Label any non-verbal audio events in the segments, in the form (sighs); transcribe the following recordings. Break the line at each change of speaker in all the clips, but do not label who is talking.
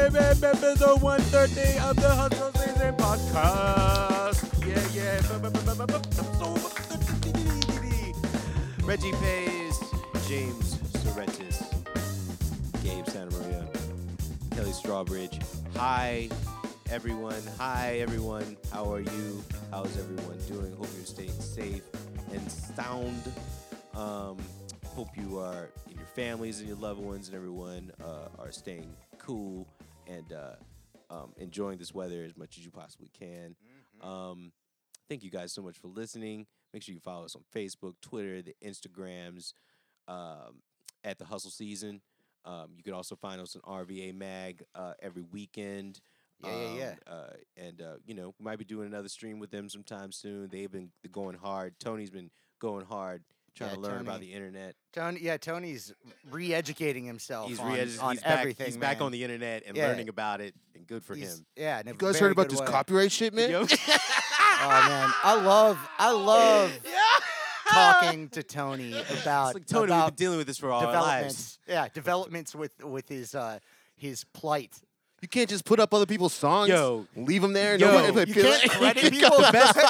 episode 130 of the Hustle Season podcast. Yeah, yeah. Bu- bu- bu- bu- bu- bu-
Reggie Pays, James Sorrentis, Gabe Santamaria, Kelly Strawbridge. Hi, everyone. Hi, everyone. How are you? How's everyone doing? Hope you're staying safe and sound. Um, hope you are, and your families and your loved ones and everyone uh, are staying cool and uh, um, enjoying this weather as much as you possibly can. Um, Thank you guys so much for listening. Make sure you follow us on Facebook, Twitter, the Instagrams, um, at the Hustle Season. Um, you can also find us on RVA Mag uh, every weekend.
Yeah, yeah, yeah.
Um, Uh, and uh, you know, we might be doing another stream with them sometime soon. They've been going hard. Tony's been going hard, trying
Yeah,
to learn about
Tony.
the internet.
Tony, yeah, Tony's re-educating himself
He's
on,
re-edu-
Oh, on
he's back,
everything.
He's back
man.
on the internet and
Yeah.
learning about it, and good for
He's-
him.
(laughs) Yeah, in a
You guys
very
heard about
good
this
way.
copyright shit, man?
Yo.
(laughs)
(laughs)
Oh man, I love, I love talking to Tony about
(laughs) It's like Tony, we've been
about
dealing with this for all our lives.
developments. Yeah, developments with with his uh his plight.
(laughs) You can't just put up other people's songs.
Yo.
and leave them there.
Yo.
Nobody-
You
feel
can't
it. (laughs)
credit people (laughs)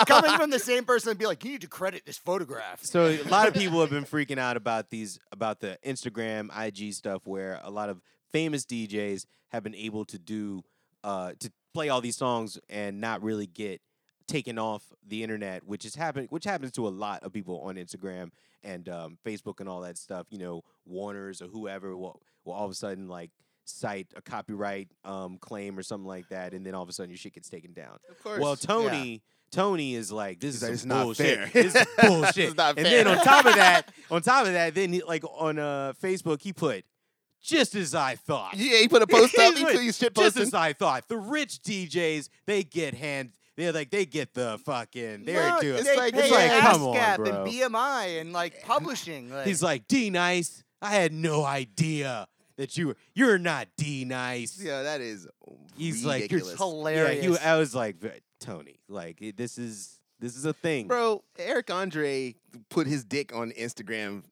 coming from the same person and be like, you need to credit this photograph.
So a lot of people have been freaking out about these about the Instagram IG stuff where a lot of famous DJs have been able to do uh to play all these songs and not really get taken off the internet, which is happen which happens to a lot of people on Instagram and um, Facebook and all that stuff, you know, Warners or whoever will, will all of a sudden like cite a copyright um, claim or something like that and then all of a sudden your shit gets taken down.
Of course.
Well, Tony, Tony is like, this is
He's like,
some
"It's not
bullshit.
fair." (laughs)
This is bullshit.
This is not
and
fair.
then on top of
(laughs)
that, on top of that, then he, like on uh, Facebook, he put, just as I thought.
yeah, he put a post
(laughs)
up.
He's
He
like,
put you shit
just
posting.
as I thought. The rich DJs, they get hand. They're like, they get the fucking. They're
no,
doing.
They
it's like-
pay
it's like,
ASCAP
come on, bro.
and BMI and like publishing. Like,
He's like, D nice. I had no idea that you were. You're not D nice.
(laughs) Yeah, that is.
He's like, you're (laughs)
ridiculous.
hilarious.
Yeah, you. I was like, "But, Tony, like it- this is this is a thing.
bro. Eric Andre put his dick on Instagram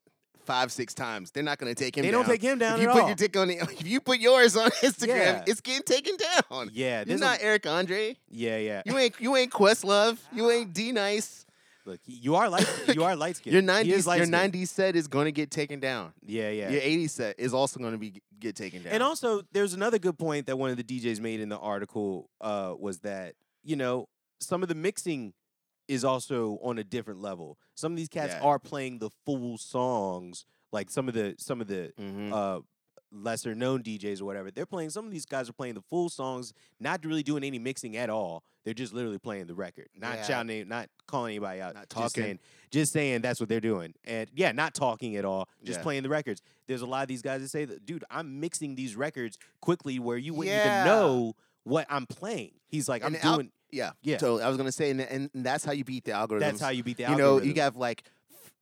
five, six times. They're not gonna take him.
They
down.
don't take him down
If you
at
put
all.
your dick on, the, (laughs) if you put yours on (laughs) Instagram,
Yeah.
it's getting taken down.
yeah,
You're
there's a-
not
(laughs)
Eric Andre.
Yeah, yeah.
You ain't you ain't Questlove. You ain't D Nice.
Look, he- you are light. You are light skinned.
Your 90s your 90s set is gonna get taken down.
Yeah, yeah.
Your 80s set is also gonna be get taken down.
And also, there's another good point that one of the DJs made in the article uh, was that you know some of the mixing is also on a different level. Some of these cats
Yeah.
are playing the full songs, like some of the some of the
Mhm.
uh, lesser known DJs or whatever. They're playing some of these guys are playing the full songs, not really doing any mixing at all. They're just literally playing the record, not
Yeah.
shouting, any- not calling anybody out,
Not
Just
talking.
saying, just saying that's what they're doing, and yeah, not talking at all, just
Yeah.
playing the records. There's a lot of these guys that say, that, "Dude, I'm mixing these records quickly where you wouldn't
Yeah.
even know what I'm playing." He's like, "I'm
And al-
doing."
Yeah,
Yeah.
So I was gonna say, and, and that's how you beat the algorithm.
that's how you beat the
you know
algorithm.
you have like f-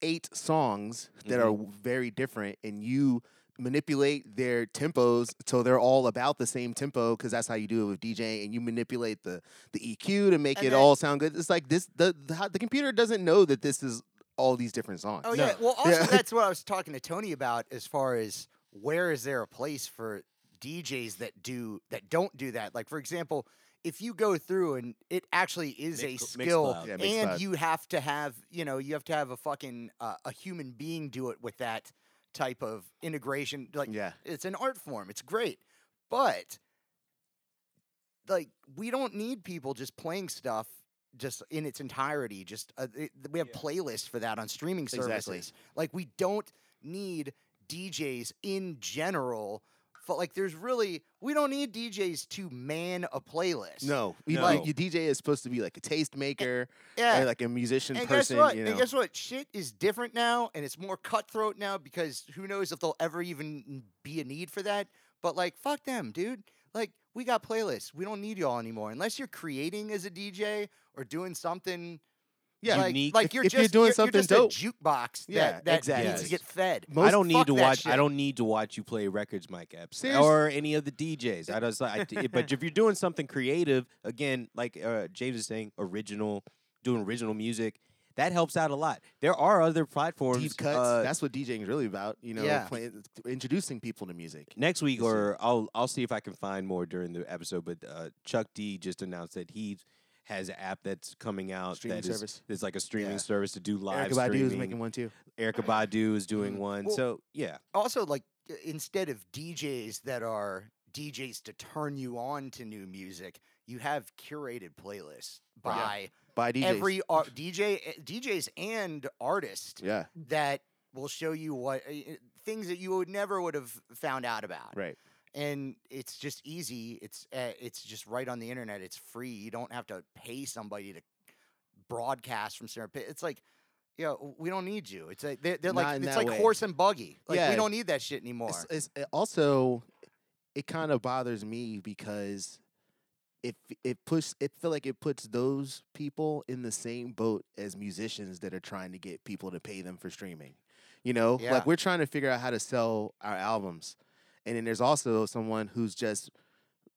eight songs that are w- very different, and you manipulate their tempos so they're all about the same tempo because that's how you do it with DJing, and you manipulate the the EQ to make
And
it
then-
all sound good. It's like this the the, how- the computer doesn't know that this is all these different songs.
Oh
No.
yeah. Well, also
Yeah. (laughs)
that's what I was talking to Tony about as far as where is there a place for DJs that do that don't do that. Like for example, if you go through and it actually is
Mix-
a
Mixcloud.
skill,
Yeah,
and
Mixcloud.
you have to have you know you have to have a fucking uh, a human being do it with that type of integration. Like
Yeah.
it's an art form. It's great, but like we don't need people just playing stuff just in its entirety. Just uh, it, we have playlists for that on streaming services.
Exactly.
Like we don't need DJs in general. But like, there's really we don't need DJs to man a playlist.
No, you,
No.
like, your DJ is supposed to be like a taste maker,
yeah.
or like a musician
and
person.
guess what?
You know.
And guess what? Shit is different now, and it's more cutthroat now because who knows if there'll ever even be a need for that. But like, fuck them, dude. Like, we got playlists. We don't need y'all anymore unless you're creating as a DJ or doing something.
Yeah.
like,
Unique.
like
If-
you're
if
just
you're doing
you're just
something
a jukebox.
Yeah,
that, that needs
exactly.
to get fed.
I don't need
fuck
to
that
watch. I
shit.
don't need to watch you play records, Mike Epps,
Seriously.
or any of the DJs. I just like, I d- but if you're doing something creative, again, like uh, James is saying, original, doing original music, That helps out a lot. There are other platforms.
Deep cuts.
uh,
That's what DJing is really about. You know,
Yeah.
play, introducing people to music.
next week,
This year.
or I'll I'll see if I can find more during the episode. But uh, Chuck D just announced that he has an app that's coming out.
Streaming
that is,
service.
It's like a streaming
Yeah.
service to do live
Erica Badu is
streaming.
making one Mm-hmm. too.
Erica Badu is doing one.
Well-
so yeah,
also like i- instead of DJs that are DJs to turn you on to new music, you have curated playlists
Right. Yeah.
by
By DJs.
every ar- DJ eh, DJs and artists
yeah,
that will show you what eh, eh, things that you would never would have found out about.
right.
And it's just easy. It's uh, it's just right on the internet. It's free. You don't have to pay somebody to broadcast from certain. pa- It's like yeah, we don't need you. It's like they're, they're
Not
like
in
it's
that
like
way.
horse and buggy. Like
Yeah.
we don't need that shit anymore.
It's, it's it also it kind of bothers me because it f- it push it feel like it puts those people in the same boat as musicians that are trying to get people to pay them for streaming. You know,
Yeah.
like we're trying to figure out how to sell our albums, and then there's also someone who's just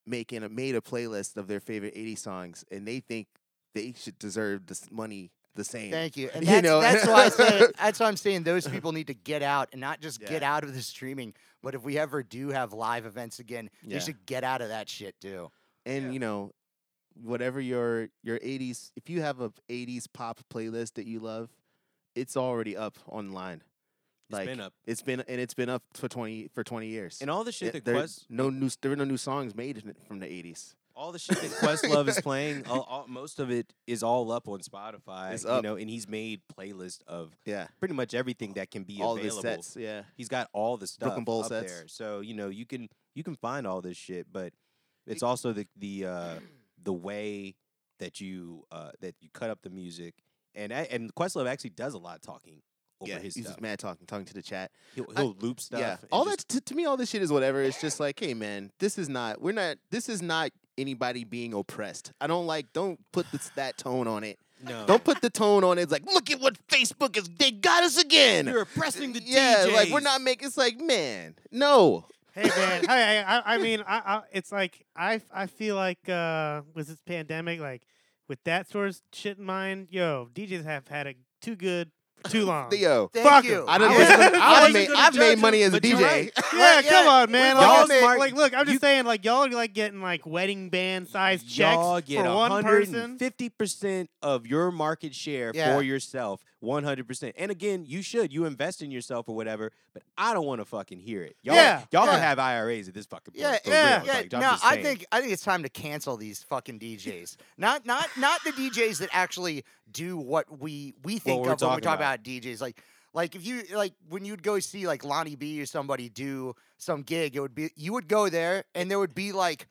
making a made a playlist of their favorite 80 songs, and they think they should deserve this money the same.
Thank you. And
You
that's,
know.
that's why I say that's why I'm saying those people need to get out and not just get out of the streaming. But if we ever do have live events again,
Yeah.
they should get out of that shit too.
and
Yeah.
you know whatever your your 80s if you have a 80s pop playlist that you love it's already up online like
it's been up.
it's been and it's been up for 20 for 20 years
And all the shit
Yeah,
that
there-
Quest,
no new there were no new songs made in it from the 80s
all the shit that Questlove is
(laughs)
playing, all, all, most of it is all up on Spotify.
It's
You
up.
know, and he's made playlist of
yeah
pretty much everything that can be
all the
available.
sets yeah
He's got all the stuff
and bowl
up
sets.
there. So you know you can you can find all this shit, but it's
It-
also the the uh, the way that you uh, that you cut up the music, and I, and Questlove actually does a lot of talking over
yeah
his
he's
stuff.
just mad talking talking to the chat
He'll,
I-
he'll loop stuff.
yeah
and
all
just-
that to, to me all this shit is whatever it's just like hey man this is not we're not this is not anybody being oppressed i don't like don't put this, that tone on it
No.
Don't put the tone on it. It's like, look at what Facebook is. They got us again.
You're oppressing the
yeah, like we're
DJs.
not making. It's like, man, no.
Hey man, I, I- I, I mean, I, I, it's like I, I feel like uh, with this pandemic, like with that sort of shit in mind, yo, DJs have had it too good for too long.
Yo,
Thank
Fuck 'em.
you.
I
I
done
wasn't
(laughs)
made-
gonna- I
I've
wasn't
made,
gonna
I've
judge
made
him,
money as a
but you're
DJ.
right.
yeah,
Yeah,
come on, man. Like,
y'all
I'm just-
smart.
like, look, I'm just
You-
saying, like, y'all are like getting like wedding band size
Y'all
checks
get
for one person.
Fifty percent of your market share
Yeah.
for yourself, one hundred percent. And again, you should you invest in yourself or whatever. But I don't want to fucking hear it. Y'all,
Yeah,
y'all
yeah.
don't have IRAs at this fucking point.
Yeah,
for
yeah,
real.
Yeah,
Like, I'm
no,
just
I
saying.
think I think it's time to cancel these fucking DJs. Not not not the DJs that actually do what we we think
we're
of when we
talking about.
talk about. DJs. Like like if you like when you'd go see like Lonnie B or somebody do some gig, it would be you would go there and there would be like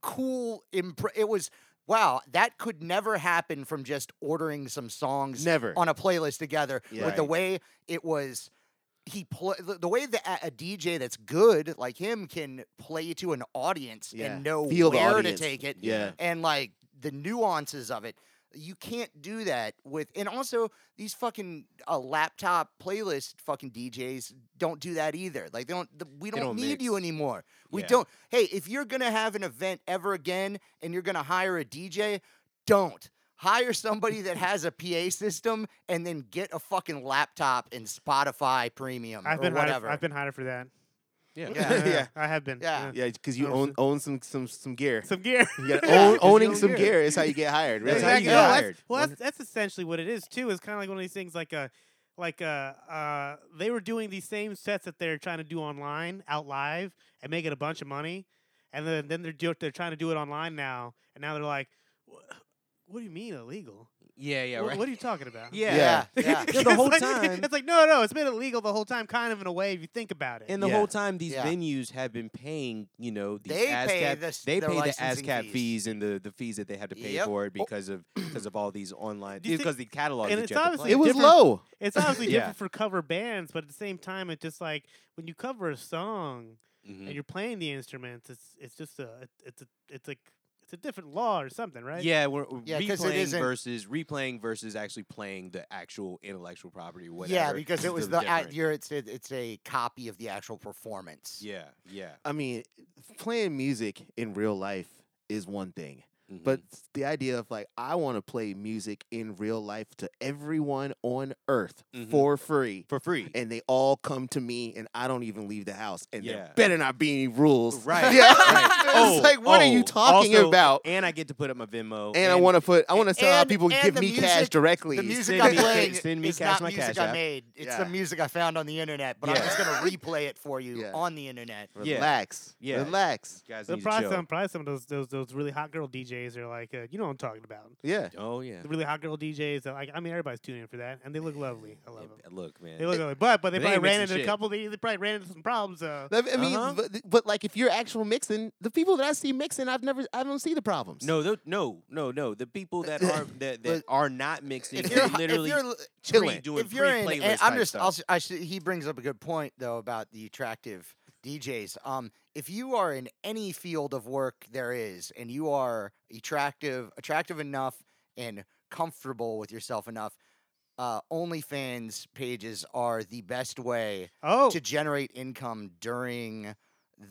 cool impre- it was wow, that could never happen from just ordering some songs
(laughs)
(laughs) Never.
on a playlist together.
Yeah.
But the
Right.
way it was he play the, the way that a- a DJ that's good like him can play to an audience
Yeah.
and know
Feel the
where to
audience.
take it
Yeah.
and like the nuances of it. You can't do that with and also these fucking uh, laptop playlist fucking DJs don't do that either. Like they don't th- we don't,
don't
need you
mix.
anymore. We
Yeah.
don't. Hey, if you're going to have an event ever again and you're going to hire a DJ, don't. Hire somebody that has a PA system and then get a fucking laptop and Spotify Premium
I've
or
been hired.
whatever.
I've been hired for that.
Yeah.
Yeah.
Yeah.
(laughs) I have been.
Yeah.
Yeah, because you
Oh,
own
so-
own some some
(laughs)
some gear.
Some gear.
You gotta
Yeah,
own,
'cause you
owning
own
some
gear.
gear is how you get hired. Really.
That's how you
exactly.
get
Well, that's-
hired.
Well,
One-
that's, that's essentially what it is too. It's kind of like one of these things, like a, like a, uh, they were doing these same sets that they're trying to do online, out live, and making a bunch of money, and then then they're do, they're trying to do it online now, and now they're like, "Wha- what do you mean illegal?
Yeah, yeah,
Wha-
right.
what are you
(laughs)
talking about? (laughs)
Yeah.
Yeah.
(laughs)
Yeah.
Yeah, the whole
It's like-
time-
It's like no, no, it's been illegal the whole time, kind of in a way if you think about it.
And the
Yeah.
whole time, these
Yeah.
venues have been paying, you know, these
They
ASCAP,
pay this-
they
their
pay the
licensing
ASCAP
fees.
fees. and the, the fees that they have to pay
Yep.
for it because of because of all these online
Oh. Do you think-
because the catalogs.
and
that
it's
you have to
obviously
play.
It was
different-
low.
(laughs)
it's obviously
Yeah.
different for cover bands, but at the same time, it's just like when you cover a song.
Mhm.
and you're playing the instruments, it's it's just a it- it's a it's like it's a different law or something, right?
Yeah, we're we're
Yeah, 'cause it
replaying
isn't-
versus replaying versus actually playing the actual intellectual property. Whatever.
yeah, because it
is
was
still
the a-
different.
you're, it's, it's a copy of the actual performance.
yeah, yeah.
I mean, playing music in real life is one thing.
Mhm.
But s- the idea of like, I want to play music in real life to everyone on earth
Mhm.
for free.
for free.
And they all come to me, and I don't even leave the house. And
Yeah.
there better not be any rules.
Right.
(laughs) Yeah.
right.
It's like, what are you talking
also- oh,
about?
And I get to put up my Venmo.
And, I want to put, I want to tell
and-
people
and
give
the
me cash
music-
directly.
The music
send
I'm
me-
playing
send me
is
Cash
not
My
music
Cash
I
App.
made. It's
Yeah.
the music I found on the internet, but
Yeah.
I'm just gonna replay it
(laughs)
for you
Yeah.
on the internet.
Yeah.
Relax.
Yeah.
Relax.
guys
But
need
probably
Joe.
some, probably some of those those those really hot girl DJs are like, uh, you know what I'm talking about.
Yeah.
Oh yeah.
The really hot girl DJs that like, I mean, everybody's tuning in for that, and they look lovely. I love them.
Look, man.
They look lovely, but but
But they
they probably
ain't
ran
mixing
into
shit.
a couple. They, they probably ran into some problems.
(laughs)
Uh,
I I mean,
Uh-huh.
but, but like if you're actual mixing, the people that I see mixing, I've never, I don't see the problems.
no, tho- no, no, no. The people
(laughs)
that are that, that
Look,
are not mixing,
If
they're
you're, hi-
literally
if you're,
chilling, doing
if you're in,
pre-playlist
and I'm
type
just,
stuff.
I'll, s- I should, he brings up a good point though about the attractive DJs. Um, if you are in any field of work there is, and you are attractive, attractive enough, and comfortable with yourself enough, uh, OnlyFans pages are the best way
oh,
to generate income during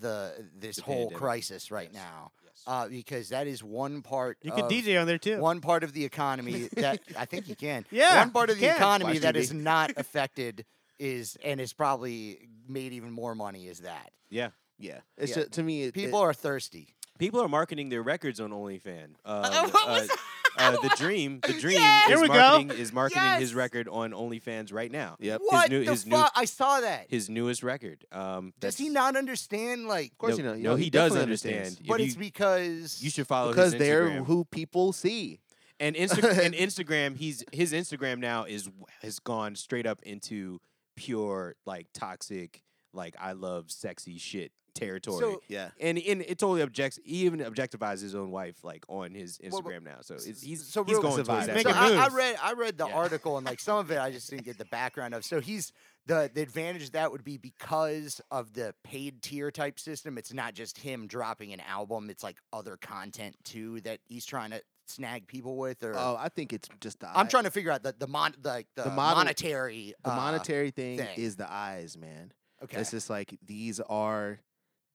the this
The
whole
pandemic.
crisis right now,
Yes.
uh, because that is one part.
you could
of-
DJ on there too.
Um, one part of the economy
(laughs)
that I think you can.
Yeah,
one part of
you
the
can.
economy
Watch
that
TV.
is not affected is and is probably made even more money is that
yeah,
Yeah. It's
Yeah.
ju- to me, it, it-
people are thirsty.
people are marketing their records on OnlyFans.
(laughs)
Uh, (laughs) uh, uh, the Dream, the Dream
Yes!
is
Here we go.
marketing is marketing his
Yes!
record on OnlyFans right now.
Yep.
His
what
new-
the
his new-
fuck? I saw that.
His newest record. Um,
Does
that's-
he not understand? Like,
Of
no,
course, you know. you
No,
know,
he, does
definitely
understand.
understands.
If
but
you,
it's because
you should follow
because
his
they're
Instagram.
who people see.
and Insta- and Instagram. He's his Instagram now is has gone straight up into pure like toxic like I love sexy shit territory.
So
Yeah.
and and it totally objects he even objectifies his own wife like on his Instagram
Well, but-
now. So it's,
S-
he's
so
he's
real-
going towards
Survive.
that.
He's
So
making
direction.
I, I
moves.
read I read the
Yeah.
article and like some of it I just didn't get the background of. So he's the the advantage of that would be because of the paid tier type system. It's not just him dropping an album. It's like other content too that he's trying to snag people with. Or
Oh, I think it's just the.
I'm
eye-
trying to figure out the the mon like the,
model-
monetary
The
uh,
monetary thing,
thing.
is the eyes, man.
Okay.
It's just like these are,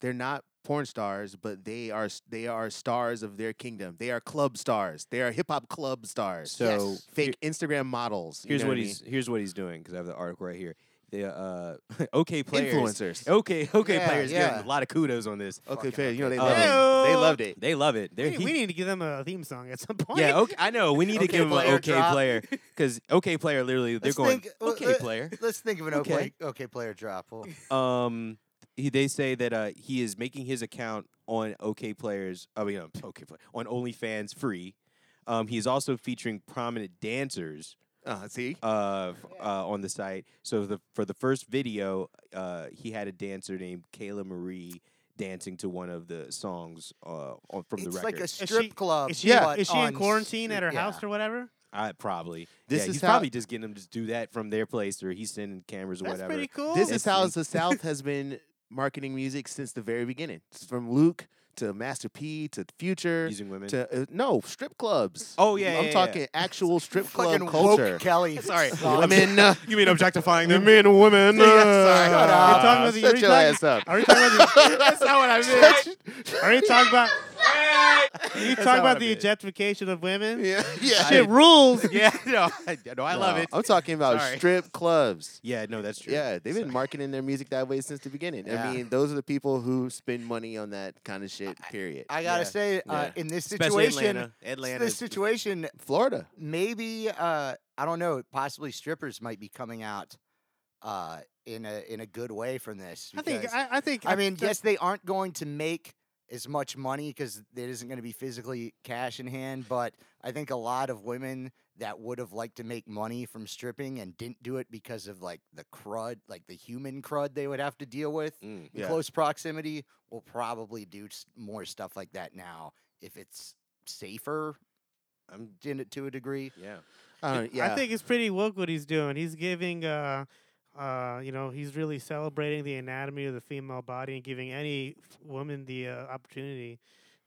they're not porn stars, but they are s- they are stars of their kingdom. They are club stars. They are hip hop club stars.
So
Yes.
fake Instagram models. you
here's
know
what
I mean?
he's here's what he's doing because I have the article right here. The uh, (laughs) okay players,
influencers.
okay (laughs) okay
Yeah,
players, give him
yeah.
a lot of kudos on this.
Okay,
Fucking
fair. You know they
Um,
okay.
loved it. They
Heyo.
loved it.
They love it. They're,
we, need-
he-
we need to give them a theme song at some (laughs) point.
yeah, okay, I know. We need to
Okay
give him an
player
okay
drop. (laughs)
player because okay player literally they're
Let's
going
think- uh, well,
okay
let-
player.
Let's think of an okay
Okay.
okay player drop. Well,
Um, he, they say that uh, he is making his account on OK Players. I mean, um, OK Play on OnlyFans free. Um, he is also featuring prominent dancers
Uh, see,
uh, f- uh, on the site. So the for the first video, uh, he had a dancer named Kayla Marie dancing to one of the songs uh, on, from
it's
the
like
record.
a
she-
strip club.
Is she,
but
is she in
on s-
quarantine at her
yeah.
house or whatever?
I probably
This
yeah,
is
he's
how-
probably just getting him to do that from their place, or he's sending cameras or
That's
whatever.
pretty cool.
this is
It's
how
like-
the South has been marketing music since the very beginning. It's from Luke to Master P to Future
Using women.
to uh, no strip clubs.
Oh, yeah,
I'm
yeah, yeah.
talking
(laughs)
actual strip club
Fucking
culture.
woke Kelly.
Sorry,
song.
I mean, uh,
you mean objectifying
I mean women.
Yeah,
uh,
sorry. Shut up. You're talking about the-
Shut
you're
your
talking-
ass up.
Are you
(laughs)
talking about the,
That's not what I meant.
are you talking about you
not
talking
what I
about the
meant.
objectification of
(laughs)
women?
yeah, yeah.
Shit rules.
yeah, no, I, no, I love
No,
it.
I'm talking about
Sorry.
strip clubs.
(laughs) Yeah, no, that's true.
Yeah, they've been marketing their music that way since the beginning.
Yeah.
I mean, those are the people who spend money on that kind of shit. Period.
I gotta
Yeah.
say, uh,
Yeah.
in this
Especially
situation,
(laughs)
Atlanta.
s-
Atlanta.
this situation,
Florida.
maybe uh, I don't know. Possibly strippers might be coming out uh, in a in a good way from this.
(laughs) I think
because-
I, I think
I mean,
the-
yes, they aren't going to make as much money because there isn't going to be physically cash in hand. But I think a lot of women that would have liked to make money from stripping and didn't do it because of like the crud, like the human crud they would have to deal with
Mm.
in
Yeah.
close proximity, will probably do s- more stuff like that now if it's safer
I'm,
in it to a degree.
(laughs)
yeah.
I don't- yeah.
I think it's pretty woke what he's doing. He's giving, uh, uh, you know, he's really celebrating the anatomy of the female body and giving any f- woman the uh, opportunity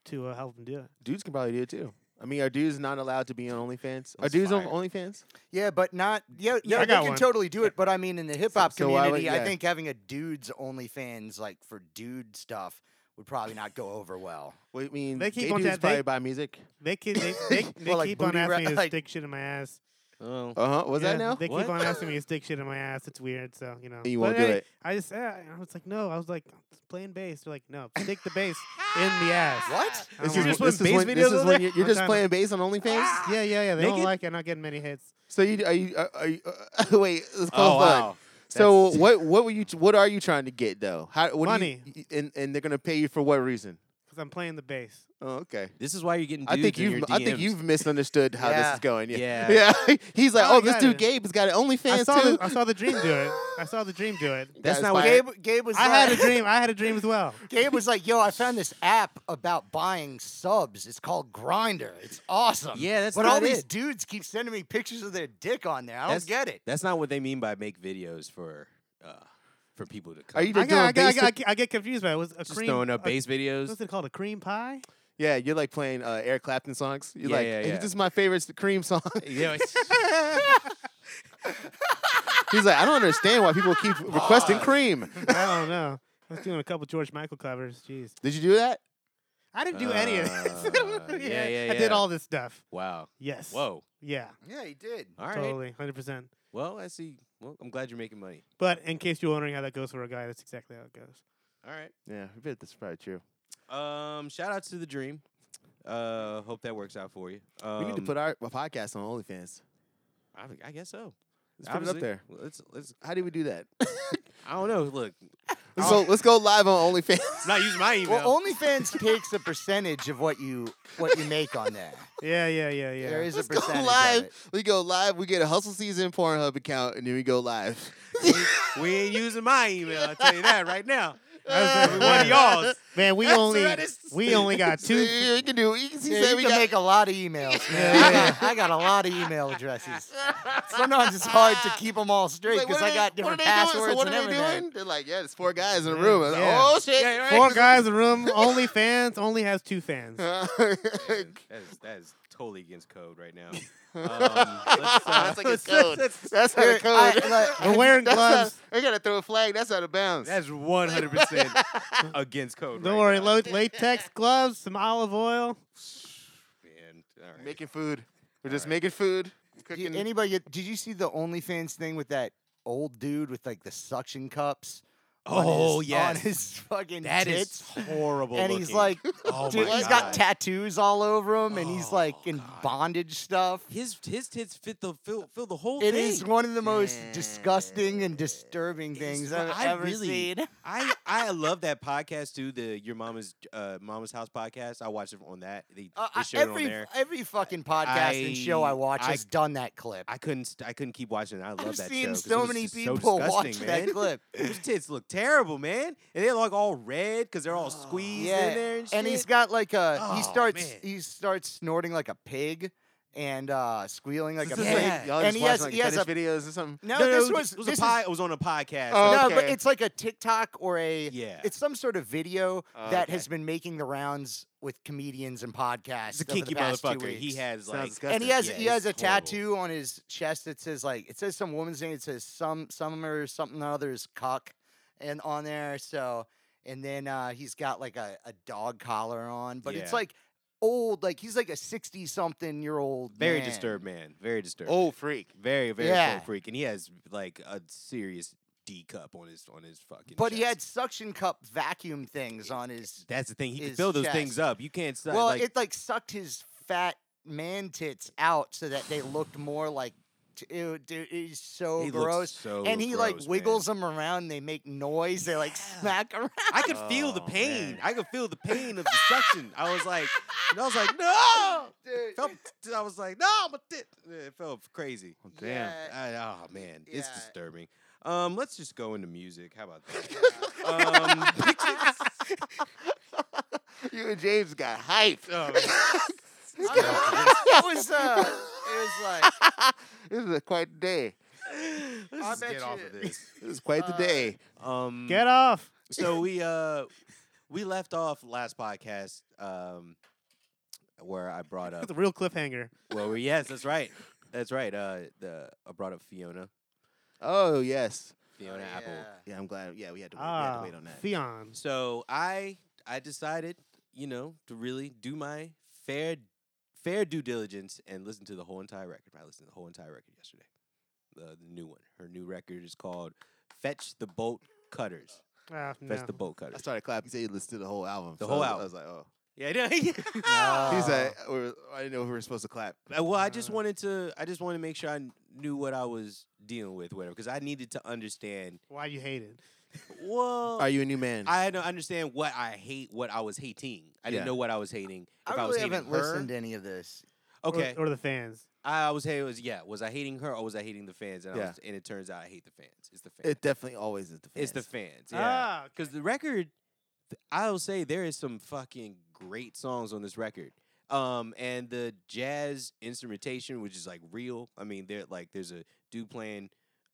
to uh, help them do it.
dudes can probably do it too. I mean, are dudes not allowed to be on OnlyFans? Are
That's
dudes
fire.
on OnlyFans?
Yeah, but not yeah.
Yeah,
No,
I
they
got
can
one.
totally do it. But I mean, in the hip hop
so why would-
community, I
yeah.
think having a dudes OnlyFans like for dude stuff would probably not go over well.
Well, I mean,
They keep
gay
on
dudes
that- they-
probably buy music.
They keep they, they, they
like
keep on
booty
asking
ra-
me to
like-
stick shit in my ass.
Oh,
Uh huh. Was
Uh-huh. Yeah,
that now?
They
What?
keep on asking me to stick shit in my ass. It's weird. So you know.
And you
But
won't do
hey,
it.
I just uh, I was like, no. I was like playing bass. They're like, no, stick the bass in
(laughs)
the ass.
What?
I don't
is
wanna-
wh- this is when, this is when you're, you're
I'm
just
trying to-
playing bass on OnlyFans.
Yeah, yeah, yeah. They don't
Naked?
like it. Not getting many hits.
So you are you are, are you, (laughs) wait? Let's close
oh
that.
wow.
So
That's-
what what were you what are you trying to get though? How what do you-
Money.
y- and and they're gonna pay you for what reason?
Cause I'm playing the bass.
Oh, okay.
This is why you're getting.
I
Dudes
think
in
you've
your
I think
DMs.
you've misunderstood how this
Yeah.
is going. Yeah,
Yeah.
yeah. (laughs) He's like,
Oh,
oh,
I
this
got
dude
it.
Gabe has got an OnlyFans
I saw
too. (laughs)
the, I saw the dream do it. I saw the dream do it.
That's
Got
not what
inspired.
Gabe, Gabe was.
I had a
like-
dream. I had a dream
(laughs)
as well.
Gabe was like, "Yo, I found this app about buying subs. It's called Grinder. It's awesome."
Yeah, that's
But
not
all these
it.
dudes keep sending me pictures of their dick on there. I
That's-
don't get it.
That's not what they mean by make videos for, uh, for people to. Come.
Are you
I
just
got, I,
doing
got, I,
bass
got, I get- I get confused by it. Was a
just
cream?
throwing up
a-
bass videos? (laughs)
What's it called? A cream pie?
Yeah, you're like playing uh, Eric Clapton songs. You're
Yeah,
like,
yeah,
"Hey,
yeah.
this is my favorite s- Cream song. (laughs)
Yeah, it's-
He's like, I don't understand why people keep requesting Cream.
I don't know. I was doing a couple George Michael covers. Jeez,
Did you do that?
I didn't do any of this. (laughs)
Uh, yeah, yeah,
I did
yeah.
all this stuff.
wow.
Yes.
Whoa.
Yeah.
Yeah, he did.
All right.
Totally. Hundred percent.
Well, I see. Well, I'm glad you're making money.
But in case you're wondering how that goes for a guy, that's exactly how it goes.
All right.
Yeah, I bet that's probably true.
Um, shout out to the dream. Uh, hope that works out for you. Um,
we need to put our, our podcast on OnlyFans.
I, I guess so.
Let's put it
Obviously.
up there.
Let's. Let's.
How do we do that?
I don't know. Look,
Let's go, let's go live on OnlyFans. (laughs)
not use my email. (laughs)
Well, OnlyFans takes a percentage of what you what you make on there.
Yeah, yeah, yeah, yeah.
There is
Let's
a
go
percentage. Of it.
live. We go live. We get a hustle season Pornhub account, and then we go live.
we ain't using my email. I tell you that right (laughs) now.
That's every
One of
one.
y'all's.
Man, we
That's
only
right, it's-
we only got
See,
two.
you can do. You can see.
Yeah,
say
you
we
can
got-
make a lot of
(laughs)
emails, man.
Yeah,
I, got, (laughs) I got a lot of email addresses. Sometimes it's hard to keep them all straight
like,
because
what are
I got
they- what
different
are they
passwords
doing? So what
and
are they
everything.
doing? They're like, yeah, there's four guys in a
Yeah.
room. I'm like,
Yeah.
Oh shit!
Yeah, right.
Four guys in the room. Only fans. Only has two fans.
oh,
(laughs)
(laughs)
That is, that is- that is totally against code right now. Um, let's, uh,
(laughs)
That's like a
let's-
code.
let's-
That's out
Here,
of
I-
code. (laughs)
like-
We're wearing
That's
gloves.
Out, I gotta throw a flag. That's out of bounds.
That's (laughs) 100% against code.
Don't
right
worry.
now.
Lo- latex gloves. Some olive oil.
Man, all right.
making food. We're just
Alright.
making food.
Do you-
Cooking.
anybody? get- Did you see the OnlyFans thing with that old dude with like the suction cups? on
Oh,
his-
yes.
on his fucking
That is
tits.
horrible.
And he's
looking.
like,
Oh
dude,
my
he's got
God.
tattoos all over him, and he's
Oh,
like in
God.
bondage stuff.
his his tits fit the fill, fill the whole
It
thing.
is one of the most disgusting and disturbing
It's
things
what
I've
I
ever
really-
seen.
I I love that podcast too. The Your Mama's uh, Mama's House podcast. I watch it on that. They,
Uh,
they
I-
showed
every
it on there.
every fucking podcast and show I
I-
watch
I-
has done that clip.
I couldn't st- I couldn't keep watching. it. I love
have
that
seen
show. 'cause it
so
was
many
just so
people watch
disgusting,
that
man.
clip.
His tits look terrible, man, and they look all red because they're all squeezed
Oh, yeah,
in there and shit.
and he's got like a he
Oh,
starts
man.
he starts snorting like a pig and uh squealing like
Is
a
this
pig.
Yeah.
like, y'all
And
just
he
watching,
has-
like,
he has a-
fetish videos or something.
No,
no, no,
this
it
was
it was a
this is-
pod. It was on a podcast.
Oh,
Like,
no, but
okay.
it's like a TikTok or a
yeah,
it's some sort of video
Oh,
that
okay.
has been making the rounds with comedians and
it's
podcasts.
a
over
kinky
the past two
motherfucker. He
weeks.
has like
Sounds
and he
disgusting.
has
Yeah,
he has a
it's horrible.
tattoo on his chest that says like it says some woman's name. It says some summer something or other's cock, and on there. So and then uh, he's got like a, a dog collar on, but it's
Yeah.
like old, like he's like a sixty something year old.
very
man.
disturbed, man. Very disturbed.
Oh
(laughs)
freak.
Very, very
Yeah.
full freak, and he has like a serious D cup on his on his fucking.
But he
chest.
had suction cup vacuum things on his.
That's the thing. He can
his
fill those things
chest.
up. You can't. Well,
Well,
like,
it like sucked his fat man tits out so that they looked more like. T- ew, dude, it's so
he looks
Oh, gross.
so
and he
gross,
like
man.
wiggles them around. And they make noise. They like
Yeah.
smack around. (laughs)
I could feel the
Oh,
pain.
man.
I could feel the pain of the suction. I was like, and I was
(laughs)
like, no.
Oh, dude.
Felt- I was like, no, but thi-" it felt crazy.
Damn.
Yeah.
I, oh man, it's
Yeah.
disturbing. Um, let's just go into music. How about
(laughs)
that? um,
You and James got hype.
Oh, (laughs) it was uh, it was (laughs) like
(laughs) this is a quite the day.
let's
I
just
bet
get off
you-
of this.
This is quite the
Uh,
day.
Um,
Get off.
so we uh we left off last podcast um where I
(laughs)
brought
That's
up
a real cliffhanger.
well we- yes that's right that's right uh the I brought up Fiona
Oh yes.
Fiona Apple
Yeah, I'm glad. Yeah, we had to wait, we had to
Ah,
wait on that.
Fion.
so I I decided, you know, to really do my fair fair due diligence and listen to the whole entire record. I listened to the whole entire record yesterday. The, the new one. Her new record is called Fetch the Bolt Cutters.
Uh,
Fetch
no.
the Bolt
I
Cutters.
started clapping. He said he listened to the whole album. Ah.
The
so
whole
I
album.
was, I was like, oh.
Yeah, I know.
he
Oh.
said, we're, I didn't know if we were supposed to clap.
Uh, Well, I just
Uh.
wanted to. I just wanted to make sure I kn- knew what I was dealing with, whatever, because I needed to understand.
Why you hate it?
Well,
Are you a new man?
I had to understand what I hate, what I was hating. I
Yeah.
didn't know what I was hating.
I
If
really
I was hating
haven't
her-
listened to any of (laughs) this.
Or-
Okay,
Or, the fans?
I was hating. Was yeah? Was I hating her or was I hating the fans? And,
Yeah.
I was, and it turns out I hate the fans. It's the fans.
it definitely always is the fans.
it's the fans. Yeah. (laughs)
Ah,
Because the record, th- I'll say there is some fucking great songs on this record. Um, and the jazz instrumentation, which is like real. I mean, there like there's a dude playing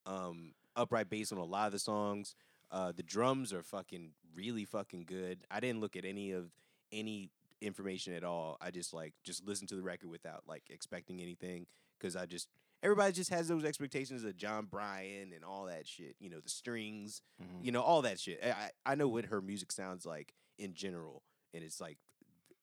um upright bass on a lot of the songs. Uh, the drums are fucking really fucking good. I didn't look at any of any information at all. I just like just listened to the record without like expecting anything because I just everybody just has those expectations of John Bryan and all that shit. You know, the strings
Mhm.
you know all that shit. I I I know what her music sounds like in general, and it's like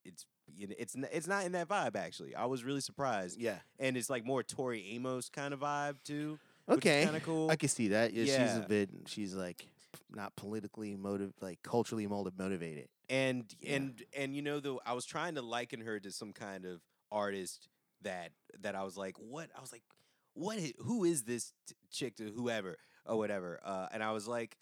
it's you know, it's n- it's not in that vibe actually. I was really surprised,
Yeah.
and it's like more Tori Amos kind of vibe too.
Okay.
kind of cool.
I can see that. Yeah, she's
Yeah.
a bit. She's like not politically motive, like culturally motive motivated.
and
Yeah.
and and you know though I was trying to liken her to some kind of artist that that I was like what I was like what i- who is this t- chick to whoever or whatever uh, and I was like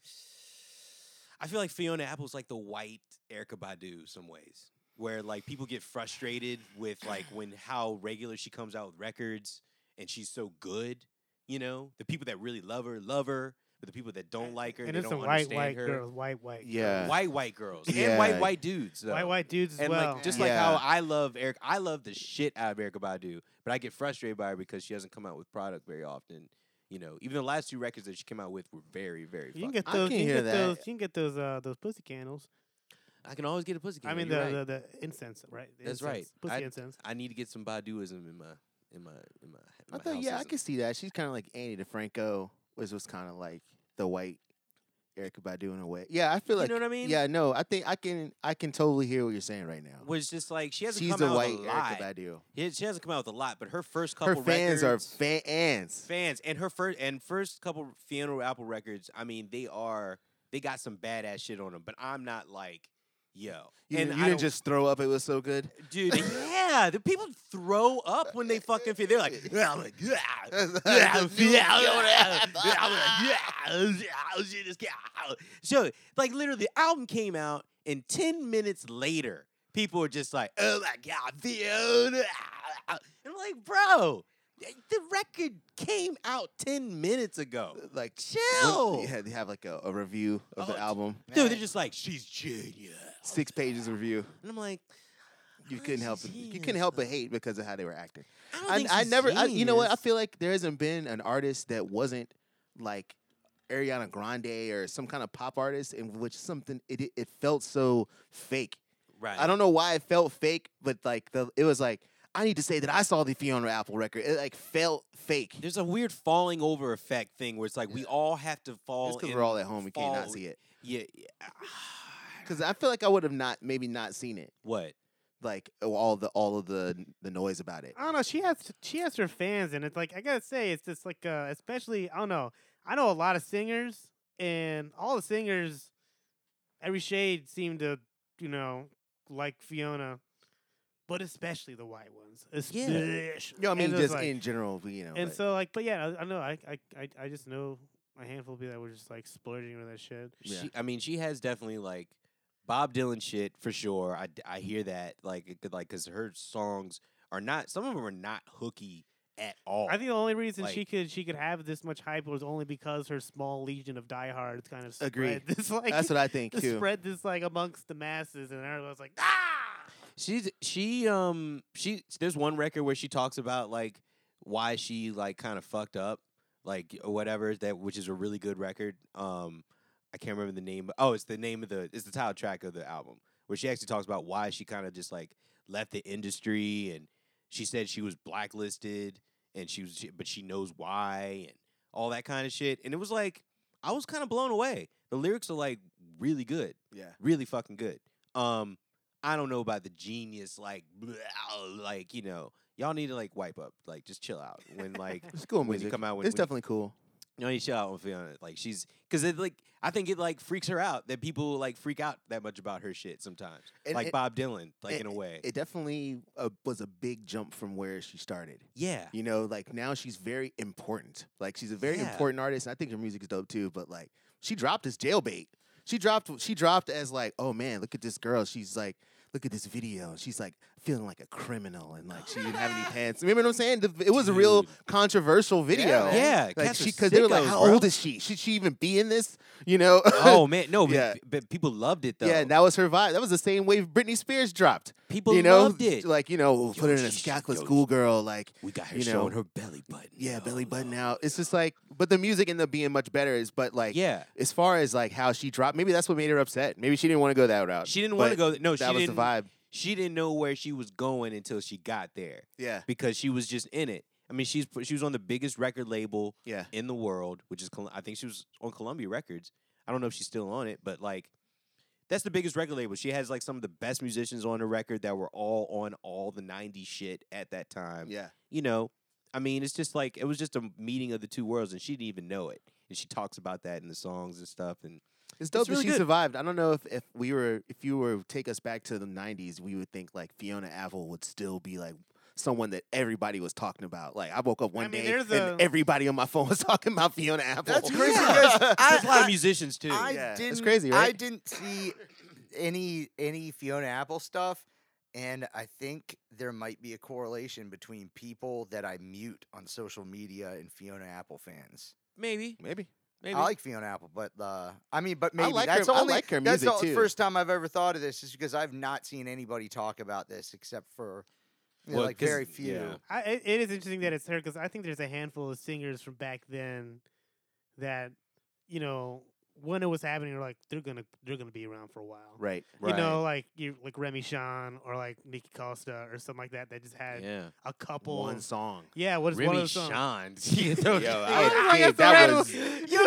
I feel like Fiona Apple's like the white Erica Badu some ways where like people get frustrated with
(sighs)
like when how regular she comes out with records and she's so good you know the people that really love her love her but the people that don't like her
and
they
it's a
don't
white
understand
white
her
girl, white white, girl.
Yeah.
white white girls
Yeah.
and white white dudes. Though.
white white dudes as
and
well.
like just like
Yeah.
how I love Eric, I love the shit out of Erica Badu, but I get frustrated by her because she doesn't come out with product very often. You know, even the last two records that she came out with were very very.
you
fucking-
can get
I
those.
can
you can
hear
get
that.
those. You can get those. Uh, those pussy candles.
I can always get a pussy.
I mean
the,
the, the the incense, right? The
That's
incense,
right.
Pussy
I-
incense.
I need to get some Baduism in my in my in my. In my
I thought, yeah, I
houses.
could see that. She's kind of like Annie DeFranco, which was kind of like the white Erica Badu in a way. Yeah, I feel
You
like.
know what I mean?
Yeah, no, I think I can. I can totally hear what you're saying right now.
Was just like she hasn't
She's
come
the
out
white
with a lot.
Erica Badu.
Yeah, She hasn't come out with a lot, but her first
Her
couple
fans
records,
are fans.
fans and her first and first couple Fiona Apple records. I mean, they are they got some badass shit on them, but I'm not like, yo, and I
You, didn't- you didn't
don't-
just throw up. It was so good.
dude. yeah, the people throw up when they fucking feel. They're like, (laughs) yeah, I'm like, yeah, yeah, yeah, yeah, yeah, (laughs) yeah, I'm
(laughs)
like, yeah, yeah, oh, shit, this guy, oh." So, like, literally, the album came out, and ten minutes later, people were just like, oh my god, Fiona. And (laughs) I'm like, bro. The record came out ten minutes ago.
Like
Chill.
Yeah, they have like a, a review of
Oh,
the
d-
album.
Dude, they're just like, she's genius.
Six pages review.
And I'm like,
You
"How
couldn't
is
help.
she
You couldn't
genius,
help but
though?
hate because of how they were acting.
I, don't
I,
think
I
she's
never. I, you know what? I
genius.
feel like there hasn't been an artist that wasn't like Ariana Grande or some kind of pop artist in which something it it- it felt so fake.
Right.
I don't know why it felt fake, but like the it was like I need to say that I saw the Fiona Apple record. It like felt fake.
There's a weird falling over effect thing where it's like we all have to fall.
It's because
in-
we're all at home. We can't not
fall-
see it.
Yeah. yeah. ah,
Because I feel like I would have not maybe not seen it.
what?
Like oh, all the all of the the noise about it.
I don't know. She has she has her fans, and it's like I gotta say, it's just like uh, especially I don't know. I know a lot of singers, and all the singers, every shade seem to you know like Fiona, but especially the white ones. Especially.
You know, what I
And
mean,
it's
just
like-
in general, you know.
And
but-
so like, but yeah, I, I know I, I I I just know a handful of people that were just like splurging with that shit.
Yeah.
She, I mean, she has definitely like Bob Dylan shit for sure. I, d- I hear that like it could like because her songs are not some of them are not hooky at all.
I think the only reason she
Like-
could she could have this much hype was only because her small legion of diehards kind of spread
Agreed.
(laughs) this like
that's what I think
to
too.
spread this like amongst the masses, and everyone was like, ah.
She's she um she there's one record where she talks about like why she like kind of fucked up like or whatever that which is a really good record. Um I can't remember the name. Oh, it's the name of the it's the title track of the album where she actually talks about why she kind of just like left the industry and she said she was blacklisted and she was she, but she knows why and all that kind of shit. And it was like I was kind of blown away. The lyrics are like really good
Yeah.
really fucking good. Um, I don't know about the genius, like, like you know, y'all need to like wipe up, like just chill out when
(laughs)
like
It's cool
when you
music.
come out when
It's
when you-
definitely cool.
no, you should out on Fiona. Like she's because it like I think it like freaks her out that people like freak out that much about her shit sometimes.
And
like
it-
Bob Dylan, like in a
and
way.
It definitely uh, was a big jump from where she started.
yeah.
(laughs) You know, like now she's very important. Like she's a very
Yeah.
important artist. and I think her music is dope too. But like she dropped as jailbait. She dropped. She dropped as like, oh man, look at this girl. She's like, look at this video. She's like feeling like a criminal and like she didn't
(laughs)
have any pants. Remember what I'm saying? The, it was a real
Dude.
controversial video.
man.
Yeah,
Like
cats are
she, because they were like,
sickos,
how
bro."
old is she? Should she even be in this? You
(laughs)
know? (laughs)
oh man, no, but,
Yeah.
but people loved it though.
yeah, that was her vibe. That was the same wave Britney Spears dropped.
people
you know,
loved it.
like you know, put her in a
she-
scackless
yo,
schoolgirl, like
we got her
you know,
showing her belly button.
yeah,
yo,
belly button
love.
out. It's just like, but the music ended up being much better. Is but like,
Yeah,
as far as like how she dropped, maybe that's what made her upset. Maybe she didn't want to go that route.
she didn't want to
but
go. th- No, she
that was
didn't.
the vibe.
She didn't know where she was going until she got there
Yeah,
because she was just in it. I mean, she's she was on the biggest record label
yeah.
in the world, which is Col- I think she was on Columbia Records. I don't know if she's still on it, but like that's the biggest record label. She has like some of the best musicians on the record that were all on all the '90s shit at that time.
Yeah,
You know, I mean, it's just like it was just a meeting of the two worlds, and she didn't even know it. And she talks about that in the songs and stuff. And
it's dope
really
that she
good.
survived. I don't know if, if we were if you were take us back to the '90s, we would think like Fiona Apple would still be like someone that everybody was talking about. Like I woke up one
mean,
day
there's
and
a-
everybody on my phone was (laughs) talking about Fiona Apple.
That's crazy.
(laughs)
Yeah.
because (laughs) I-
there's a lot of
I-
musicians too.
I
Yeah. That's
didn't.
crazy,
I
right?
didn't see any any Fiona Apple stuff, and I think there might be a correlation between people that I mute on social media and Fiona Apple fans.
maybe,
Maybe.
maybe.
I like Fiona Apple, but uh, I mean, but maybe
like
that's
her-
the
I
only.
like her
that's
music,
the
too.
first time I've ever thought of this, is because I've not seen anybody talk about this except for you know,
Well,
like
'cause-
very few.
yeah.
(sighs)
I, it, it is interesting that it's her because I think there's a handful of singers from back then that, you know, when it was happening, you're like they're gonna they're gonna be around for a while.
Right.
You know, like you like Remy Sean or like Nikki Costa or something like that that just had
yeah,
a couple.
One song.
yeah, what is one of
Remy
those songs?
Sean.
(laughs)
Yo,
I was
I
like,
was kid.
that's the
That
random-
was.
(laughs)
yo,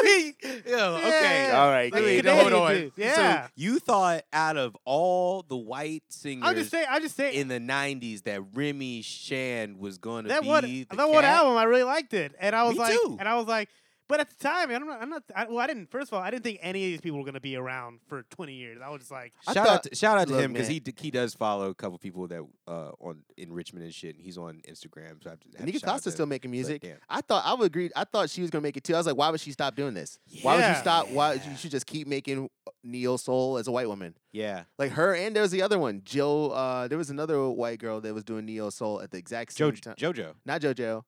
he, yo, okay.
Yeah.
All right.
Like,
good.
Wait,
no, hold
Canadian
on.
dudes, yeah.
So you thought out of all the white singers
I'll just say, I just say
in the '90s that Remy Shan was going to
that
be
one
the
that one
cat?
album I really liked it, and I was
Me
like,
too.
and I was like, but at the time, I'm not, I'm not. I, well, I didn't. First of all, I didn't think any of these people were gonna be around for 20 years. I was just like,
I
Shout out,
thought-
to, shout out to
Look,
him because
man.
he d- he does follow a couple people that uh on in Richmond and shit, and he's on Instagram. So I have to, have to
Nika
shout out
Costa's
to
still
him.
making
But
music.
damn.
I thought I would agree. I thought she was gonna make it too. I was like, why would she stop doing this? Why would you
Yeah.
stop? Why you
Yeah.
should just keep making neo soul as a white woman,
Yeah,
like her. And there was the other one, Joe. Uh, there was another white girl that was doing neo soul at the exact
jo-
same time.
JoJo.
Not JoJo.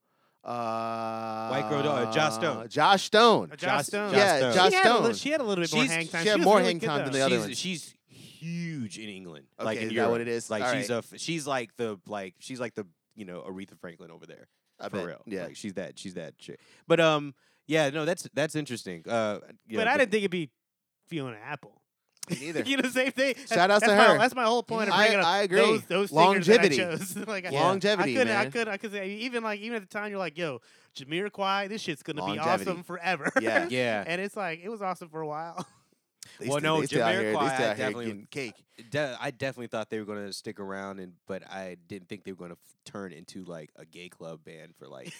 Uh,
girl, uh, Josh Stone. Oh,
Josh Stone.
Josh
Josh-
Stone.
Josh
yeah,
Stone.
Josh
she, had a
Stone.
little, she had a little bit more
She's-
hang time.
she had
was
more
really
hang
good,
time than
though.
the other
she's, She's
ones.
huge in England. like
Okay,
in
is that
Europe.
what it is?
Like
All
she's a f- she's like the like she's like the you know Aretha Franklin over there.
I
for
bet.
real.
Yeah.
like she's that she's that chick. But um, yeah, no, that's that's interesting. Uh, yeah,
but I didn't think it'd be Fiona Apple. (laughs)
Neither.
you know, same thing. That's-
Shout outs to
that's my-
her.
that's my whole point of
I-
bringing up
I agree.
those those singers
Longevity.
That I chose. (laughs) like, I-
Yeah. Longevity,
I could, I
man.
could, I could say even like even at the time you're like, yo, Jamiroquai, this shit's gonna
Longevity.
be awesome forever.
Yeah.
(laughs) Yeah,
(laughs) and it's like it was awesome for a while.
They
Well,
still-
no,
they still out
Jamiroquai,
here- They still
I
out here
definitely-
getting cake.
de- I definitely thought they were gonna stick around, and but I didn't think they were gonna f- turn into like a gay club band for like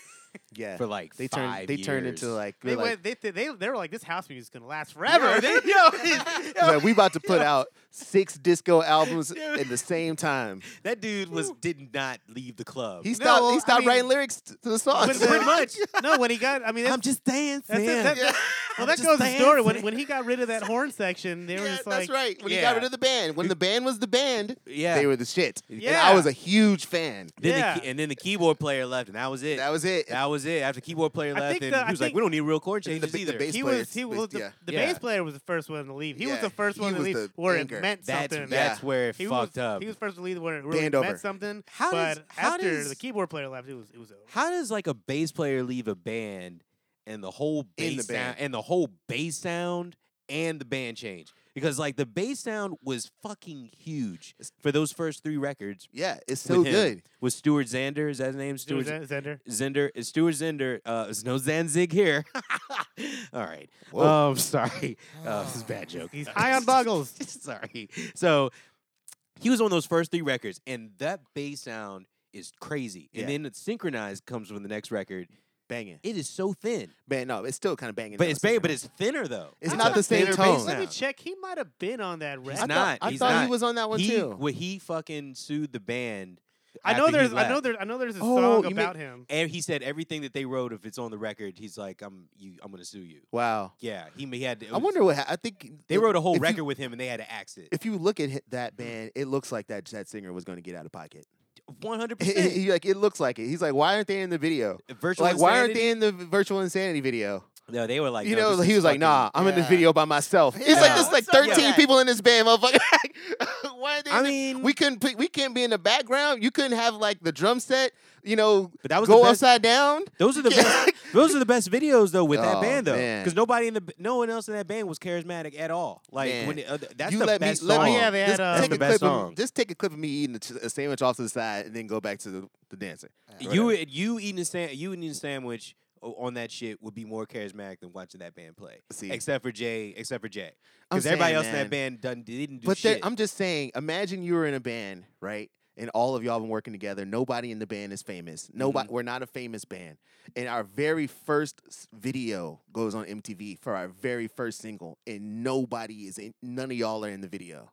Yeah.
for like
They turned.
five
They turned into
years.
like.
They
they're like-
(laughs)
went, they, they, they, they were like, this house music's gonna last forever. They-
(laughs) It's like, we about to put out six disco albums in the same time.
that dude was did not leave the club.
He
No,
stopped.
well, I
he stopped
mean,
writing lyrics t- to the
(laughs) But
(laughs) songs.
pretty much. No, when he got, I mean, that's,
I'm just dancing.
that's, it, that- that- well, that
just
goes the story. When,
dancing.
when he got rid of that horn section, they were
yeah,
just like,
that's right. When he got rid
yeah.
of the band, when the band was the band,
yeah.
they were the shit. and
Yeah.
I was a huge fan.
then
Yeah.
the key- and then the keyboard player left, and that was it.
That was it.
That was it. After keyboard player
I
left,
think
and
the-
he
I
was like,
think-
"We don't need real chord
And the
changes
ba- the
either."
bass-
he
player,
was he
bass-
was the,
yeah.
the
Yeah.
bass player was the first one to leave. He was
Yeah,
the first
he
one to
was
leave
the
where
anchor.
it meant
that's
something.
that's where it
he
fucked
was,
up.
He was first to leave where it really
Band over.
meant something.
How
but
does- how
after
does-
the keyboard player left, it was it was over.
How does like a bass player leave a band and the whole bass
In the
sound
band.
and the whole bass sound and the band change? Because like the bass sound was fucking huge for those first three records
Yeah, it's so
With him.
good.
with Stuart Zander. Is that his name?
It was
Stuart
Zen- Zender.
Zender. Is Stuart Zender? Uh, there's no Zanzig
(laughs)
here. (laughs) All right. (laughs)
Whoa.
Um, sorry. Uh, this Oh, is a bad joke.
(laughs)
He's high on boggles.
sorry. So he was on those first three records, and that bass sound is crazy. And
Yeah.
then the synchronized comes with the next record.
banging.
It is so thin,
But no, it's still kind of banging.
but
down
it's
the
ba-
center.
but it's thinner though.
It's
I
not
thought-
the same
Thinner
tone.
bass
Let me
sound.
check. He might have been on that
He's
I
record.
thought,
not.
I
He's
thought
not.
he was on that one
he,
too.
When he fucking sued the band.
I know
after he
there's. I
left.
know there. I know there's a
Oh,
song
you mean-
about him.
And he said everything that they wrote, if it's on the record, he's like, "I'm you. I'm gonna sue you."
Wow.
Yeah, he, he had. To, it
I
was-
wonder what ha- I think
They
if-
wrote a whole
if you-
record with him, and they had to axe it.
If you look at hi- that band, it looks like that that singer was going to get out of pocket.
One hundred
(laughs)
percent.
He like it looks like it. He's like, why aren't they in the video?
Virtual
Like, why aren't
Insanity?
they in the virtual insanity video?
No, they were like,
you
no,
know,
this
he
is
was like,
fucking-
nah, I'm in this
Yeah.
video by myself. It's
Yeah.
like there's like
What's up with
13
that?
people in this band, motherfucker. (laughs) why aren't they?
I
in the-
mean,
we couldn't put, we couldn't be in the background. You couldn't have like the drum set. You know,
but that was
go
the best, (laughs)
upside down.
Those are
(laughs)
the best. Those are the best videos though with that
Oh,
band though,
man.
because nobody in the b- no one else in that band was charismatic at all. Like
Man.
when it, uh, th- that's
you
the
let
best
me.
song.
Let me
Oh, yeah, they
just
had, uh,
take
The
a
best
clip of-
song.
just take a clip of me eating a, ch- a sandwich off to the side and then go back to the, the dancer.
You you eating a san- you eating a sandwich o- on that shit would be more charismatic than watching that band play.
See.
Except for Jay, except for Jay,
I'm
because everybody
saying,
else in that
man.
band done didn't do
But there-
shit.
I'm just saying, imagine you were in a band, right? And all of y'all been working together. Nobody in the band is famous. Nobody.
Mm-hmm.
We're not a famous band. And our very first s- video goes on MTV for our very first single, and nobody is in. None of y'all are in the video.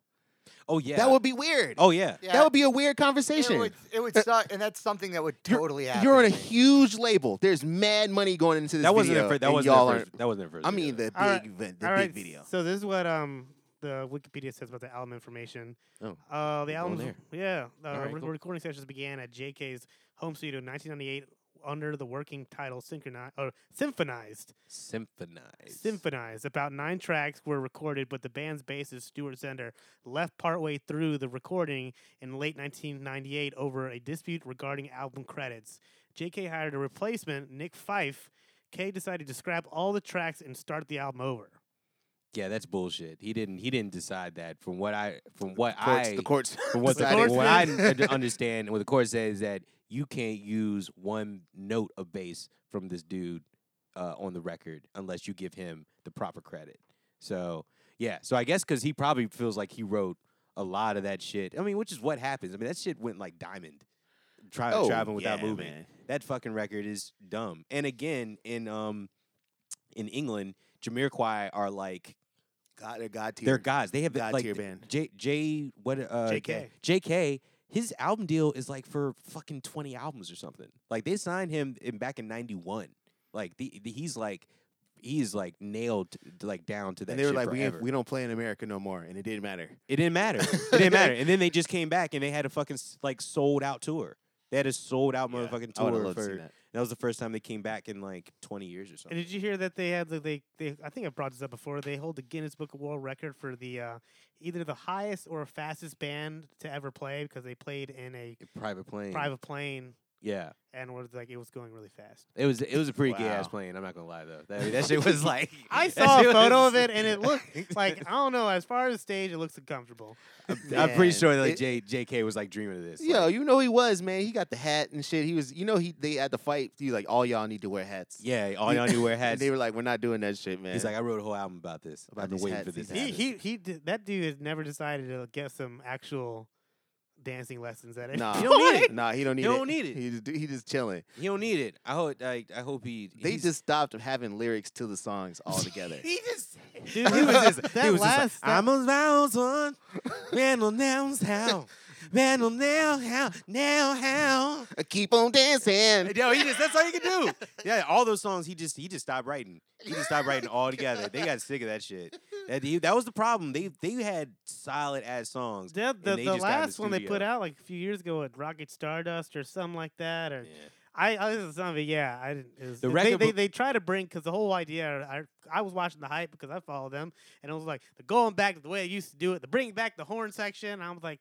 oh yeah,
That would be weird.
oh yeah.
That would be a weird conversation.
It would, it would suck, and that's something that would
Uh, You're-
totally happen.
You're on a
to me.
huge label. There's mad money going into this.
That wasn't
video,
their first. That
and
wasn't
y'all
their
aren't-
first. That wasn't their first.
I mean the big
All right.
event, the
All right.
big video.
So this is what um the Wikipedia says about the album information.
Oh,
Uh, the
going
album.
there.
Yeah. The
All right,
re-
cool.
recording sessions began at JK's home studio in 1998 under the working title Synchronized or Symphonized.
symphonized.
Symphonized. About nine tracks were recorded, but the band's bassist Stuart Zender left partway through the recording in late 1998 over a dispute regarding album credits. JK hired a replacement, Nick Fife. K decided to scrap all the tracks and start the album over.
Yeah, that's bullshit. He didn't. He didn't decide that. From what I, from what
courts,
I,
the courts. (laughs)
from what, the,
decided.
from what I
Courts
(laughs) un- understand, what the court says is that you can't use one note of bass from this dude uh, on the record unless you give him the proper credit. So yeah, so I guess because he probably feels like he wrote a lot of that shit. I mean, which is what happens. I mean, that shit went like diamond, tra-
Oh,
traveling without
yeah,
moving.
man.
That fucking record is dumb. And again, in um, in England, Jamiroquai are like
God, they're God tier.
they're gods. They have
God
like
tier band.
J J what uh
JK.
JK his album deal is like for fucking 20 albums or something. Like they signed him in back in 91. Like the, the- he's like he's like nailed to, like down to that
and they were
shit
like, we, ain't-
forever.
we don't play in America no more, and it didn't matter.
it didn't matter.
(laughs)
it didn't matter. And then they just came back and they had a fucking s- like sold out tour. They had a sold out
Yeah,
motherfucking
I would have
tour
loved to see
for
(laughs) that.
that was the first time they came back in like 20 years or
And
something.
did you hear that they had the, they they I think I brought this up before. They hold the Guinness Book of World Record for the uh, either the highest or fastest band to ever play because they played in a
Private plane.
private plane
Yeah.
and was like it was going really
(laughs)
fast.
It was it was a pretty gay ass
Wow.
plane. I'm not gonna lie though. That, that shit
(laughs)
was like
I
(laughs) that
saw a
shit
photo
was-
of it
(laughs)
and it looked like I don't know. As far as stage, it looks uncomfortable.
I'm pretty
Man,
sure that like,
it-
J, JK was like dreaming of this.
Yo,
like-
you know he was man. He got the hat and shit. He was, you know, he they had the fight. He was like, all y'all need to wear hats.
yeah, all y'all knew wear
(laughs) and
hats.
they were like, we're not doing that shit, man.
He's like, I wrote a whole album about this.
About
I've been
these
waiting
hats,
for this.
these
to
He
hats.
happen."
he he. Did, that dude has never decided to get some actual dancing lessons at it. (laughs)
nah,
(laughs) You don't need it.
(laughs) Nah, he don't need it.
don't need it.
He just, he just chilling.
he don't need it. I hope. I, I hope he.
They
he's-
just stopped having lyrics to the songs altogether.
(laughs) He just.
Dude,
(laughs)
(laughs)
he
(laughs)
was just.
that
he was
last.
just like, I'm a mouse one.
(laughs)
Man will now how. Man will now how. Now how.
Keep on dancing.
(laughs) Yo, he just. That's all he could do. Yeah, all those songs. He just. He just stopped writing. He just stopped (laughs) writing altogether. They got sick of that shit. (laughs) That, he, that was the problem. They they had solid ass songs.
The, the,
they
the
just got in the
last one they put
studio.
out like a few years ago at Rocket Stardust or something like that, or
Yeah.
I, I listened to some of it. Yeah, I didn't. It was,
The
they-
record
they,
bo-
they try to bring because the whole idea. I I was watching the hype because I follow them, and it was like the going back to the way they used to do it, the bringing back the horn section. and I was like,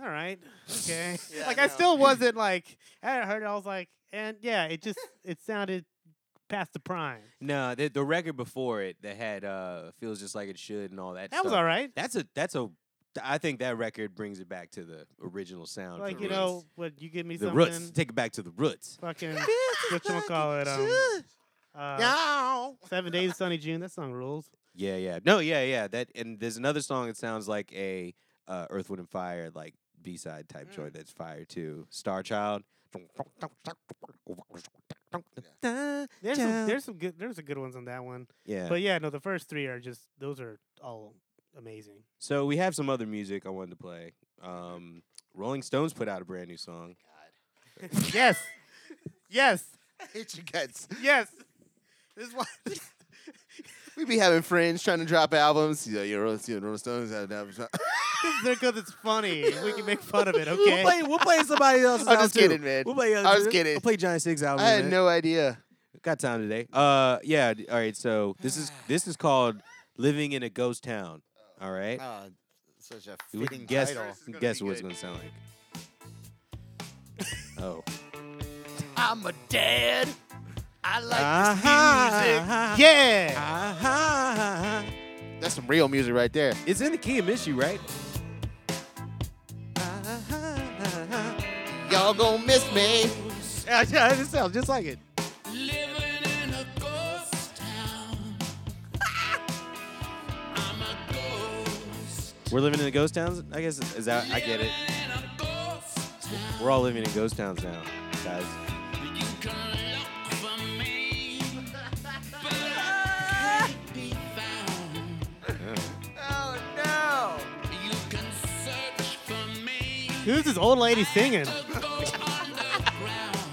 all right,
(laughs)
okay.
Yeah,
like
I
I
know.
still wasn't like I had heard. It, I was like, and yeah, it
(laughs)
just it sounded past the prime.
No, the, the record before it that had uh feels just like it should and all that.
That was
stuff,
all right.
That's a that's a. I think that record brings it back to the original sound.
Like
the
you
roots.
know, what you give me
the
something.
roots. Take it back to the roots. (laughs)
Fucking what you call it? Um, uh, Seven Days of Sunny June. That song rules.
Yeah, yeah. No, yeah, yeah. That and there's another song that sounds like a uh, Earth, Wind, and Fire, like B side type
Mm.
joint that's fire too. Star Child.
There's some,
Down.
there's some good there's some good ones on that one.
Yeah.
But yeah, no, the first three are just those are all amazing.
so we have some other music I wanted to play. Um, Rolling Stones put out a brand new song.
yes, yes,
I hate you guys.
yes.
(laughs)
This one.
(laughs) We be having friends trying to drop albums. Yeah, you're Rolling Stones. Rolling Stones had an album. (laughs)
This is there because it's funny. We can make fun of
(laughs)
it, okay?
We'll play, we'll play somebody else's
I'm
album
just
too.
kidding, man.
We'll play
I was kidding.
We'll play Giant Six album.
I had
man.
no idea.
Got time today. Uh, yeah. d- All right. So this (sighs) is this is called "Living in a Ghost Town." All right.
Oh, such a
we
fitting
can guess
title.
This is gonna
guess
be
what it's
good.
gonna sound like. oh.
(laughs)
I'm a dad. I like
Ah-ha,
yeah.
ah-ha.
That's some real music right there.
Oh. It's in the key of issue, right?
music. Y'all gonna miss me.
(laughs)
Yeah, yeah, it sounds just like it.
Living in a ghost town. I'm a ghost.
We're living in a ghost towns. I guess is that I get it.
In a ghost town.
We're all living in ghost towns now, guys.
You can look for me, but I can't be found.
Oh no.
You can search for me,
Who's this old lady singing?
but go underground.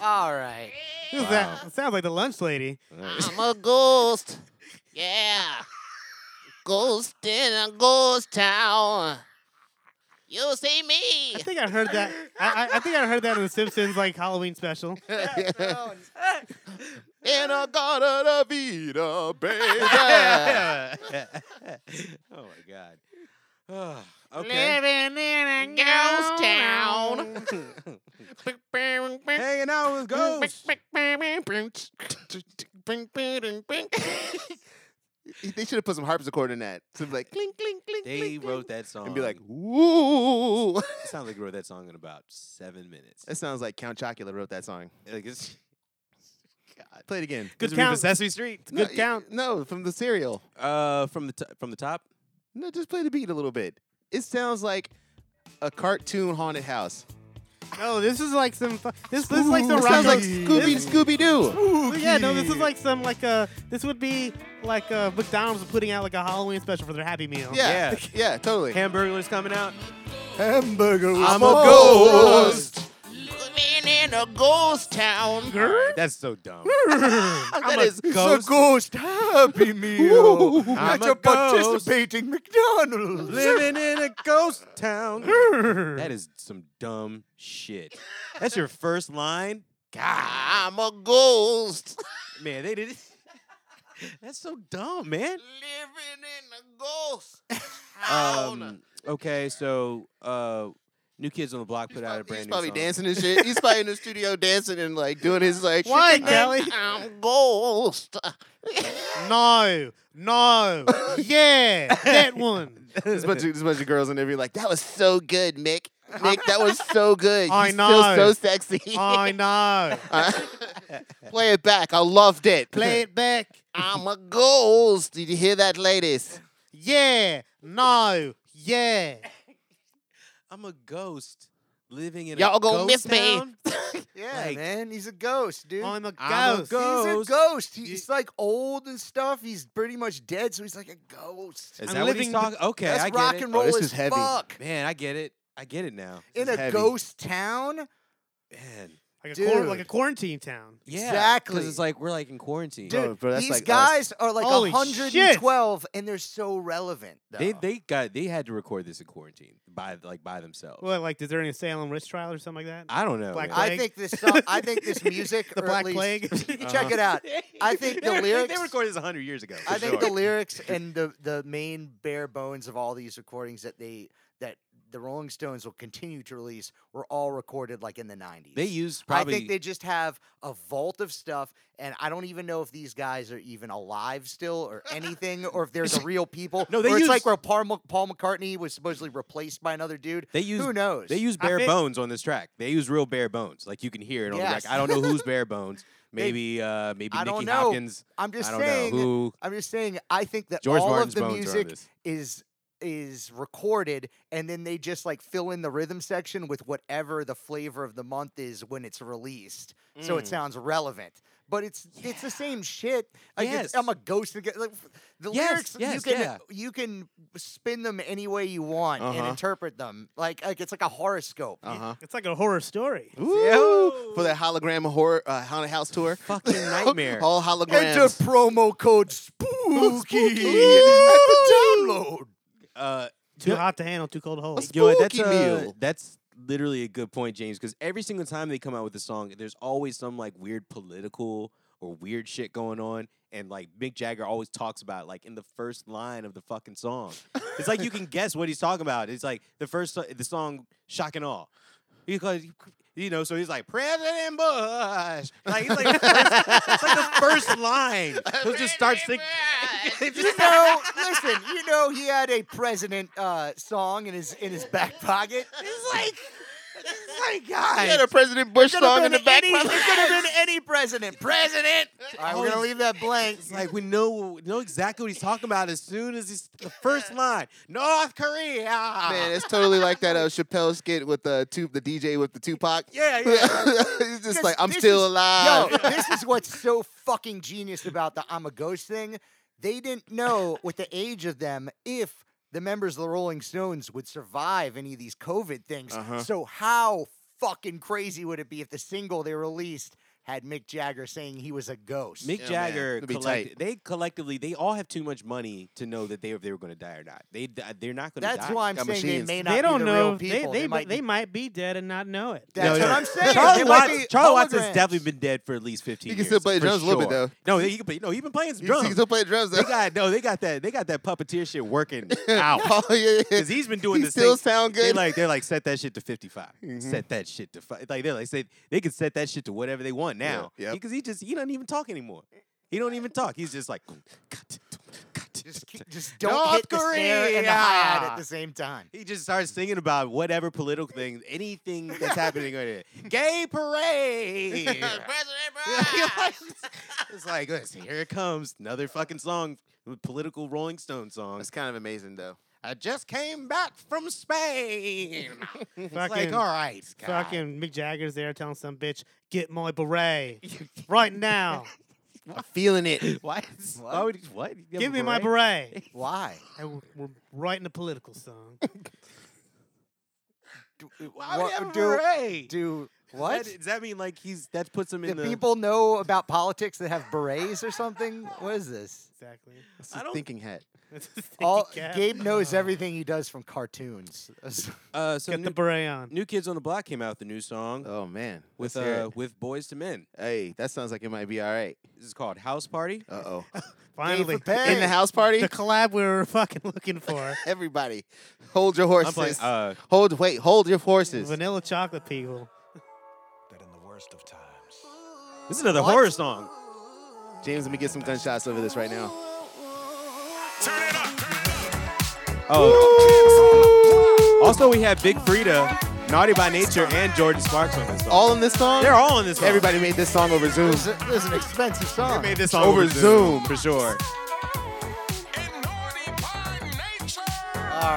All
(laughs)
right.
Who's that? It sounds like the lunch lady.
I'm a ghost. Yeah. Ghost in a ghost town. You see me.
I think I heard that. I, I, I think I heard that in the Simpsons like Halloween special.
In a garden of Eden, baby.
oh (laughs) my god.
(sighs)
Ah, okay.
Living in a
ghost town.
Hanging out with ghosts.
they should have put some harpsichord in that. So it'd be like clink, clink,
(laughs)
clink.
They
clink,
wrote
clink,
that song.
and be like, "Ooh."
it sounds like they wrote that song in about seven minutes.
that sounds like Count Chocula wrote that song.
Like
(laughs)
it's
Play it again.
Good
Does it read the
count.
Sesame Street.
No,
Good
y-
count.
No, from the serial.
Uh, from the t- from the top.
No, just play the beat a little bit. It sounds like a cartoon haunted house.
No, this is like some. fu- This, this is like some
It sounds
Rocco-
like Scooby
this-
Scooby Doo.
Yeah, no, this is like some like uh this would be like uh McDonald's putting out like a Halloween special for their Happy Meal.
Yeah,
Yeah.
yeah, totally.
Hamburgers coming out.
Hamburger.
I'm a ghost.
Living in a ghost town.
Alright, that's so dumb.
That
a
is
ghost.
the ghost happy meal.
I'm
That's
a
a participant.
Participating McDonald's.
Living in a ghost town. that is some dumb shit. That's your first line.
Ah, I'm a ghost.
Man, they did it. (laughs) That's so dumb, man.
Living in a ghost
Um, okay, so uh, New Kids on the Block put out a brand
He's
new
probably
song.
dancing and shit. He's probably in the studio dancing and like doing his like.
Why,
shit.
Kelly?
I'm ghost.
No, no, yeah, that one.
(laughs) There's a bunch of, there's a bunch of girls in there be like, "That was so good, Mick. Mick, that was so good.
I
You're still
know.
so sexy.
I know.
(laughs) Play it back. I loved it.
Play it back.
I'm a ghost. Did you hear that, ladies?
Yeah, no, yeah.
(laughs) I'm a ghost living in
Y'all
a
gonna
ghost
miss me.
town?
Yeah,
Like-
man, he's a ghost, dude.
I'm a
I'm a
ghost.
ghost.
He's a ghost. He- He's like old and stuff. He's pretty much dead, so he's like a ghost.
Is
I'm
that what he's
living-
talking? Okay,
That's
I get
rock
it. Oh,
and roll
this
as
is heavy.
fuck.
Man, I get it. I get it now.
In
is
a
heavy.
ghost town?
Man,
Like a, quar-
Dude.
like a quarantine town.
yeah,
Exactly.
Because it's like we're like in quarantine.
Dude,
Dude,
Bro, bro, that's
these
like us.
guys are like
Holy
112 and they're so relevant.
They
though.
they got they had to record this in quarantine by like by themselves.
What, like, is there any Salem witch trial or something like that?
I don't know.
Black
man.
Plague.
I think this song, I think
(laughs)
this music
the
or
Black
at least, Uh, (laughs)
Plague. (laughs)
Check it out. I think the
They-
lyrics
They recorded this hundred years ago.
I
for
think the
sure.
lyrics and the the main bare bones of all these recordings that they that the Rolling Stones will continue to release were all recorded like in the 90s.
they used
I
probably.
think they just have a vault of stuff, and I don't even know if these guys are even alive still or anything, or if
(laughs)
they're the real people.
No, they
or it's
used-
like where Paul, Mc- Paul McCartney was supposedly replaced by another dude.
they used
Who knows?
They use
I
bare
think-
bones on this track. They use real bare bones. Like you can hear it on
Yes.
the record. I don't know who's
(laughs)
bare bones. Maybe uh maybe
I
Nicky
don't know.
Hopkins.
I'm just
I don't
saying.
know who
I'm just saying. I think that
George
all
Martin's
of the
bones are on
music
this.
is is recorded and then they just like fill in the rhythm section with whatever the flavor of the month is when it's released so it
Mm.
sounds relevant but it's it's the same shit like
Yes.
it's, i'm a ghost again like, f- the
Yes,
lyrics you
yes,
can
yeah.
you can spin them any way you want and
Uh-huh.
interpret them like like it's like a horoscope
Uh huh.
It's like a horror story.
Ooh, for that hologram horror uh, haunted house
(laughs)
tour.
Fucking nightmare.
(laughs) All holograms.
promo code spooky at
Ooh.
download
Uh,
Too
Yeah.
hot to handle, too cold to hold.
Let's-
you know what, that's
Spooky
uh,
meal.
that's literally a good point, James. Because every single time they come out with a song, there's always some like weird political or weird shit going on, and like Mick Jagger always talks about it, like in the first line of the fucking song. it's like you
(laughs)
can guess what he's talking about. It's like the first so- the song shock and awe. Because you know, so he's like President Bush. Like he's like it's, it's like the first
(laughs)
line. (laughs) He'll just start singing.
you know, listen, you know he had a president uh, song in his in his back pocket.
It's like it's like
He
guys.
had a President Bush
Could've
song in the
been
back.
any- It could have been any president. President. All right, we're gonna leave that blank.
It's like we know we know exactly what he's talking about as soon as he's the
(laughs)
first line. North Korea. Ah.
Man, it's totally like that uh, Chappelle skit with the two, the DJ with the Tupac.
yeah,
(laughs)
yeah.
it's just
Because
like I'm
this
still
is-
alive.
Yo,
(laughs)
this is what's so fucking genius about the I'm a ghost thing. They didn't know with the age of them if the members of the Rolling Stones would survive any of these COVID things.
Uh-huh.
So how fucking crazy would it be if the single they released had Mick Jagger saying he was a ghost?
Mick
Yeah, Oh, man,
Jagger,
it'd be
collect-
tight.
they collectively, they all have too much money to know that they if they were going to die or not. They d- they're not going to die.
That's why I'm
Got
saying
machines.
they may not
They don't
be the
know.
real
if They,
people.
they,
might.
might they
be-
might be dead and not know it.
that's
No,
what
yeah.
I'm saying.
Charlie,
They might
Watts,
be
Charlie Watts has
holograms.
definitely been dead for at least fifteen.
He can
years,
still play
for
drums a little bit,
sure.
though.
No, he can play. No, he been playing some
You can
drums.
still play drums
They
though. (laughs)
got no, they got that. They got that puppeteer shit working out.
oh, yeah, yeah.
Because he's been doing
He
this.
still
thing.
sound
They
good. (laughs)
like they're like set that shit to fifty
Mhm.
Set that shit to fi- like they're like say they can set that shit to whatever they want
Yeah,
now.
yep.
Because he just he doesn't even talk anymore. He don't even talk. He's just like
just keep- just don't
North
hit the snare and the hi-hat
Korea.
at the same time.
he just starts singing about whatever political thing, anything that's happening on it. Gay parade. (laughs) it's like listen, here it comes another fucking song, political Rolling Stone song.
It's kind of amazing though.
I just came back from Spain. it's like
Fucking-
all right, God.
Fucking Mick Jagger's there telling some bitch, get my
(laughs)
beret right now.
I'm feeling (laughs)
(laughs)
it.
Why? Why would he, what? You have
Give
a
me my
beret?
beret.
(laughs) Why?
And we're, we're writing a
(laughs)
political song.
Do,
Why would
what-
he have a
do-
beret?
do
That-
what?
does that mean like he's that puts him
Do
in the
people know about politics that have berets or something? What is (laughs) this?
Exactly. (laughs)
It's
I
a
don't-
thinking hat.
That's a sticky
All
cap.
Gabe knows everything he does from cartoons. (laughs)
uh so
Oh, Get
new,
the beret on.
New Kids on the Block came out with a new song
Oh man.
with
Let's hear
uh
it.
with Boys to Men.
Hey, that sounds like it might be all right.
This is called House Party.
Uh (laughs) oh.
Finally.
Paris.
In the house party,
(laughs) The collab we were fucking
(laughs)
looking for.
(laughs) everybody, hold your
I'm playing,
horses.
uh,
hold wait, hold your horses.
Vanilla chocolate people.
that in the worst of times,
this is another horror song.
James, let me get some gunshots over this right now.
Oh. Also, we had Big Frida, Naughty by Nature, and Jordan Sparks on this song.
All in this song.
They're all in this song.
Everybody made this song over Zoom.
This is, this is an expensive song.
made this song
over Zoom.
for sure.
All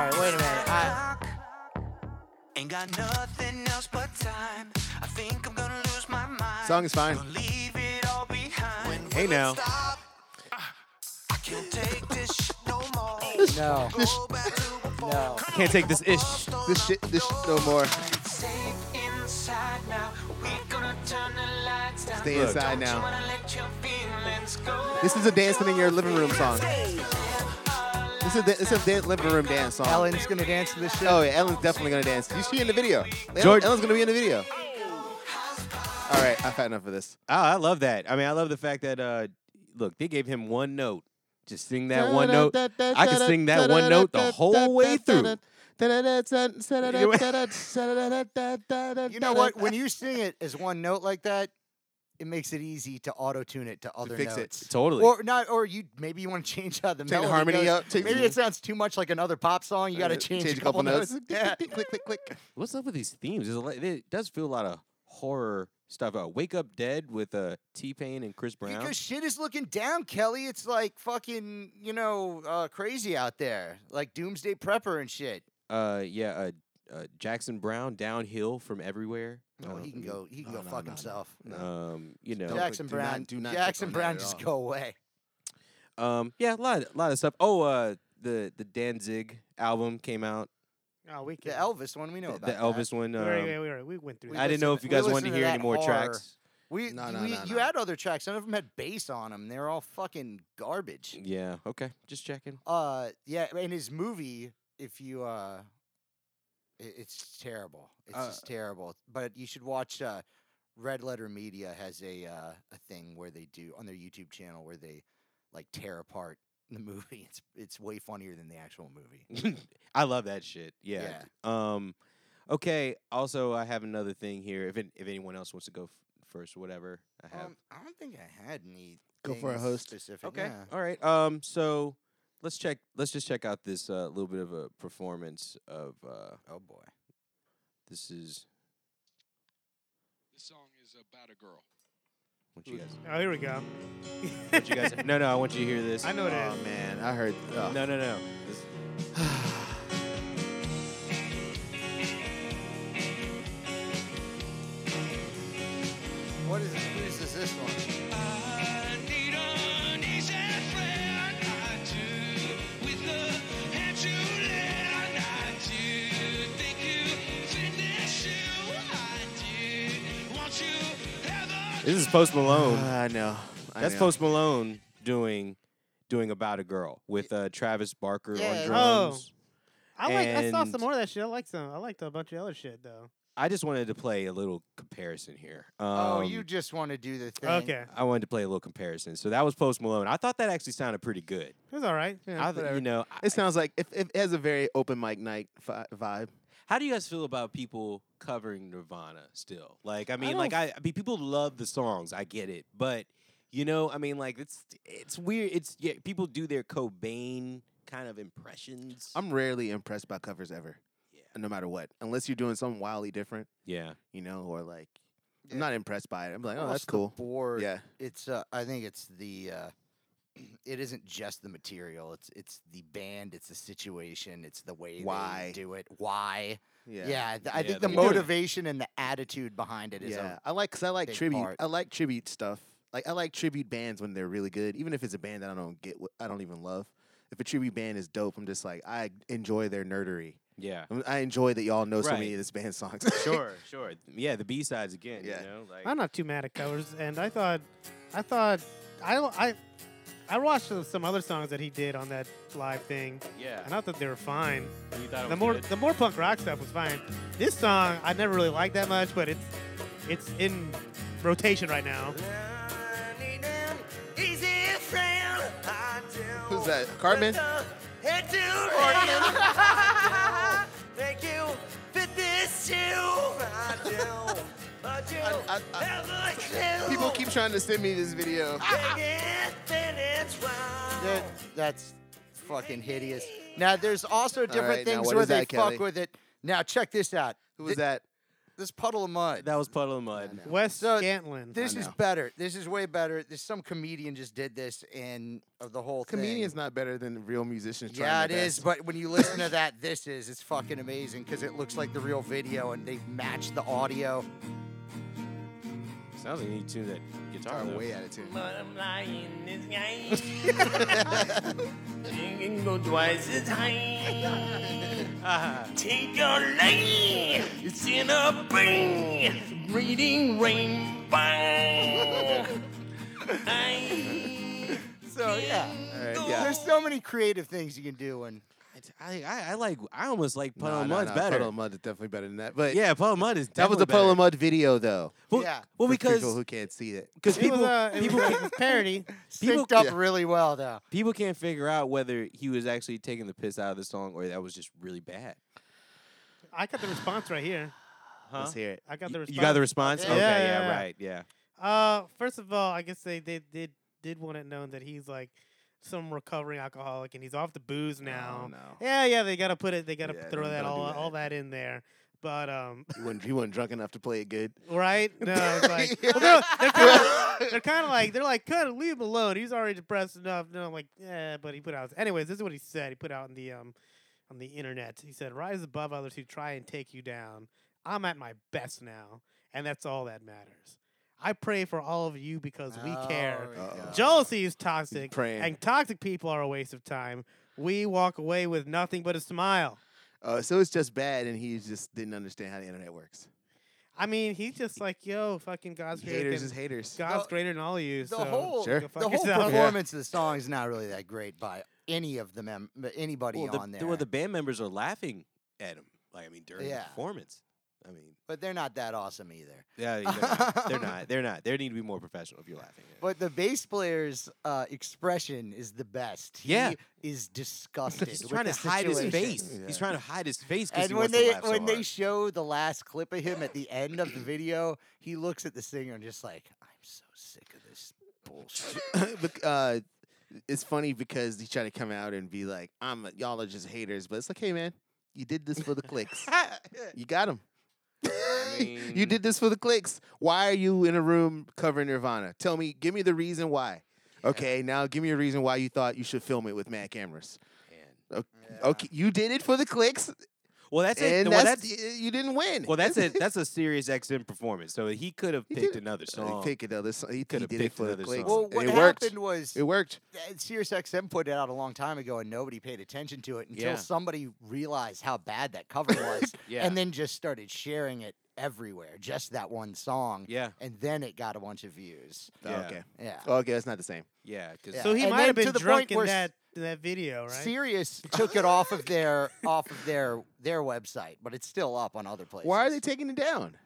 right, wait a minute. I,
Ain't got nothing else but time. I think I'm gonna lose my mind.
Song is fine.
Gonna leave it all behind. When
Hey
will it
now.
stop? I can't take this shit no more.
no,
Go back to before.
no.
Can't take this ish.
This shit, this shit no more.
It's safe inside now. We're gonna turn the lights down.
Stay
Look.
inside
Don't you
now.
wanna let your feelings go?
This is a dancing in your living room song. This is a, this is a dan- living room dance song.
Ellen's gonna dance to this shit.
Oh yeah, Ellen's definitely gonna dance. You see in the video. Ellen-
George-
Ellen's gonna be in the video. All right, I've had enough of this.
Oh, I love that. I mean, I love the fact that uh, look, they gave him one note. Just sing that one note. I could sing that one note the whole way through.
You know
(laughs)
what? When you sing it as one note like that, it makes it easy to auto tune it to other
fix it.
notes.
Totally.
Or not, or you maybe you want to (laughs) change how the
Take the
melody
harmony
goes.
up, take-
maybe it sounds too much like another pop song. You got to change,
a couple notes.
Yeah.
Click, click, click, click.
What's up with these themes? There's a lot- It does feel a lot of horror stuff out. Wake Up Dead with uh, T Pain and Chris Brown.
Because shit is looking down, Kelly. It's like fucking, you know, uh, crazy out there. Like Doomsday Prepper and shit.
Uh, yeah, uh, uh, Jackson Brown downhill from everywhere.
No,
Um,
Oh, he can go. He can
no,
go
no,
fuck
no, no.
himself.
no.
Um, you know,
Don't click-
Jackson
do not-
Brown.
do not click
Jackson
on that
Brown,
at
just
all.
go away.
um, yeah, a lot, a lot of stuff. Oh, uh, the the Danzig album came out.
Oh, we
The
can.
Elvis one, we know
The,
about.
the
that.
Elvis one.
we,
Um,
already- we, already- we went through.
we
I
that.
didn't know if you
we
guys
listened
wanted
to
to hear
that
any more
hard.
tracks.
We,
No, no,
we-
no,
you
no.
had other tracks. None of them had bass on them. They're all fucking garbage.
Yeah. Okay. Just checking.
Uh, yeah, and his movie, if you uh, it, it's terrible. It's
Uh,
just terrible. But you should watch. Uh, Red Letter Media has a uh, a thing where they do on their YouTube channel where they like tear apart (laughs) the movie. It's it's way funnier than the actual movie.
(laughs) I love that shit. Yeah. Um, okay. Also, I have another thing here. If an if anyone else wants to go f- first, whatever I have.
Um, I don't think I had any.
Go for a
things
host.
Specific.
okay.
yeah.
All right. Um, so let's check. Let's just check out this uh, little bit of a performance of. Uh,
Oh boy.
this is
This song is about a girl.
what you guys.
Oh, here we go.
What you guys. No, no. I want you to hear this.
I know it
Oh
is.
man, I heard. Oh.
No, no, no. This,
What is this? Whose is this one?
I need an easy friend, I do. With the hand you lend, I do. Think you finish you, I do. Want you ever
this is Post Malone.
I know. I
That's
know.
Post Malone doing doing about a girl with uh, Travis Barker
Yeah.
on
Oh.
drums.
I like. I saw
And-
some more of that shit. I liked some. I liked a bunch of other shit though.
I just wanted to play a little comparison here. Um,
oh, you just want to do the thing.
Okay,
I wanted to play a little comparison. So that was Post Malone. I thought that actually sounded pretty good.
it was all right.
Yeah,
I, th-
whatever.
you know, I-
It sounds like if, if it has a very open mic night fi- vibe.
how do you guys feel about people covering Nirvana still? Like, I mean, like
don't
I, I mean, people love the songs. I get it, but you know, I mean, like it's it's weird. It's yeah, people do their Cobain kind of impressions.
I'm rarely impressed by covers ever.
Yeah.
No matter what, unless you're doing something wildly different,
yeah,
you know, or like
Yeah.
I'm not impressed by it. I'm like, oh,
Across
that's
the
cool.
Board.
Yeah.
It's. Uh, I think it's the. Uh, (clears throat) it isn't just the material. It's it's the band. It's the situation. It's the way
Why?
they do it. Why?
Yeah.
Yeah. th- I
Yeah,
think
the
the,
motive.
motivation and the attitude behind it is.
Yeah,
A,
I like because I like
big
tribute.
part.
I like tribute stuff. Like I like tribute bands when they're really good, even if it's a band that I don't get, what I don't even love. If a tribute band is dope, I'm just like I enjoy their nerdery.
yeah.
I, mean, I enjoy that y'all know so
Right.
many of this band's songs.
(laughs) sure, sure. Yeah, the B sides again.
Yeah.
You know, like
I'm not too mad at covers, and I thought, I thought, I I, I watched some- some other songs that he did on that live thing,
yeah.
and I thought they were fine.
You thought it
The
was
more
good?
the more punk rock stuff was fine. This song I never really liked that much, but it's it's in rotation right now.
I need an easy friend, I do.
(laughs) Who's that? Cartman?
Head to land. Thank you. Fit this shoe. I do. But you
I-
have
I-
a clue.
People keep trying to send me this video.
Taking minutes round.
that, that's fucking hideous. Now there's also different
right, now
things
what
where
is
they
that, Kelly?
fuck with it. Now check this out.
Who was that?
This puddle of mud.
that was puddle of mud.
know.
Wes
So,
Scantlin.
This is
know.
better. This is way better. There's some comedian just did this and of the whole
Comedian's
thing.
not better than real musicians. trying
Yeah, it
their
is.
best.
But when you listen to
(laughs)
that, this is it's fucking amazing because it looks like the real video and they match the audio.
Sounds like you need to tune that guitar.
Are
though.
way out of tune.
But I'm lying this game. you can go twice as high. Take your lane. It's in a brain. Reading rainbow. I
So yeah,
All right, yeah.
there's so many creative things you can do. And
I, I, I like. I almost like
No,
puddle of
no,
mud's
no,
better.
Puddle of Mud is definitely better than that. But
yeah, puddle of mud is.
that was
definitely
a puddle
better.
of mud video though.
Well,
Yeah.
well
for
because
people who can't see it.
because
it was,
people
uh, it
people
was
can,
a parody.
People-
synced up
yeah.
really well though.
people can't figure out whether he was actually taking the piss out of the song or that was just really bad.
I got the response right here.
Huh?
Let's hear it.
I got the
You-
response.
you got the response.
Yeah,
okay,
yeah,
yeah,
yeah.
right, yeah.
Uh, first of all, I guess they they did did want it known that he's like some recovering alcoholic and he's off the booze now.
Oh, no.
Yeah, yeah, they gotta put it. They gotta
Yeah,
throw
don't-
that
don't do
all
that.
all that in there. But um,
He wasn't, he wasn't drunk enough to play it good.
right? No, it's like well, no, they're kind of they're kind of like they're like, cut, it, leave him alone. He's already depressed enough. No, I'm like, yeah, but he put out. Anyways, this is what he said. He put out in the um on the internet. He said, "Rise above others who try and take you down. I'm at my best now, and that's all that matters. I pray for all of you because we care.
Oh, yeah.
Uh-oh.
Jealousy is toxic,
praying.
and toxic people are a waste of time. We walk away with nothing but a smile."
Uh, so it's just bad, and he just didn't understand how the internet works.
I mean, he's just like, yo, fucking God's greater
Haters
than-
is haters.
God's
The-
greater than all of you.
the
so
whole
Sure.
go fuck
the whole
yourself.
performance of the song is not really that great by any of the mem- uh, anybody
Well, the,
on
the-
there.
well, the band members are laughing at him. Like I mean, during the
Yeah.
performance. I
(laughs)
mean,
but they're not that awesome either.
yeah, you know,
(laughs)
they're not. They're not. They need to be more professional if you're laughing. At
But the bass player's uh, expression is disgusted. He
Yeah.
is disgusted.
He's
with
trying
the
to hide his
situation.
face. He's
Yeah.
trying to hide his face because
And
he
when
wants
they
to laugh so
when they
hard.
show the last clip of him at the end of the video, he looks at the singer and just like, I'm so sick of this bullshit.
(laughs)
(laughs) Bec- uh, it's funny because he tried to come out and be like, "I'm a- y'all are just haters," but it's like, "Hey, man, you did this for
(laughs)
the clicks. you got them. (laughs) you
mean-
did this for the clicks. Why are you in a room covering Nirvana? Tell me. Give me the reason why. Okay, now give me a reason why you thought you should film it with mad cameras.
Man.
O- Okay, you did it for the clicks,
Well, that's it.
and
well,
that's,
that's,
y- you didn't win.
well,
(laughs)
that's a
(laughs)
that's a serious XM performance. So he could have
He
picked
did-
another
Uh,
song.
Pick another song. He, he
Coulda
did it
picked
for the
another
clicks.
song.
well,
and
what
it worked.
happened was uh,
It worked.
that SiriusXM put it out a long time ago, and nobody paid attention to it until
Yeah.
somebody realized how bad
(laughs)
that cover was,
Yeah.
and then just started sharing it everywhere, just that one song,
yeah,
and then it got a bunch of views.
Oh,
Yeah.
okay.
Yeah.
Oh, okay, that's not the same.
yeah. Because
Yeah.
So he
And
might
then
have
to
been
the
drunk
point
in
where s-
that that video, right?
Sirius took it off of their off of their their website, but it's still up on other places.
Why are they taking it down?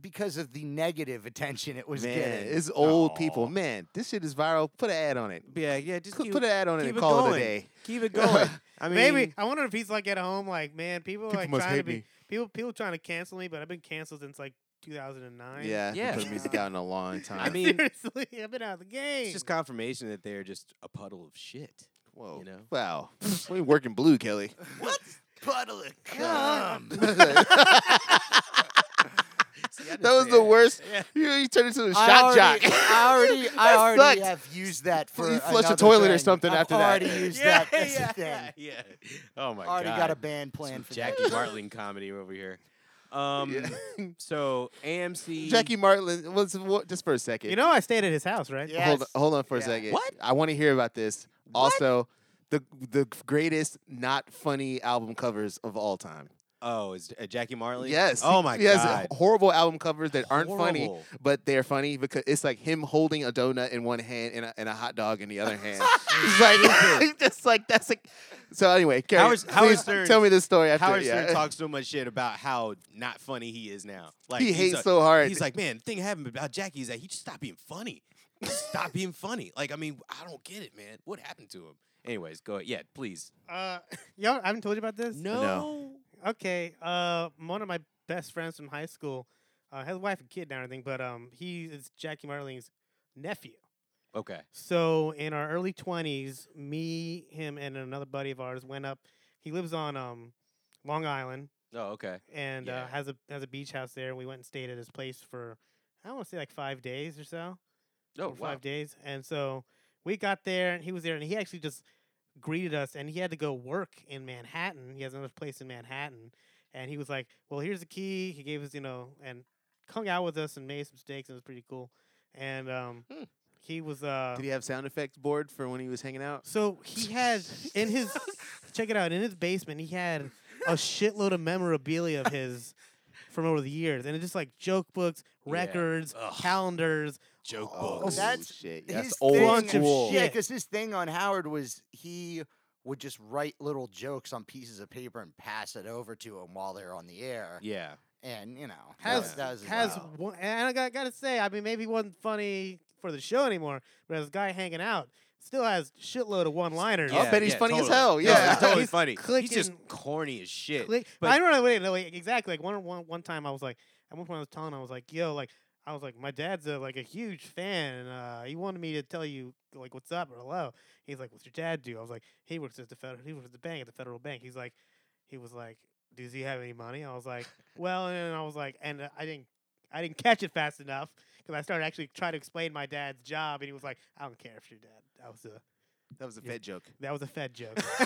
Because of the negative attention it was
man,
getting.
it's old people.
Aw.
Man, this shit is viral. Put an ad on it.
yeah, yeah. Just
Put
keep,
put an ad on it
keep
and call
going.
it a day.
Keep
(laughs)
it
(laughs)
going. I mean,
Maybe I wonder if he's like at home, like man, people,
People
like
must
trying to
hate
be
me.
people people trying to cancel me, but I've been canceled since like 2009. (laughs)
Yeah, yeah.
Yeah.
Put music out in a long time.
I mean-
seriously, I've been out of the game.
it's just confirmation that they're just a puddle of shit.
whoa,
you know.
wow, (laughs) we working blue, Kelly.
puddle of cum.
(laughs) that was the worst.
(laughs) Yeah.
You, you turned into a
I
shot
already,
jock. (laughs)
I (laughs) already, I
That
already
sucked.
have used that for.
You flush a
another
toilet or
thing.
something
I've
after that.
Already used
Yeah,
that. (laughs) That's
yeah,
the
(laughs)
thing.
yeah. Oh my
Already
god.
got a band planned for that. (laughs)
Jackie Martling comedy over here. Um,
Yeah.
so (laughs) AMC.
Jackie Martlin, was what, just for a second.
you know, I stayed at his house, right?
Yeah.
hold
Yes.
hold on for a
Yeah.
second.
What?
I want to hear about this. Also, the the greatest not funny album covers of all time.
Oh, is uh, Jackie Marley?
Yes.
Oh my
he has
god.
Horrible album covers that aren't funny,
Horrible.
but they're funny because it's like him holding a donut in one hand and a, and a hot dog in the
(laughs)
other hand. it's like it's (laughs) just like that's like. So anyway, carry,
Howard-
please
Howard Stern-
tell me this story after.
Howard
yeah.
Stern
(laughs)
talks so much shit about how not funny he is now. Like
he
he's
hates
a-
so hard.
He's like, man, the thing happened about Jackie is that he just stopped being funny. Just Stop being funny. Like, I mean, I don't get it, man. What happened to him? Anyways, go ahead. Yeah, please.
Uh, (laughs) yo, I haven't told you about this.
No.
Okay. Uh, one of my best friends from high school, uh, has a wife and kid now and everything, but um, he is Jackie Marling's nephew.
Okay.
So in our early twenties, me, him, and another buddy of ours went up. He lives on um, Long Island
Oh, okay.
and uh,
Yeah.
has a has a beach house there. And we went and stayed at his place for I want to say like five days or so.
Oh,
or
wow.
five days. And so we got there, and he was there, and he actually just greeted us. And he had to go work in Manhattan. He has another place in Manhattan, and he was like, "Well, here's the key." He gave us, you know, and hung out with us and made some steaks, and it was pretty cool. And um,
Hmm.
he was uh,
Did he have sound effects board for when he was hanging out?
so he had in his check it out in his basement he had a shitload of memorabilia of his from over the years and it's just like joke books,
Yeah.
records,
Ugh.
calenders.
Joke
Oh,
books.
that's
shit.
his
That's old
thing,
Bunch of
school.
Yeah,
shit.
because his thing on Howard was he would just write little jokes on pieces of paper and pass it over to him while they're on the air,
yeah.
and you know that was-
Has
that was his
has
thing.
one, and I got, gotta say I mean maybe he wasn't funny for the show anymore, but as a guy hanging out still has shitload of one liners.
Yeah. bet he's funny as hell,
No,
Oh, yeah. (laughs)
he's totally
He's
funny. He's just
clicking-
corny as shit.
Like,
But-
I don't know. Wait, no, wait, exactly. Like one, one, one time, I was like, at one point, I was telling, him, I was like, yo, like, I was like, my dad's a, like a huge fan, and uh, he wanted me to tell you like what's up or hello. He's like, what's your dad do? I was like, he works at the federal, he works at the bank at the federal bank. He's like, he was like, does he have any money? I was like, well, and I was like, and uh, I didn't, I didn't catch it fast enough because I started actually trying to explain my dad's job, and he was like, I don't care if your dad. That was a,
That was a
Yeah.
Fed joke.
that was a Fed joke. (laughs)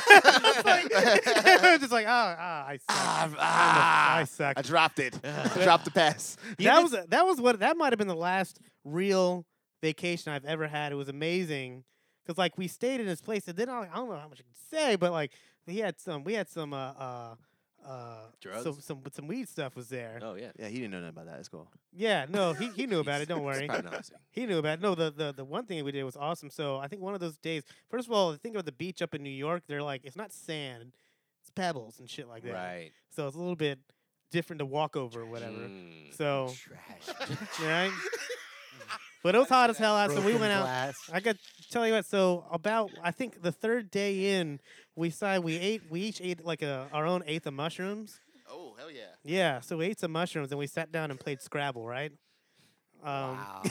It's like- I was just like, (laughs) oh, ah, I suck. I'm a-
Ah,
I suck.
ah. I dropped it. I (laughs) dropped the pass.
that was a- that was what that might have been the last real vacation I've ever had. It was amazing because like we stayed in this place and then I, I don't know how much I can say, but like we had some we had some uh uh, uh some
Drugs?
some some weed stuff was there.
Oh yeah.
Yeah, he didn't know nothing about that. It's cool.
Yeah,
(laughs)
no, he, he knew about it. Don't
It's
worry,
probably not listening.
he knew about it. No, the, the the one thing we did was awesome. So I think one of those days, first of all, the thing about the beach up in New York, they're like it's not sand, it's pebbles and shit like that.
Right.
So it's a little bit different to walk over or whatever.
Mm.
So
(laughs) Trash. (laughs)
right? but it was hot as hell out, so we
Broken
went out.
glass.
I got tell you what. So about I think the third day in, we saw we ate we each ate like a our own eighth of mushrooms.
Oh hell yeah!
Yeah, so we ate some mushrooms and we sat down and played Scrabble, right? (laughs) Um,
Wow.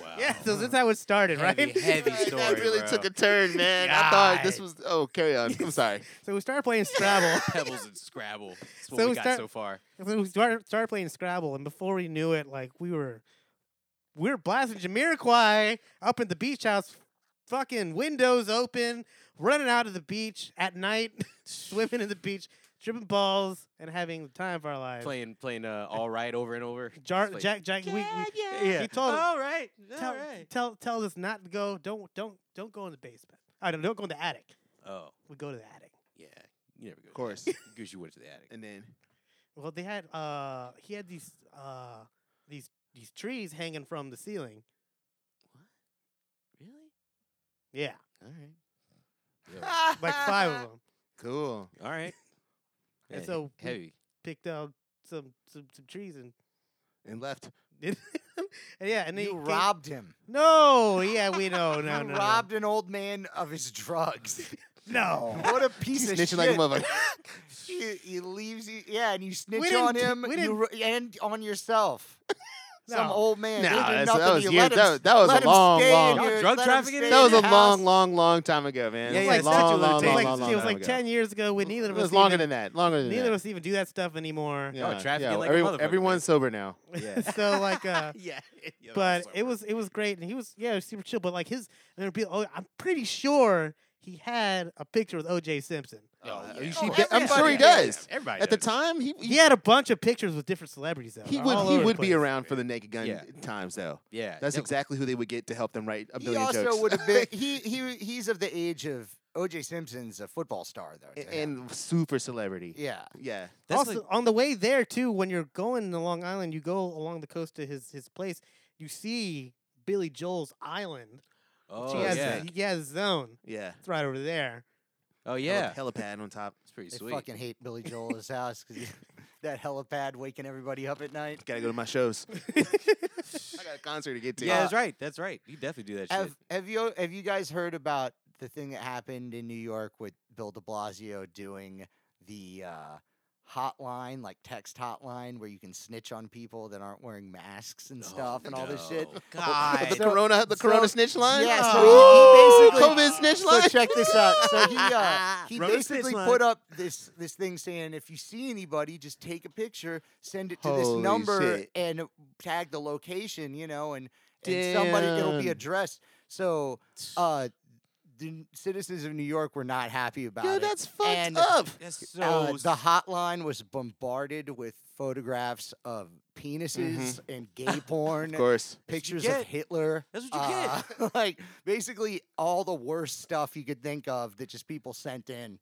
Wow.
(laughs) Yeah, so that's how it started,
Heavy,
right?
heavy story.
(laughs) that really
bro.
took a turn, man. I thought this
God.
was. Oh, carry on. I'm sorry.
(laughs) so we started playing Scrabble.
Pebbles and Scrabble.
(laughs)
That's what
So
we
we
got
start-
so far.
we started, started playing Scrabble, and before we knew it, like we were we were blasting Jamiroquai up in the beach house, fucking windows open, running out of the beach at night, (laughs) swimming in the beach, tripping balls, and having the time of our lives.
Playing, playing, uh, all right over and over.
Jar-
Just like-
Jack, Jack, we, we,
yeah.
he told him-
all right, all
tell,
right.
tell tell us not to go. Don't don't don't go in the basement. I don't don't go in the attic.
Oh,
We go to the attic.
yeah. You never go. Of
course.
(laughs) Because you went to the attic.
And then
Well, they had uh he had these uh these these trees hanging from the ceiling.
Really?
Yeah,
all right,
(laughs) like five
(laughs)
(laughs)
of them.
cool.
All right.
And so we-
(laughs) heavy.
picked out some some, some trees and (laughs)
And left.
and yeah, and they
you robbed him.
No, yeah,
(laughs)
we know,
You
(laughs) no, no,
robbed an old man of his
(laughs)
drugs.
no.
(laughs)
no.
what a piece of
Oh. Snitching
shit.
like a motherfucker.
he, he leaves you, yeah, and you snitch
didn't
on
do-
him
we
you
didn't-
ro- and on
(laughs)
yourself. Some
No.
old man.
Nah,
he did
that's- that
nothing to
was
you.
years-
Let him
that
s-
was- that was a
let him
long,
stay in
long-
your-
Y'all drug
let him
trafficking
stay
in
in
That was a
your house.
long, long, long time ago, man.
Yeah,
It
yeah,
was
Like
a
it's
statute
long,
of
long, long,
limitations.
long, long
it was
time
like
ago.
ten years ago. We neither
It
of
was
us
longer
even,
than that. Longer than
neither of
that.
us even do that stuff anymore. (laughs)
Yeah,
trafficking
yeah,
like a
everyone-
motherfucker, man.
everyone's sober now.
Yeah.
so
(laughs)
like uh
yeah.
but it was it was great and he was yeah, he was super chill, but like his and it'd be, oh, I'm pretty sure he had a picture with OJ Simpson.
Oh,
Oh,
you
he
should
de- I'm
definitely-
sure he
yeah, yeah,
does.
yeah, Everybody
At the
does.
time, he
He had a bunch of pictures with different celebrities though.
he
all
would
over
he
the
would be
place.
around for the Naked Gun
Yeah.
times though.
Yeah.
That's
that-
exactly who they would get to help them write a
He
billion
also
jokes.
would have
(laughs)
been. He he he's of the age of O.J. Simpson's a football star though.
and,
so yeah.
and super celebrity.
yeah,
Yeah.
That's
also,
like,
on the way there too, when you're going to Long Island, you go along the coast to his his place. You see Billy Joel's island.
oh
he has
yeah.
he has his own.
Yeah.
It's right over there.
Oh yeah.
Heli- helipad on top.
It's pretty
they
sweet.
fucking hate Billy Joel at his house because (laughs) that helipad waking everybody up at night.
Gotta go to my (laughs) shows. I got a concert to get to.
Yeah, that's right. That's right. You definitely do that shit.
Have have you have you guys heard about the thing that happened in New York with Bill De Blasio doing the uh, hotline, like text hotline, where you can snitch on people that aren't wearing masks and
Oh,
stuff and all this shit? (laughs)
no.
The
God.
So-
Corona, the Corona
so-
snitch line.
Yeah, so
Ooh,
he, he basically
COVID snitch
So
line.
check this out. So he
(laughs)
uh, he
Wrote a snitch
basically
line.
put up this this thing saying if you see anybody, just take a picture, send it to
Holy
this number,
shit.
and tag the location. You know, and, and somebody it'll be
Damn.
addressed. So uh, the n- citizens of New York were not happy about
Yo,
it.
that's fucked
And,
up.
(laughs)
That's so.
Uh,
s-
the hotline was bombarded with photographs of penises and gay porn,
Mm-hmm. (laughs) Of course.
pictures
get.
of Hitler.
That's what you get.
Uh, (laughs) like basically all the worst stuff you could think of that just people sent in,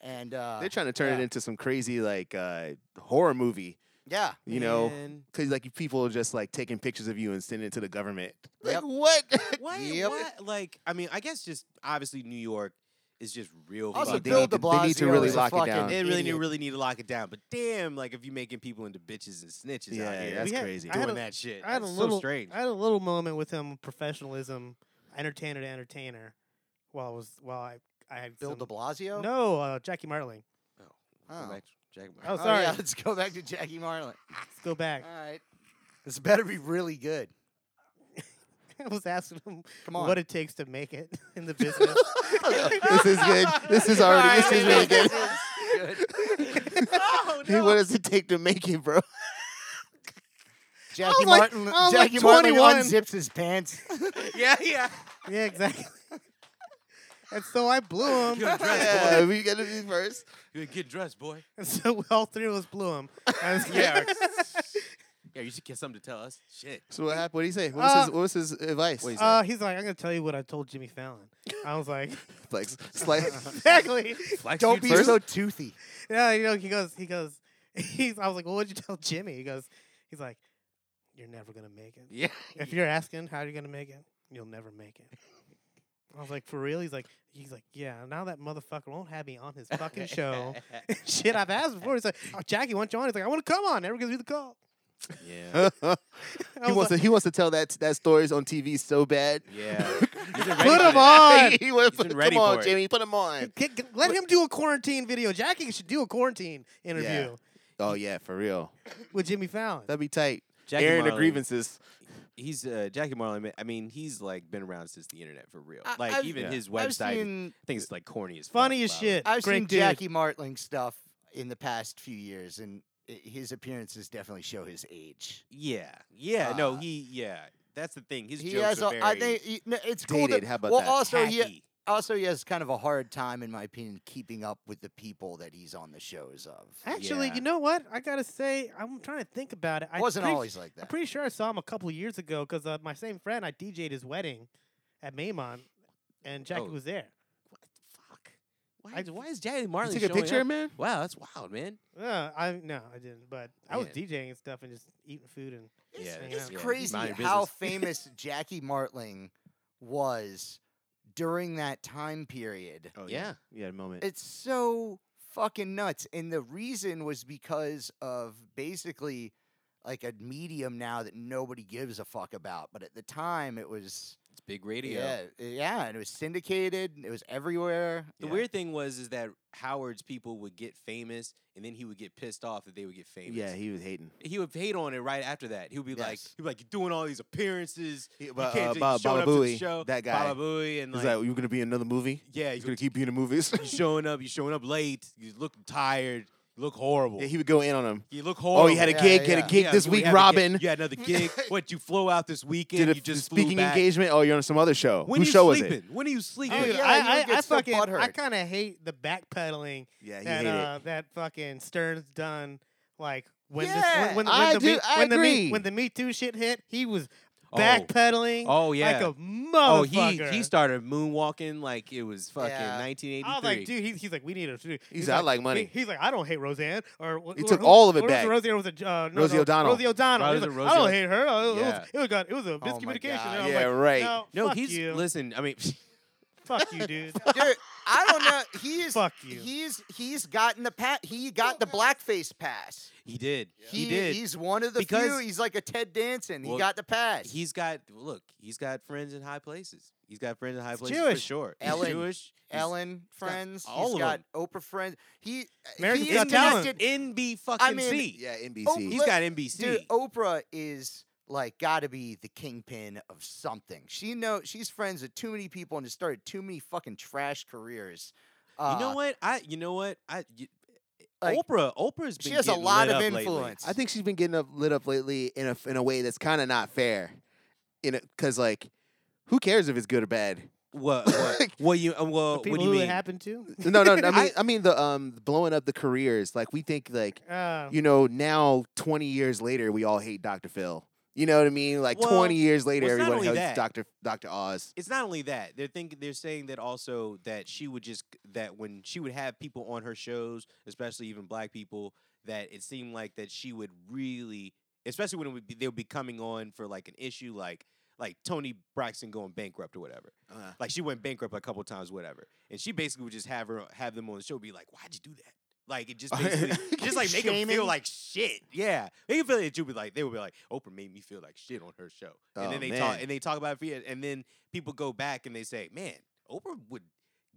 and uh,
They're trying to turn it
yeah.
into some crazy like uh, horror movie,
yeah,
you know,
(laughs)
Man.
because like people are just like taking pictures of you and sending it to the government. Like
Yep.
what?
(laughs) Why?
Yep.
why- Like, I mean, I guess just obviously New York is just real.
Also,
fucked
they
Bill
up.
need to-
De
they need to
Blasio
really
is a
lock it
fucking
down.
They really, need,
idiot.
really need to lock it down. But damn, like if you making people into bitches and snitches out
yeah,
here,
that's
We had-
crazy.
I
(laughs)
had
doing
a-
that shit.
(laughs) I had
that's
a little
so strange.
I had a little moment with him, professionalism, entertainer to entertainer, while I was while I I had
Bill
some,
De (laughs) Blasio.
No, uh, Jackie Marling.
Go
Oh.
back to Jack Ma-
Oh,
Oh,
sorry.
yeah, (laughs) let's go back to Jackie Marlin.
Let's go
All
back.
right, this better be really good.
(laughs) I was asking him
Come on,
what it takes to make it (laughs) in
(laughs)
the business.
(laughs) this is good. This is already. This is really good.
good.
oh
Hey, what does it take to make it, bro?
Jackie
like-
Martin.
I was like
Jackie Martin
21.
unzips his pants.
yeah, yeah.
Yeah, exactly. (laughs) and so I blew him. (laughs)
Good dress,
(laughs) yeah, we gotta be first.
Good get dressed, boy.
And so all three of us blew him. And it's-
Yeah. Yeah, you should get something to tell us. Shit.
So what happened? What did he say? What was,
Uh,
his, what was his advice?
Wait,
(laughs) Uh, he's like, I'm gonna tell you what I told Jimmy Fallon. I was like, (laughs)
(laughs) Like, slight.
exactly.
Flex
Don't
you
be
too?
so toothy.
Yeah, you know, he goes, he goes, (laughs) he's. I was like, well, what'd you tell Jimmy? He goes, he's like, you're never gonna make it.
Yeah.
If you're asking how you're gonna make it, you'll never make it. I was like, for real? He's like, he's like, yeah. Now that motherfucker won't have me on his fucking show. (laughs) Shit, I've asked before. He's like, oh, Jackie, why don't you on? He's like, I want to come on. Never gives me the call.
Yeah.
(laughs) he
I was
wants to. He wants to tell that that stories on TV so bad.
Yeah. He's been ready
Put
for
him
that.
on.
(laughs) he
He's
wants to
been
come
ready for
on,
it.
Jamie. Put him on.
Get- get- Let him do a quarantine video. Jackie should do a quarantine interview
Oh yeah, for real.
with Jimmy Fallon.
That'd be tight.
Jackie
Airing the
Marlin.
grievances.
He's uh, Jackie Marlin. I mean, he's like been around since the internet for real.
I-
Like
I've-
even
Yeah.
his website,
I've
is-
seen-
I think it's like corny as fuck,
Funny as
wow.
shit.
I've
Great
seen
dude.
Jackie Martling stuff in the past few years, and i- his appearances definitely show his age.
Yeah. Yeah. no,
Uh,
he. Yeah. That's the thing. His
he
jokes
has,
are
a,
very
I think, he- no, it's cool.
dated,
that-
how about
well,
that?
also he
tacky.
also he has kind of a hard time, in my opinion, keeping up with the people that he's on the shows of.
Actually,
Yeah.
you know what? I gotta say, I'm trying to think about it. I
wasn't
pretty-
always like
I'm
that.
pretty sure I saw him a couple years ago because uh, my same friend I DJ'd his wedding at Maymont, and Jackie
Oh.
was there.
What the fuck?
I
Why,
d-
why is Jackie Marlin
You took a
showing
picture,
up?
man.
Wow, that's wild, man.
Uh, I no, I didn't. But I was
Man.
DJing and stuff and just eating food and
It's,
Yeah,
it's
yeah. Yeah,
crazy
mind your
how
business. (laughs)
famous Jackie Martling was during that time period.
Oh
yeah.
You had a moment.
It's so fucking nuts. And the reason was because of basically like a medium now that nobody gives a fuck about. But at the time, it was
It's big radio.
yeah, yeah, and it was syndicated. and It was everywhere.
The
Yeah.
weird thing was is that Howard's people would get famous, and then he would get pissed off that they would get famous.
yeah, he was hating.
he would hate on it right after that. He would be like,
Yes.
he'd be like, "You're doing all these appearances.
He-
you
but,
can't
uh,
just
Bob-
showing up to the
Balabooey,
show.
that guy.
Balabooey, and
He's
like,
like, you gonna be in another movie?
yeah,
He's
you
gonna keep you in the (laughs) movies.
you showing up. You showing up late. You look tired. You look horrible.
yeah, he would go in on him.
you look
Oh,
horrible.
he had a
Yeah,
gig. Had
yeah.
a gig
Yeah,
this
you
week.
have a gig-
Robin
You had
(laughs)
another gig. what? You flew out this weekend.
did a
you just flew
speaking
back.
engagement. Oh, you're on some other show.
When
Whose
are you
show
sleeping?
is it?
When are you sleeping?
(laughs) yeah,
Dude,
you
I,
would
I,
get
I
so
fucking I
butthurt.
kind of hate the backpedaling
Yeah, he
that
hated
uh, that fucking Stern's done. Like when
Yeah,
this, when, when,
I
when the
do-
me,
I
when the me,
agree.
when the Me Too shit hit, he was
Oh.
backpedaling.
Oh
like
yeah.
a motherfucker.
oh he he started moonwalking like it was fucking
Yeah.
1983.
I was like, dude, he's, he's like, we need a. He's,
He's like, "I like money."
he- he's like, I don't hate Roseanne. Or wh-
He
wh-
took
who-
all of it
who was
back.
Roseanne was a uh, no,
Rosie
no,
O'Donnell.
Rosie O'Donnell. He's
Rather than
like, I don't
Rosie
hate her. Uh,
Yeah.
It was, it was, got- it was a
Oh my
miscommunication.
God.
And I'm
Yeah,
like,
right.
No,
No,
fuck
he's
you.
listen. I mean, (laughs)
fuck you, dude.
Dude, I don't know. He's
fuck you.
he's he's gotten the pat. He got the blackface pass.
he did. He,
He,
did. He's,
He's one of the few.
Because-
He's like a Ted Danson.
Well,
he got the pass.
got look. He's got friends in high places. He's got friends in high
He's
places for
Jewish.
sure.
Ellen.
He's Jewish. He's
Ellen
got
friends.
all of
he's
'em.
got Oprah friends. He
America's
he
Got
is
Talent.
connected-
NB fucking
mean,
C.
Yeah, NBC.
Oh,
He's
look-
got NBC.
Dude, Oprah is like got to be the kingpin of something. She know she's friends with too many people and has started too many fucking trash careers. Uh,
you know what? I. You know what? I. You,
like,
Oprah. Oprah's been.
She has a
getting
lot
lit up
of
lately.
influence.
I think she's been getting up lit up lately in a in a way that's kind of not fair. In a because like, who cares if it's good or bad?
What? What? what you? uh, Well,
The
what do
people
you
who
mean?
it happened to.
No, no. I mean, I,
(laughs) I-
mean the um blowing up the careers. Like we think like
Uh,
you know now twenty years later we all hate Dr. Phil. You know what I mean? Like
Well,
twenty years later
well, it's not
everyone
only that.
hates Dr. Dr. Oz.
it's not only that they're thinking they're saying that also that she would just that when she would have people on her shows especially even black people that it seemed like that she would really especially when it would be, they would be coming on for like an issue like like tony braxton going bankrupt or whatever
Uh,
like she went bankrupt a couple times whatever and she basically would just have her have them on the show be like why'd you do that like
(laughs)
it just basically just like make them
Shaming.
feel like shit. Yeah, they can feel that you would be like they would be like Oprah made me feel like shit on her show, and
Oh,
then they
man.
talk and they talk about it, for years, and then people go back and they say, man, Oprah would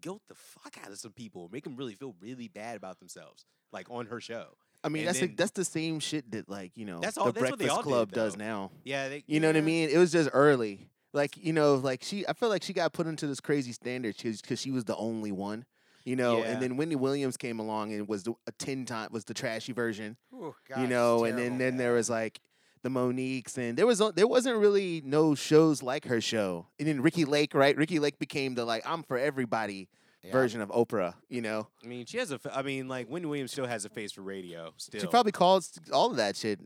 guilt the fuck out of some people, make them really feel really bad about themselves, like on her show.
I mean
And
that's
then-
like, that's the same shit that like you know
That's all-
the
that's what they
Breakfast
all did,
Club does
though.
now.
Yeah, they,
You know what I
yeah.
mean? It was just early. Like you know, like she, I feel like she got put into this crazy standard because she was the only one. you know.
Yeah.
And then Wendy Williams came along and was the, a ten time was the trashy version,
Ooh, God,
you
it's
know. And then
terrible.
then there was like the Moniques, and there was o- there wasn't really no shows like her show. And then Ricky Lake, right? Ricky Lake became the like I'm for everybody
Yeah.
version of Oprah, you know.
I mean, she has a. f- I mean, like Wendy Williams still has a face for radio. Still,
She probably caused all of that shit.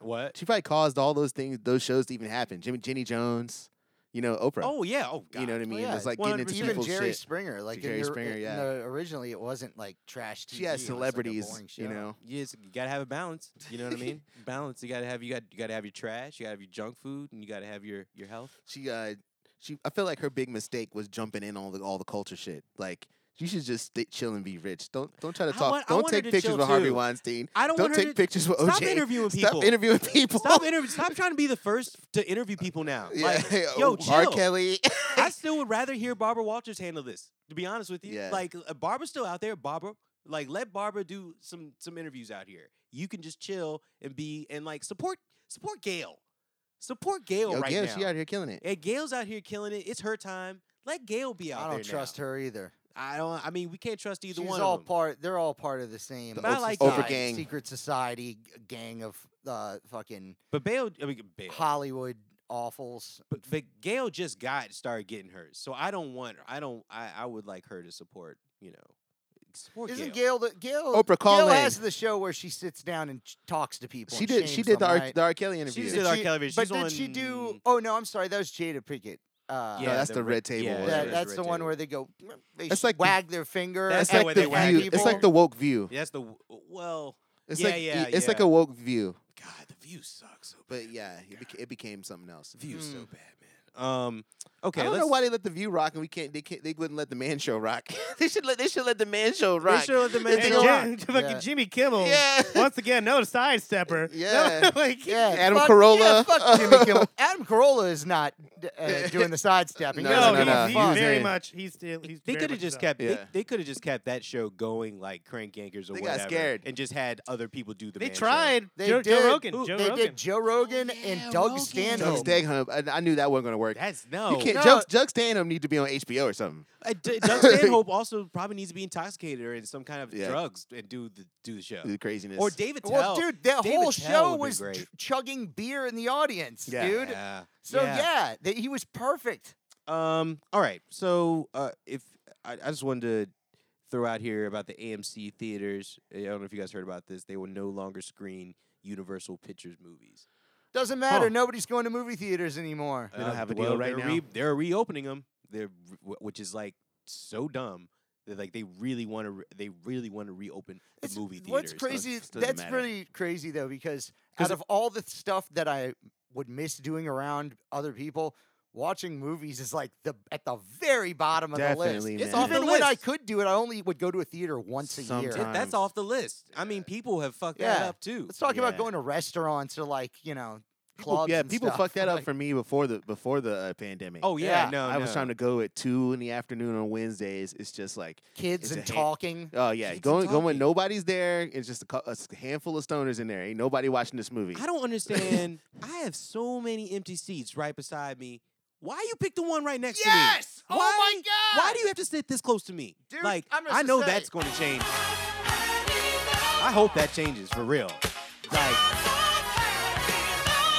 what?
She probably caused all those things, those shows to even happen. Jimmy, Jenny Jones, you know, Oprah.
Oh yeah. Oh God.
you know what I mean?
yeah,
It's like getting into
100%.
Even
people's
Jerry
shit.
Springer, like in
Jerry
the-
Springer,
in
yeah.
the- originally, it wasn't like trash TV.
She
it
has
was, like, a
celebrities,
boring
you
show.
know.
You, just, you gotta have a balance. You know what I (laughs) mean? balance. You gotta have. You got. You gotta have your trash. You gotta have your junk food, and you gotta have your your health.
She, uh, she. I feel like her big mistake was jumping in all the all the culture shit. Like you should just stay, chill and be rich. Don't don't try to
I
talk.
want- I
don't
want her
take
to
pictures
chill
with Harvey
too.
Weinstein.
I don't.
Don't
want her
take
to-
pictures with
Stop
OJ.
interviewing people.
Stop interviewing people.
Stop interview. Stop trying to be the first to interview people now.
(laughs) Yeah.
Like, yo,
Oh, R.
chill.
Kelly.
I still would rather hear Barbara Walters handle this. To be honest with you,
Yeah.
like uh, Barbara's still out there. Barbara, like let Barbara do some some interviews out here. You can just chill and be and like support support Gail, support Gail
Yo,
right
Gail,
now.
she out here killing it.
And Gail's out here killing it. It's her time. Let Gail be out
I
there.
don't trust her either.
her. I don't. I mean, we can't trust either
She's
one.
all
of them.
part. They're all part of the same.
The
But I
Oprah-
like
Oprah
that.
gang.
secret society g- gang of uh, fucking
But Bail, I mean, Bail.
Hollywood awfuls.
But, but Gail just got started getting hers, so I don't want. her. I don't. I, I would like her to support. You know, support
Isn't
Gail.
Gail the Gail?
Oprah,
Gail
call
has
in.
the show where she sits down and ch- talks to people.
She
and
did. She
shames
did the
them,
R,
right?
the R. Kelly interview.
She
Did
did our
she-
television.
But
She's
did
on,
she do? Oh no, I'm sorry. That was Jada Pickett. Uh,
Yeah, that's the
re-
red table
yeah,
one.
that-
Red
that's the one
table.
where they go. mm, They
That's
sh-
like the-
wag their finger.
That's
It's
the
at
way
like
they
the
whack
view. It's like
people.
the woke view.
Yeah, that's the w- well.
It's
Yeah,
like
yeah,
it's like
yeah.
a woke view.
God, the view sucks. So
But yeah, it, beca- it became something else.
the view's so bad, man. Um. Okay.
I don't
let's,
know why they let the view rock and we can't. They can't. They wouldn't let the man show rock. (laughs) they should let. They should let the man show
They
rock.
should let the man
It's
And
a
show
joke.
up.
(laughs) Jim- fucking
Yeah.
Jimmy Kimmel.
Yeah.
(laughs) Once again, another sidestepper.
Yeah.
like,
Yeah,
Adam
fuck,
Carolla.
Yeah,
(laughs)
fuck Jimmy Kimmel. Adam Carolla is not uh, doing the sidestepping.
No,
no,
He doesn't
no,
he's,
give a
no,
he's
fuck.
was
very
in.
much. He's still. He's
They
very
could have
much
just
himself.
kept. They,
Yeah.
they could have just kept that show going like crank anchors or
They got
whatever,
scared.
and just had other people do the.
They
man show.
tried.
They
Joe,
did.
Joe Rogan.
Ooh,
Joe
they
Rogan.
did Joe Rogan and Doug
Doug
Stanhope.
Stanhope. I, I knew that wasn't going to work.
That's no.
you can't.
No.
Doug, Doug Stanhope need to be on HBO or something.
Uh,
(laughs)
D- Doug Stanhope also probably needs to be intoxicated or in some kind of
Yeah.
drugs and do the do the show.
The craziness.
Or David Tell.
Well, dude, that
David Tell
whole show
would've been
was
great.
ch- chugging beer in the audience,
Yeah.
dude.
Yeah.
So
Yeah.
yeah, that he was perfect.
Um. All right. So, uh, if I, I just wanted to throw out here about the AMC theaters. I don't know if you guys heard about this. They will no longer screen Universal Pictures movies. Uh,
Doesn't matter.
Huh.
Nobody's going to movie theaters anymore.
They don't have a
well,
deal right
they're
now.
they're reopening them. They're re- wh- which is like so dumb. They're like they really want to. Re- they really want to reopen the
It's-
movie theaters.
What's
Like,
crazy?
doesn't
That's
matter.
pretty crazy though, because
'Cause
out of all the stuff that I would miss doing around other people, watching movies is like the at the very bottom of the
Definitely,
list.
It's
man.
off the
Even when I
list.
could do it, I only would go to a theater once a
Th-
year.
Sometime.
that's
times.
off the list. I mean, people have fucked that
Yeah.
up too.
Let's talk about
Yeah.
going to restaurants or like you know
People-
clubs.
yeah,
and
people
stuff.
fucked that up
Like,
for me before the before the uh, pandemic.
Oh yeah,
Yeah.
no,
I was
no.
trying to go at two in the afternoon on Wednesdays. It's just like,
kids
It's a
and
hate-
talking.
oh yeah,
Kids are
going going. when
talking.
Nobody's there. It's just a, cou- a s- handful of stoners in there. Ain't nobody watching this movie.
I don't
(laughs)
understand. I have so many empty seats right beside me. Why you pick the one right next to me?
Yes! Oh
Why-
my God!
Why do you have to sit this close to me?
Dude,
like
I'm just
I
to
know
say-
that's going to change. I hope that changes for real. Like,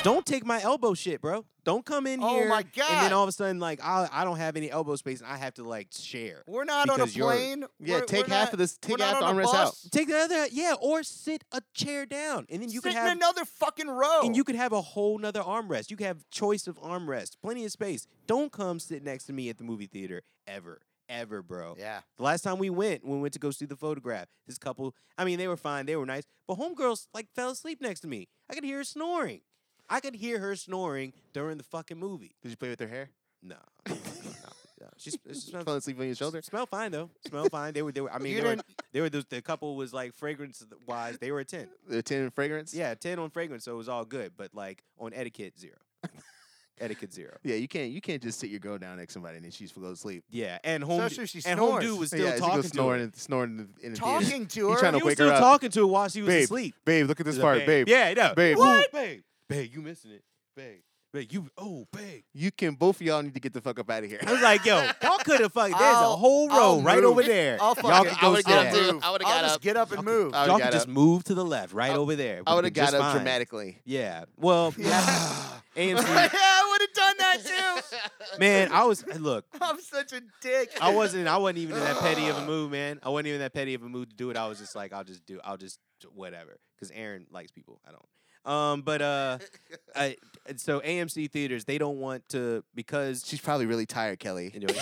don't take my elbow shit, bro. Don't come in
Oh
here
my
and then
God.
all of a sudden like I I don't have any elbow space and I have to like share.
We're not on a
Because you're-
plane.
Yeah,
We're-
take
we're
half
not-
of this-
we're
take
not
half the
on a
armrest out.
bus.
Take the other yeah, or sit a chair down and then you can
Sit
have
in another fucking row.
And you could have a whole nother armrest. You could have choice of armrest, plenty of space. Don't come sit next to me at the movie theater ever, ever, bro.
yeah.
The last time we went, we went to go see the photograph. This couple, I mean, they were fine, they were nice, but homegirls like fell asleep next to me. I could hear her snoring. I could hear her snoring during the fucking movie.
Did you play with their hair?
No, no, no. She, sm- she
Fell
smelled,
asleep on your shoulder.
smelled fine though. Smelled fine. They were, they were. I mean,
(laughs) You
they were, they were. The, the couple was like fragrance wise, they were a ten.
The ten fragrance.
Yeah, ten on fragrance, so it was all good. But like on etiquette, zero. etiquette zero.
Yeah, you can't you can't just sit your girl down next to somebody and then she's go to sleep.
Yeah, and home
Especially if she
and home
snores.
dude was still
yeah, she
talking
goes
to
snoring
her.
and snoring in the- in the theater.
Talking to
You
her.
trying
(laughs)
to
He was
wake
still
her up.
talking to her while she was
babe,
asleep.
babe, look at this
He's like,
part, babe,
Yeah, I know.
babe,
What?
who-
Babe, you missing it, babe. But you
(laughs)
obey.
You can both of y'all need to get the fuck up out of here.
I was like, yo, y'all could have fucked. There's a
I'll-
whole row
I'll
right
move.
over there.
I'll
(laughs) Y'all
fucking,
could
I
go
would
sit
have
down.
got up.
I would've
I'll
got
just
up.
get up and move.
I would've
y'all could
got
just
up.
move to the left, right over there. would've
I would
been
have got
just
up
fine.
dramatically.
Yeah.
(laughs)
Well, yeah.
yeah,
AMC.
(laughs) I would have done that too. (laughs)
Man, I was look.
I'm such a dick.
I wasn't. I wasn't even in that petty
(sighs)
of a mood, man. I wasn't even that petty of a mood to do it. I was just like, I'll just do. I'll just do whatever. Because Aaron likes people. I don't. Um, but
(laughs)
uh, I, and so AMC theaters they don't want to because
She's probably really tired, Kelly. (laughs)
you know,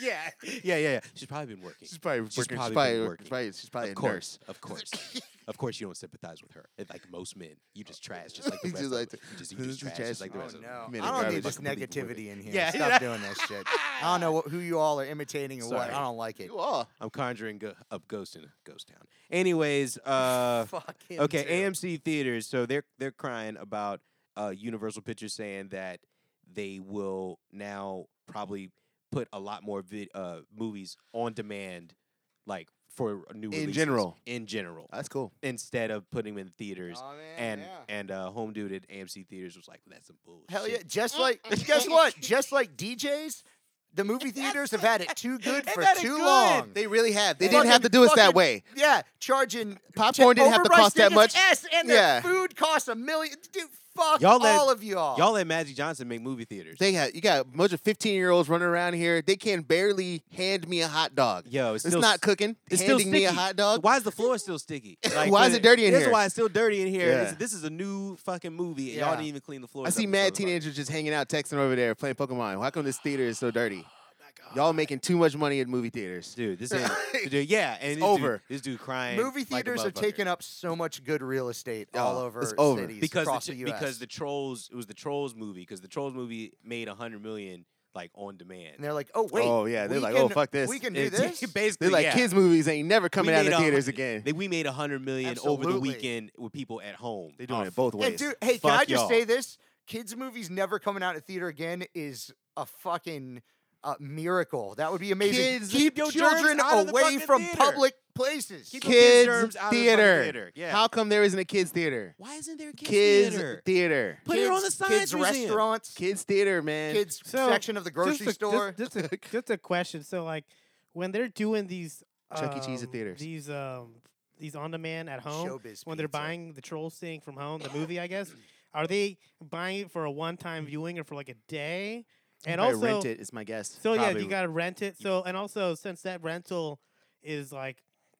yeah, yeah, yeah, yeah. She's probably been working.
She's probably
She's
working.
probably been
She's probably,
working.
working. Probably, she's probably
of
a
course,
(laughs) nurse.
of course, of course. You don't sympathize with her. And like most men, you just trash, just like the
(laughs) You
rest
just
of
like
them. You just, you
this
just
is the
trash,
trash
just like the
Oh,
rest of them.
no.
minute
I don't need
garbage.
this
Fucking believe the
negativity in here.
Yeah,
Stop doing
(laughs)
this shit.
Oh,
I don't know what, who you all are imitating and what.
Sorry.
I don't like it.
You are.
I'm conjuring go- up ghost in a ghost town. Anyways, uh,
Fuck him
okay,
too.
AMC theaters. So they're they're crying about uh, Universal Pictures saying that they will now probably put a lot more vid- uh, movies on demand, like for new
In
releases,
general,
in general,
that's cool.
instead of putting them in theaters.
Aw, man,
and
Uh, oh, yeah.
and uh, home dude at AMC theaters was like, that's some bullshit.
Hell yeah! Just like
(laughs)
guess what? Just like DJs, the movie theaters have had it too good
They've
for
had it
too
good.
long.
They really have. They
They
didn't have to
fucking-
do us that
fucking-
way.
yeah, charging
Popcorn didn't have to
overpriced
cost that
tickets,
much.
S and their
Yeah.
food costs a million. Dude, fuck
Y'all let-
all of y'all.
Y'all let Magic Johnson make movie theaters.
They had you got a bunch of fifteen year olds running around here. They can barely hand me a hot dog.
Yo, it's,
it's
still
not
s-
cooking.
It's still
handing
sticky.
me a hot dog.
Why is the floor still sticky?
(laughs) Why is it dirty in
this
here?
why it's still dirty in here. It's-
Yeah.
This is a new fucking movie, and y'all
Yeah.
didn't even clean the floor.
I see mad teenagers just hanging out, texting over there, playing Pokemon. How come this theater is so dirty?
Oh
Y'all making too much money at movie theaters.
Dude,
(laughs)
this ain't dude, yeah, and this dude-
over.
this dude crying.
Movie
like a
theaters are
motherfucker.
taking up so much good real estate all
Oh,
over,
it's over.
cities
because
across
the,
the,
ch-
U.S.
because the trolls. It was the trolls movie because the trolls movie made a hundred million like on demand.
and they're like, oh wait,
Oh, yeah, they're
we
like,
can,
oh, fuck this.
we can
(laughs)
do
It's-
this.
basically
They're like
yeah.
kids movies ain't never coming out
made
of
a-
theaters again.
They, we made a hundred million over the
Absolutely.
weekend with people at home.
They're doing
off-
it both
And
ways.
dude, hey,
Fuck
can I just
y'all.
say this? Kids movies never coming out of theater again is a fucking uh, miracle. That would be amazing.
Kids-
Keep
Yo, germs
children
out of the
away
fucking
from
theater.
public places.
Keep your kids' germs
kids
out of the fucking
theater.
theater. Yeah.
How come there isn't a kids theater?
Why isn't there a kids,
Kids
theater?
theater.
Put it on the
Kids-
science
kids
museum.
restaurants, kids,
Kids theater, man.
So,
section of the grocery
just a,
store.
(laughs)
Just, just, a, just a question. So like when they're doing these
Chuck E. Cheese at
um,
theaters.
These um these on demand at home
Showbiz
when they're
pizza.
buying the trolls thing from home, the movie
(coughs)
I guess. Are they buying it for a one time viewing or for like a day? And
Probably
also
rent it is my guess.
So yeah,
Probably.
you gotta rent it. So and also since that rental is like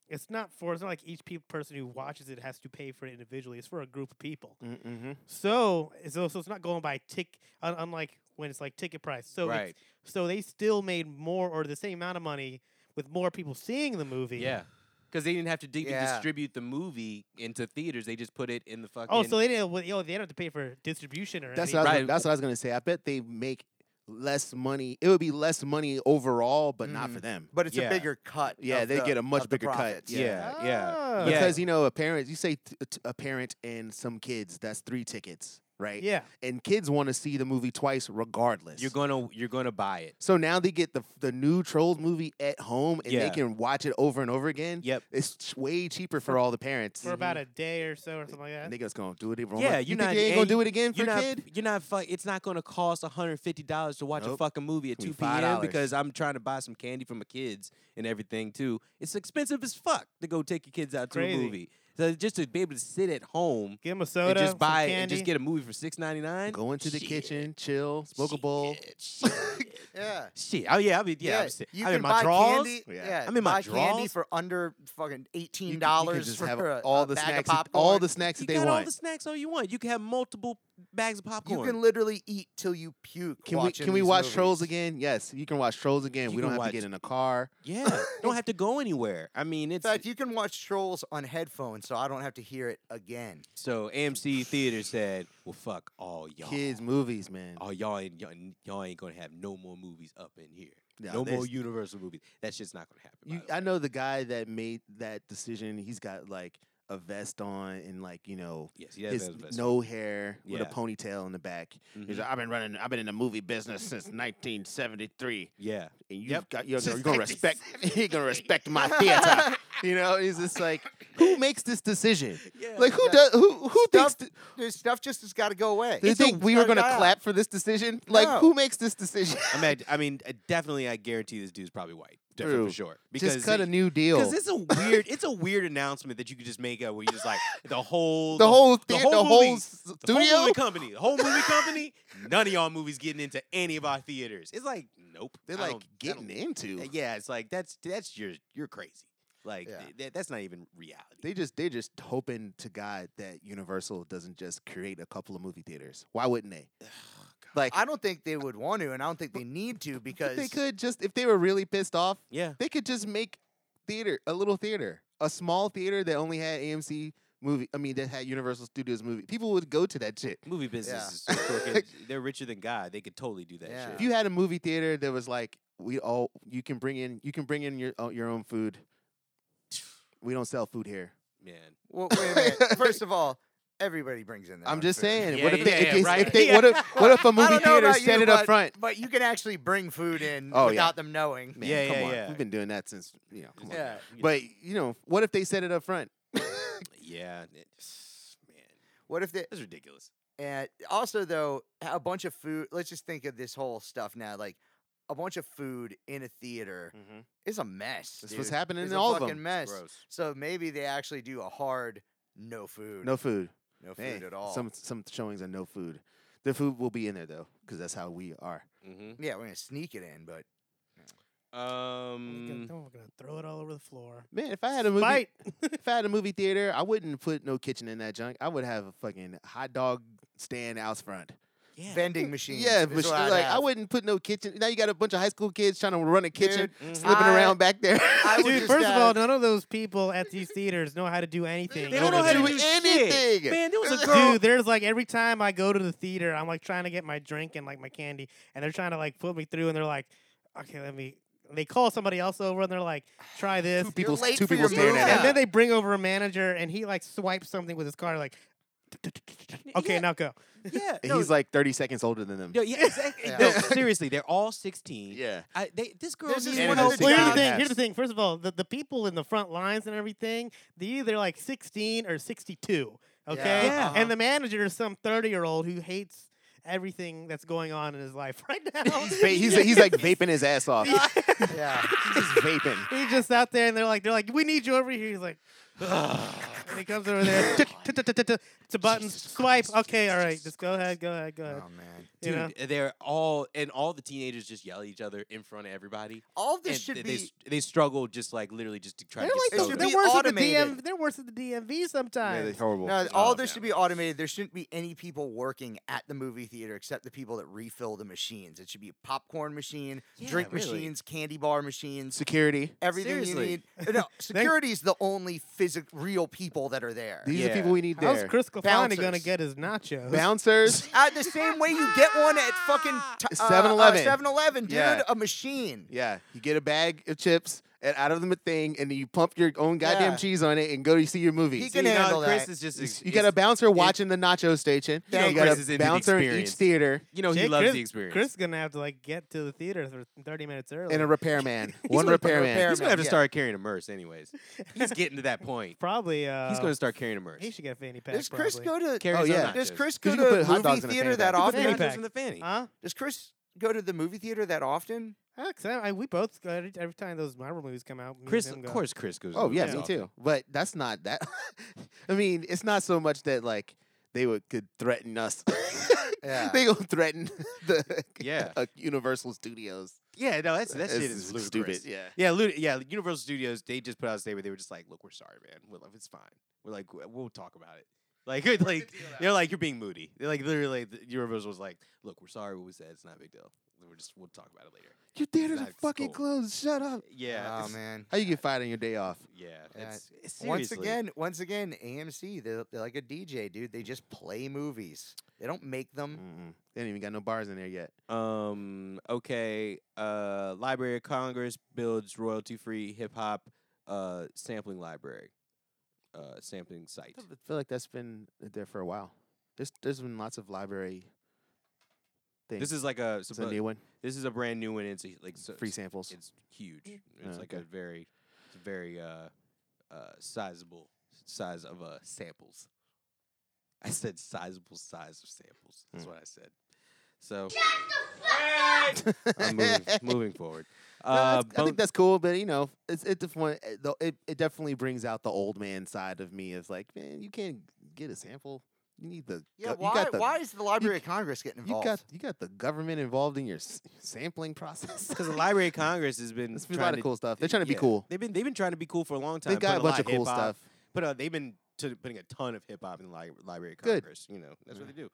it's not for it's not like each pe- person who watches it has to pay for it individually. It's for a group of people.
Mm-hmm.
So so, so it's not going by tick un- unlike when it's like ticket price. So it's-
right.
so they still made more or the same amount of money with more people seeing the movie.
Yeah. Because they didn't have to dig and
Yeah.
distribute the movie into theaters. They just put it in the fucking.
Oh, so they didn't. Well, yo, they don't have to pay for distribution or
That's
anything.
what, I was,
Right.
gonna- that's what I was gonna say. I bet they make less money. It would be less money overall, but not for
Mm.
them.
but it's
Yeah.
a bigger cut.
Yeah,
of
they
the-
get a much
of the
bigger cut,
profits.
yeah, yeah,
Ah.
yeah.
Because you know, a parent, you say t- t- a parent and some kids, that's three tickets, right?
Yeah.
And kids want to see the movie twice, regardless.
you're gonna you're gonna buy it.
so now they get the the new Trolls movie at home, and
Yeah.
they can watch it over and over again.
Yep.
It's ch- way cheaper for all the parents.
For about a day or so or something like that.
And they just gonna do it.
Mm-hmm.
Wrong.
Yeah, you're
you think
not-
they ain't
and
gonna do it again for
You're
a
not
kid.
you're not fu- it's not gonna cost 150 dollars to watch a
Nope.
fucking movie at
Gonna
2
be
p.m.
$5.
because I'm trying to buy some candy for my kids and everything too. It's expensive as fuck to go take your kids out to a
Crazy.
movie. So just to be able to sit at home
Give them a soda,
and just buy
some
it and
candy.
just get a movie for 6.99.
Go into the
Shit.
kitchen, chill, smoke a bowl.
Shit. (laughs)
yeah.
Shit. Oh yeah. I mean, yeah. I'm, si-
you
I'm
can
in my
buy
drawers.
candy.
Yeah.
Yeah,
I'm in my
buy candy
drawers.
for under fucking eighteen
You can
dollars
just
for
have
a,
all
a
the
bag
snacks,
of
that-
popcorn.
all the snacks
You
that they
got all
want.
the snacks all you want. You can have multiple bags of popcorn.
You can literally eat till you puke.
Can we
watching
can we
these
watch
movies.
Trolls again? Yes, you can watch Trolls again.
You
we
can
don't have
watch-
to get in a car. (laughs)
yeah. you don't have to go anywhere. I mean,
In
it's
fact, you can watch Trolls on headphones, so I don't have to hear it again.
so AMC theater said, "Well, fuck all y'all.
Kids movies, man.
Oh, y'all ain't y'all, y'all ain't gonna have no more movies up in here.
No,
No, more uh
there's-
Universal movies. That shit's not gonna happen. by
You,
the way.
I know the guy that made that decision. He's got like a vest on and like you know
Yes, he has
his
that vest.
no hair with
Yeah.
a ponytail in the back. He's
Mhm.
like, I've been running. I've been in the movie business since 1973,
Yeah.
and you
Yep.
got you're,
Since
you're gonna respect. you're gonna respect my theater. (laughs) you know, it's just like who makes this decision?
Yeah.
Like who does who who thinks
Stuff,
th-
this stuff just has got to go away.
they
It's
think
a-
we
it's
were
gotta
gonna
die out.
clap for this decision? Like
No.
who makes this decision? (laughs)
I mean, I, I mean, uh, definitely, I guarantee this dude's probably white. Definitely
True.
for sure. Because
Just cut
he-
a new deal.
Because it's a weird, it's a weird announcement that you could just make up where you just like
(laughs)
the whole,
The whole thea-
whole
the whole
movie-
s-
the whole
studio.
movie company, the whole movie company. None of y'all movies getting into any of our theaters. It's like, nope,
They're
I
like
don't- I
getting
don't- Uh,
into.
Yeah, it's like that's that's your you're crazy. Like
Yeah.
th- that, that's not even reality.
They just they're just hoping to God that Universal doesn't just create a couple of movie theaters. Why wouldn't they? Like
I don't think they would want to, and I don't think they need to because
(laughs) they could just if they were really pissed off,
yeah,
they could just make theater a little theater, a small theater that only had AMC movie. I mean, that had Universal Studios movie. People would go to that shit.
movie business is so
(laughs)
crooked. They're richer than God. They could totally do that
Yeah.
shit.
If you had a movie theater that was like, we all you can bring in, you can bring in your uh, your own food. We don't sell food here.
Man,
Well, wait a minute.
(laughs)
First of all, everybody brings in their
I'm
own
just
food.
saying.
Yeah,
what if
yeah,
they,
yeah,
if, they-
right.
(laughs)
if they what if what if a
I
movie
don't know
theater
about
set
you,
it up
but-
front?
But you can actually bring food in
Oh, yeah.
without them knowing.
Man,
Yeah,
come
yeah,
on.
yeah.
We've been doing that since you know. Come on.
Yeah.
you know,
But you know, what if they set it up front?
yeah, it- man,
What if they?
that's ridiculous.
And also, though, a bunch of food. Let's just think of this whole stuff now. Like a bunch of food in a theater
Mm-hmm.
is a mess.
That's what's
dude.
happening
It's
in
a
all of
fucking
them.
mess.
Gross.
So maybe they actually do a hard no food.
No food.
no food
Hey,
at all.
Some some showings are no food. The food will be in there though, because that's how we are.
Mm-hmm.
yeah, we're gonna sneak it in, but
I'm
Um,
gonna, I'm gonna throw it all over the floor.
Man, if I had a movie,
Fight.
(laughs) if I had a movie theater, I wouldn't put no kitchen in that junk. I would have a fucking hot dog stand out front.
yeah.
vending machines.
Yeah,
is
but
what I'd
like I
have.
wouldn't put no kitchen. Now you got a bunch of high school kids trying to run a kitchen,
(laughs) Dude,
slipping
I-
around back there. (laughs)
I would
Dude,
just
first of all,
add-
none of those people at these theaters know how to do anything.
They don't know
over
how to
there.
do shit.
anything.
Man, there (laughs) was a girl.
Dude, there's like every time I go to the theater, I'm like trying to get my drink and like my candy, and they're trying to like put me through, and they're like, "Okay, let me." They call somebody else over, and they're like, "Try this,"
two people,
late
two
for
people
your
staring
movie.
at
and
it.
then they bring over a manager, and he like swipes something with his card, like, "Okay,
Yeah.
now go."
Yeah,
And
no,
he's like thirty seconds older than them.
no, yeah,
(laughs)
exactly.
Yeah.
No, seriously, they're all sixteen.
(laughs)
Yeah.
I, they, this girl
This
needs
is
one
one
of
of
those.
the
Well, here's the
Jobs.
thing. Here's the thing. First of all, the, the people in the front lines and everything, they either like 16 or 62. Okay,
Yeah.
and the manager is some 30 year old who hates everything that's going on in his life (laughs) right now.
He's, va- he's,
(laughs)
he's like vaping his ass off. he's
(laughs)
(laughs)
Yeah.
just vaping.
He's just out there, and they're like, they're like, we need you over here. He's like, (sighs) and he comes
(sighs)
over there. (laughs) It's a button swipe. Okay, all right, just go ahead, go ahead, go
Oh
ahead.
man.
You know?
Dude, they're all and all the teenagers just yell at each other in front of everybody.
All this
and
should
they,
be.
they s- they struggle just like literally just to try
They're
to get
like,
It
the-
should
soda.
they're
be
worse at the
automated.
DMV. They're worse at the DMV sometimes.
horrible.
No, all
Oh,
this
yeah.
should be automated. There shouldn't be any people working at the movie theater except the people that refill the machines. It should be a popcorn machine,
Yeah,
drink
really.
machines, candy bar machines,
Security.
everything
Seriously.
you need. Uh,
(laughs)
No, security's the only physic real people that are there.
These are
Yeah.
the people we need
How's
there.
Chris Cofani gonna
Bouncers.
get his nachos?
Bouncers.
Uh, the same way you get one at
(laughs)
fucking t- uh,
7-Eleven.
uh, 7-Eleven, dude,
Yeah.
a machine.
yeah, you get a bag of chips and out of them a thing, and then you pump your own goddamn
Yeah.
cheese on it and go to see your movie.
He
See,
can
See, now
handle
Chris
that.
is just ex-
you got a
it's-
bouncer watching the nacho station.
You know
got
Chris is into
a
the
bouncer in each
experience.
theater
You know Oh, he
Jake,
loves
Chris,
the experience.
Chris gonna have to like get to the theater for 30 minutes early.
and a
(laughs)
repairman. One
gonna put a
repairman.
repair-
he's gonna have to
Yeah.
start carrying a merce anyways. He's getting to that point.
probably uh,
He's gonna start carrying a merce.
he should get a fanny pack.
Does Chris
probably.
go to
Carry
Oh,
his own
yeah.
Does
nachos.
Chris
'Cause
go
you can
to
put hot
movie
dogs in a
theater
fanny
that
pack.
Put the
fanny
often?
pack.
nachos in the fanny?
Huh?
Does Chris go to the movie theater that often?
Yeah, 'cause I, I, we both go every, every time those Marvel movies come out. me and
Chris,
him
of
go.
course, Chris goes. to
Oh
the
yeah,
movies
me
often.
too. But that's not that. (laughs) I mean, it's not so much that like they would could threaten us. (laughs)
Yeah.
they gonna threaten (laughs) the
Yeah.
(laughs) uh, Universal Studios.
Yeah, no, that's that
That's
shit is ludicrous.
stupid. Yeah.
Yeah, lud- yeah. Universal Studios, they just put out a statement. They were just like, "Look, we're sorry, man. We're like, it's fine. We're like, w- we'll talk about it." (laughs) Like, like they're like, "You're being moody." They're like, literally, the Universal was like, "Look, we're sorry. What we said, it's not a big deal. We're just, we'll talk about it later."
Your theaters
Not
are fucking
cool.
closed. Shut up.
Yeah.
oh
it's-
man.
How you get fired on your day off?
Yeah.
Yeah,
It's, it's
Once
seriously-
again, once again, AMC, they're, they're like a DJ, dude. They just play movies. They don't make
Mm.
them.
Mm-mm. They ain't even got no bars in there yet.
Um. Okay. Uh. Library of Congress builds royalty-free hip hop uh sampling library. uh, sampling site.
I feel like that's been there for a while. There's there's been lots of library things.
This is like a,
It's a new one.
this is a brand new one. It's a, like so,
Free samples.
It's huge.
Oh,
It's like a
okay.
very, it's a very uh, uh, sizable size of uh, samples. I said sizable size of samples. That's what I said. So (laughs) I'm (laughs)
(laughs)
moving, moving forward.
No,
Uh,
that's- I
Bone-
think that's cool, but you know, it's it def- one- it though- it, it definitely brings out the old man side of me. It's like, man, you can't get a sample. You need the
Yeah,
go-
why,
You got the,
why is the Library
c-
of Congress getting
you
involved?
got you got the government involved in your s- sampling
(laughs)
process
Because
(laughs)
the Library of Congress has been
There's been a
trying
lot of cool stuff. They're trying to be cool.
They've been they've been trying to be cool for a long time.
They
put
got a bunch
lot
of cool
hip-hop-
stuff.
But uh, they've been t- putting a ton of hip hop in the li- Library of
Good.
Congress. You know that's what they do.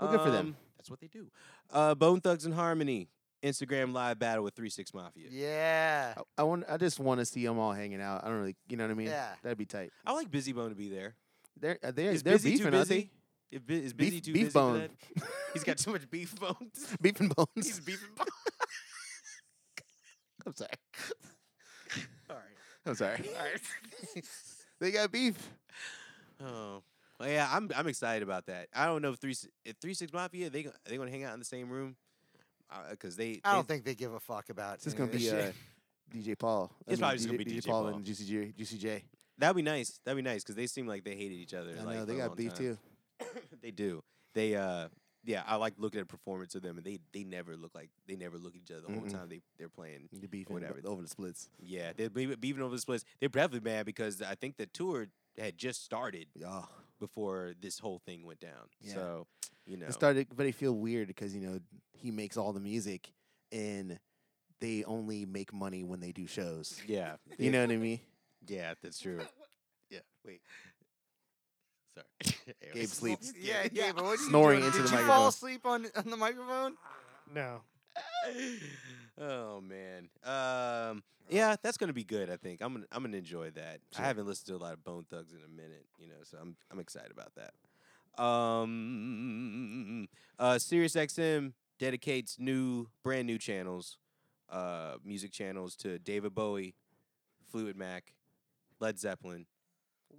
Well, good for them.
Um, That's what they do. Uh, Bone Thugs and Harmony Instagram live battle with Three Six Mafia.
Yeah.
I, I want. I just want to see them all hanging out. I don't really, you know what I mean?
Yeah.
That'd be tight.
I like Busy Bone to be there.
They're uh, they're,
Is
they're
Busy
beefing,
too
are
busy?
they?
If Bu- is
Beef-
Busy too
Beef
busy for
Bone.
that? He's got
(laughs)
too much beef bone.
Beefing
He's
bones.
beefing bone.
(laughs) I'm sorry.
(laughs) All right.
I'm sorry.
All right.
(laughs) they got beef.
Oh. Well, yeah, I'm I'm excited about that. I don't know if three Si- if three six mafia they gon- they gonna hang out in the same room, because they.
I don't
they-
think they give a fuck about
It's just
any
gonna
of this
be
shit.
uh, DJ Paul. I
It's
mean,
probably just gonna be DJ Paul.
and GCJ. GCJ.
that'd be nice. That'd be nice because they seem like they hated each other.
I
like,
know they
for a
got
long
beef
time.
too.
(laughs) they do. They uh yeah, I like looking at a performance of them and they they never look like they never look at each other the whole
Mm-mm.
time they they're playing.
The beef
whatever.
over the splits.
Yeah, they're be- beefing over this place. They're probably mad because I think the tour had just started
Yeah.
before this whole thing went down.
Yeah.
So, you know.
It (laughs) started, but I feel weird because you know he makes all the music, and they only make money when they do shows.
yeah.
You know what
(laughs)
I mean?
Yeah, that's true. yeah. Wait. Sorry. (laughs) Anyway.
Gabe (laughs) sleeps.
(laughs) Yeah, yeah, but what are you
Snoring
doing?
into
Did
the
you
microphone.
fall asleep on, on the microphone?
No.
oh man. Um, yeah, that's gonna be good. I think I'm gonna I'm gonna enjoy that.
Sure.
I haven't listened to a lot of Bone Thugs in a minute, you know, so I'm I'm excited about that. Um, uh, Sirius XM dedicates new brand new channels, uh, music channels to David Bowie, Fluid Mac, Led Zeppelin.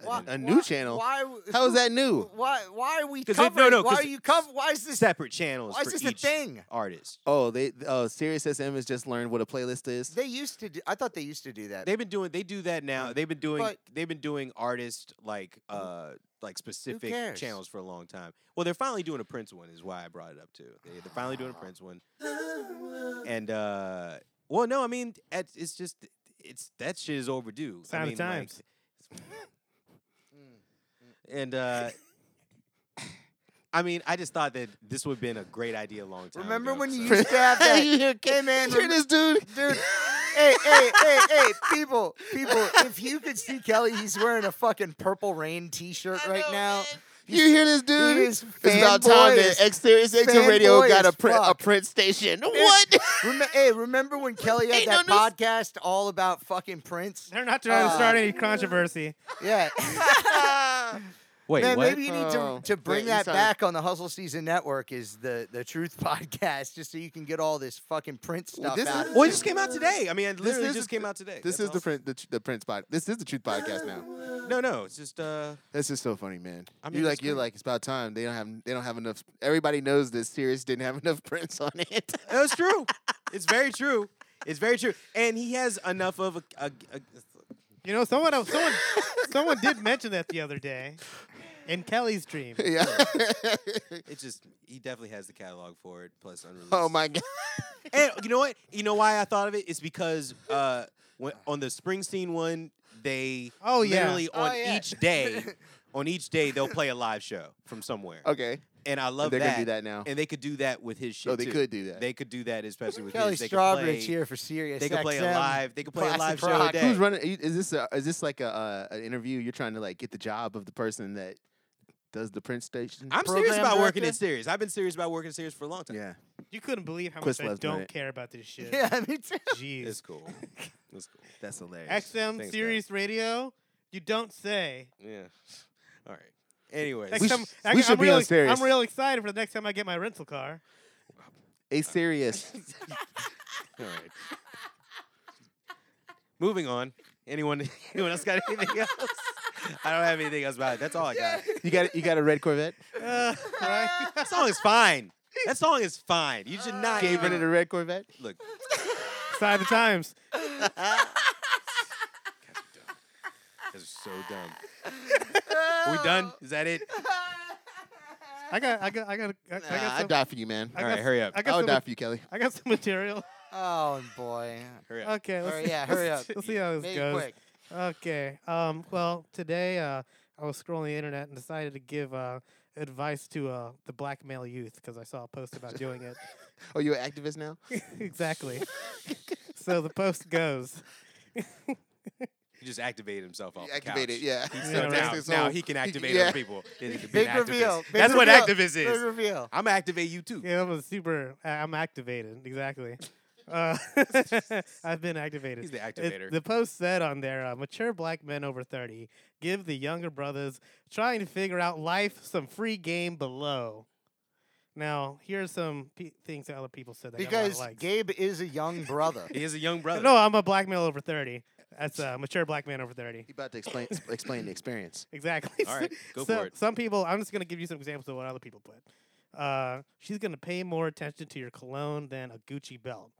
A-
Why,
a new
why-
channel?
Why? w-
How
(laughs)
is
who-
that new?
Why? Why are we
'Cause they- no,
covering?
no,
why
'cause
are you cover? Why is this?
Separate channels.
Why is
for
this a
each
thing?
Artist.
Oh, they th- oh SiriusXM has just learned what a playlist is.
They used to. Do, I thought they used to do that.
They've been doing. They do that now. They've been doing.
But-
they've been doing artist like uh like specific
cares?
channels for a long time. Well, they're finally doing a Prince one. Is why I brought it up too. They, they're finally doing a
Ah.
Prince one. And uh, well, no, I mean, at, it's just it's that shit is overdue. I
Sign of
mean,
times.
Like, (laughs) and uh, (laughs) I mean, I just thought that this would have been a great idea a long time.
Remember
ago,
when you
so-
used to
(laughs)
have that?
You hear-
hey (laughs) man,
Hear
rem-
this dude?
dude. hey, hey, hey, hey, people, people! If you could
(laughs)
see Kelly, he's wearing a fucking purple rain T-shirt right now.
You hear this dude?
is
it's about time
fanboy as-
that X SiriusXM Radio
fanboy
got a
as
print a
fuck.
print station. What? (laughs)
Rem- hey,
(laughs)
remember when Kelly had
Ain't
that
no news-
podcast all about fucking Prince?
They're not trying to start
Uh,
any controversy.
Yeah.
Wait,
(laughs) Man,
what?
maybe you need
Oh,
to, to bring
yeah, you
that
sounded-
back on the Hustle Season Network is the, the Truth (laughs) Podcast, just so you can get all this fucking print
Well,
stuff
this
out.
is-
Well, it just came out today. I mean, it literally
is
just
the-
came out today.
This
That's
is
all.
the print the, tr- the Prince pod. This is the Truth podcast now.
No, no, it's just uh.
That's just so funny, man.
I mean,
you're
it's
like you're
great.
like it's about time they don't have they don't have enough. Everybody knows this Sirius didn't have (laughs) enough prints on it.
That's true. it's very true. It's very true. And he has enough of a. a, a
You know, someone else- someone someone did mention that the other day in Kelly's dream.
yeah.
it's just he definitely has the catalog for it. Plus unreleased.
(laughs) oh my god.
And you know what? You know why I thought of it? It's because uh, when, on the Springsteen one, they
Oh, yeah.
literally
Oh,
on
yeah.
each
(laughs)
day, on each day they'll play a live show from somewhere.
Okay.
And I love
Oh, They're
that.
gonna do that now.
And they could do that with his shit.
Oh, they
too.
could do that.
They could do that, especially with
Kelly
his. They could
Strawbridge
play-
here for Sirius
They could play a
XM. (laughs)
live. They could play a live
Classic
show a
rock.
day.
Who's running? i- Is this a, is this like a uh, an interview? You're trying to like get the job of the person that does the print station.
I'm serious
program
about working at
director?
Sirius. I've been serious about working at Sirius for a long time.
yeah.
You couldn't believe how
Chris
much I
loves doing
don't
it.
care about this shit.
Yeah, me too.
Jeez.
It's cool. It's cool.
That's hilarious.
XM
Thanks, guys.
Sirius Radio. You don't say.
Yeah. All right. Anyways,
Next
We
time,
sh-
I,
we
I'm
should be
real,
on
ex-
Sirius.
I'm real excited for the next time I get my rental car.
a serious.
(laughs) all right. (laughs) Moving on. Anyone? Anyone else got anything else? I don't have anything else about it. That's all I got.
You got you got a red Corvette.
Uh, right?
That song is fine. That song is fine. You should not
Gave
even
it a red Corvette.
look.
Sign the times.
This is so
(laughs)
dumb. Are we done? Is that it?
I got, I got, I got, I, I
Nah,
got
I'd
some,
die for you, man.
I
All
got
right,
s-
hurry up.
I
I
got
would
some,
die
ma-
for you, Kelly.
I got some material.
Oh boy.
Hurry up.
Okay, let's,
Hurry- yeah,
let's
hurry
see-
up.
(laughs) Let's see how this
Make it
goes.
quick.
Okay. Um. Well, today uh, I was scrolling the internet and decided to give uh, advice to uh, the black male youth because I saw a post about
(laughs)
doing it. (laughs)
Oh, you an activist now?
exactly. so the post goes.
He just activated himself off
You
the
activate it,
couch.
yeah.
(laughs)
Yeah,
Oh, So
right.
now,
Fantastic
now
song.
he can activate
yeah.
other people. Then he can be
Big
an activist.
reveal. Big
That's what
reveal.
activist
Big
is.
reveal.
I'm gonna activate you too.
Yeah, that was super. I- I'm activated. Exactly. Uh, (laughs) I've been activated.
He's the
It-
activator.
the post said on there, uh, mature black men over 30 give the younger brothers trying to figure out life some free game below. Now, here are some pe- things that other people said that got a lot of
Because
likes.
Gabe is a young brother.
he is a young brother.
No, I'm a black male over 30. That's a mature black man over 30.
He about to explain explain the experience.
Exactly.
All right, go
so
for it.
Some people, I'm just going to give you some examples of what other people put. Uh, she's going to pay more attention to your cologne than a Gucci belt.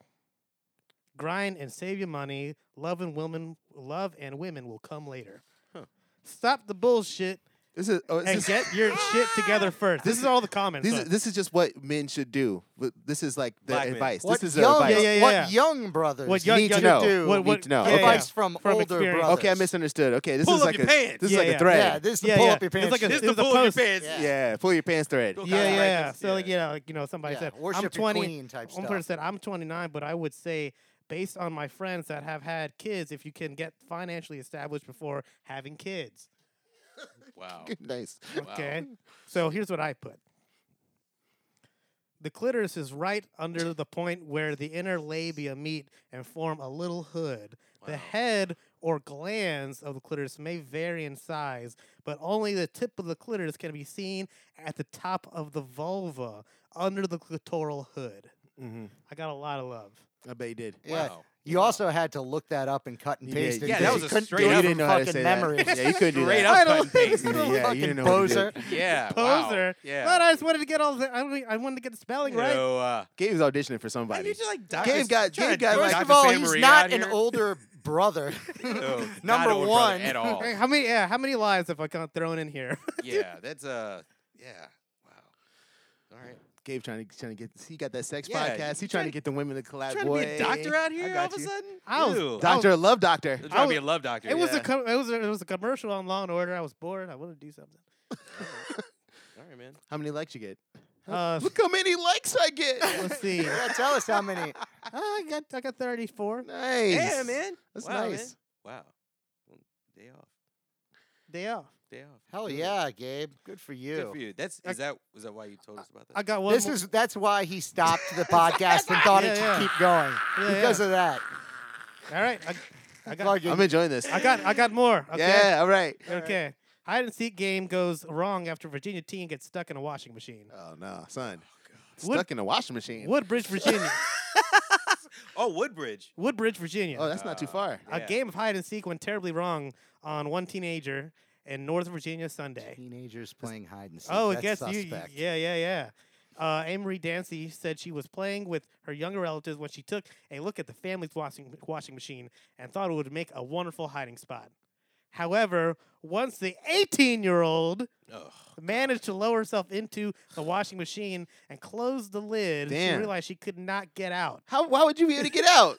Grind and save your money. Love and women, love and women will come later.
Huh.
Stop the bullshit
This is oh,
and
this is,
get your shit
(laughs)
together first. This is all the comments.
these
so-
are- this is just what men should do. Wh- This is like the
Black men.
advice.
What
This is
young,
the advice.
Yeah, yeah, yeah.
What young brothers
What young-
need
young-
to do?
what, what,
Need to know.
yeah, yeah,
advice
yeah.
from,
From
older
experience.
brothers.
Oh, Okay, I misunderstood. Okay, this
Pull
is
up
like
your
a
pants.
this
Yeah,
is like
yeah.
a thread.
Yeah, this is the
Yeah,
pull
yeah.
up your
It's
pants.
like a-
this
it's
is the
the
pull up
post.
your pants.
Yeah.
Yeah, pull your pants thread.
Go
yeah,
kinda
yeah,
like
yeah.
this,
So like, you know, like, you know, somebody
yeah,
said,
worship
"I'm
your
20,
queen type
One
stuff.
person said, I'm 29, but I would say, based on my friends that have had kids, if you can get financially established before having kids.
Wow.
(laughs) nice.
Wow.
Okay. So here's what I put The clitoris is right under the point where the inner labia meet and form a little hood. The
Wow.
head or glands of the clitoris may vary in size, but only the tip of the clitoris can be seen at the top of the vulva under the clitoral hood.
Mm-hmm.
I got a lot of love.
I bet he did.
Yeah.
Wow.
You also had to look that up and cut and
You
paste it.
did.
Yeah,
because
that
you
was a
couldn't do
straight
it
you
up
from
didn't know how to
fucking
say
memory.
that.
(laughs)
Yeah, you couldn't do
Straight
that.
up cut and
(laughs)
paste.
(laughs) Yeah, you
Fucking
didn't know what to do.
poser.
Yeah. wow.
Poser.
Yeah.
But I just wanted to get all the. I, don't, I wanted to get the spelling right.
So, uh,
Gabe was auditioning for somebody.
like
Gabe got
trying to
Gabe got
do
like
First
Dr.
of all,
Sam
he's
Marie
not
out
an
here?
older (laughs) brother. (laughs)
No, not
Number
an old brother
one.
at all.
Hey, how many? Yeah, how many lives have I got thrown in here? (laughs)
yeah, that's uh yeah. Wow. All right.
Gabe trying to trying to get he got that sex
Yeah,
podcast.
you
He trying
trying-
to get the women to collab.
Trying
boy.
to be a doctor Oh. out here
I
all
got
of a
you.
sudden?
I was-
Ew.
I was-
Doctor, love doctor.
They're
I
trying to be a
was-
love doctor.
it was
yeah.
a. Com- it was. A, it was a commercial on Law and Order. I was bored. I wanted to do something.
All right, man.
How many likes you get?
Uh,
Look how many likes I get.
(laughs) let's see.
yeah, tell us how many.
I got. I got thirty-four.
nice.
Yeah, man.
That's
wow, man.
nice.
Wow. Well, Day off.
Day off.
Day off.
Hell
Good.
yeah, Gabe. Good for you.
Good for you. That's
I-
is that was that why you told us about that?
I got one.
This
more-
is that's why he stopped the podcast and thought
Yeah,
it should
yeah.
keep going
Yeah,
because
yeah.
of that.
all right. I, I got.
Fucking-
I'm enjoying this. (laughs)
I got. I got more. Okay.
Yeah. All right.
Okay. Hide and seek game goes wrong after Virginia teen gets stuck in a washing machine.
Oh no, son.
Wood-
Stuck in a washing machine.
Woodbridge, Virginia.
oh, Woodbridge.
Woodbridge, Virginia.
(laughs) Oh, that's not too
Uh,
far.
A
Yeah.
game of hide and seek went terribly wrong on one teenager in North Virginia Sunday.
Teenagers playing hide and seek.
Oh, I
That's
guess you.
suspect.
Yeah, yeah, yeah. Uh, Amory Dancy said she was playing with her younger relatives when she took a look at the family's washing, washing machine and thought it would make a wonderful hiding spot. However, once the 18 year old
Oh.
managed to lower herself into the washing machine and close the lid, she
Damn.
realized she could not get out.
How? Why would you be able to get out?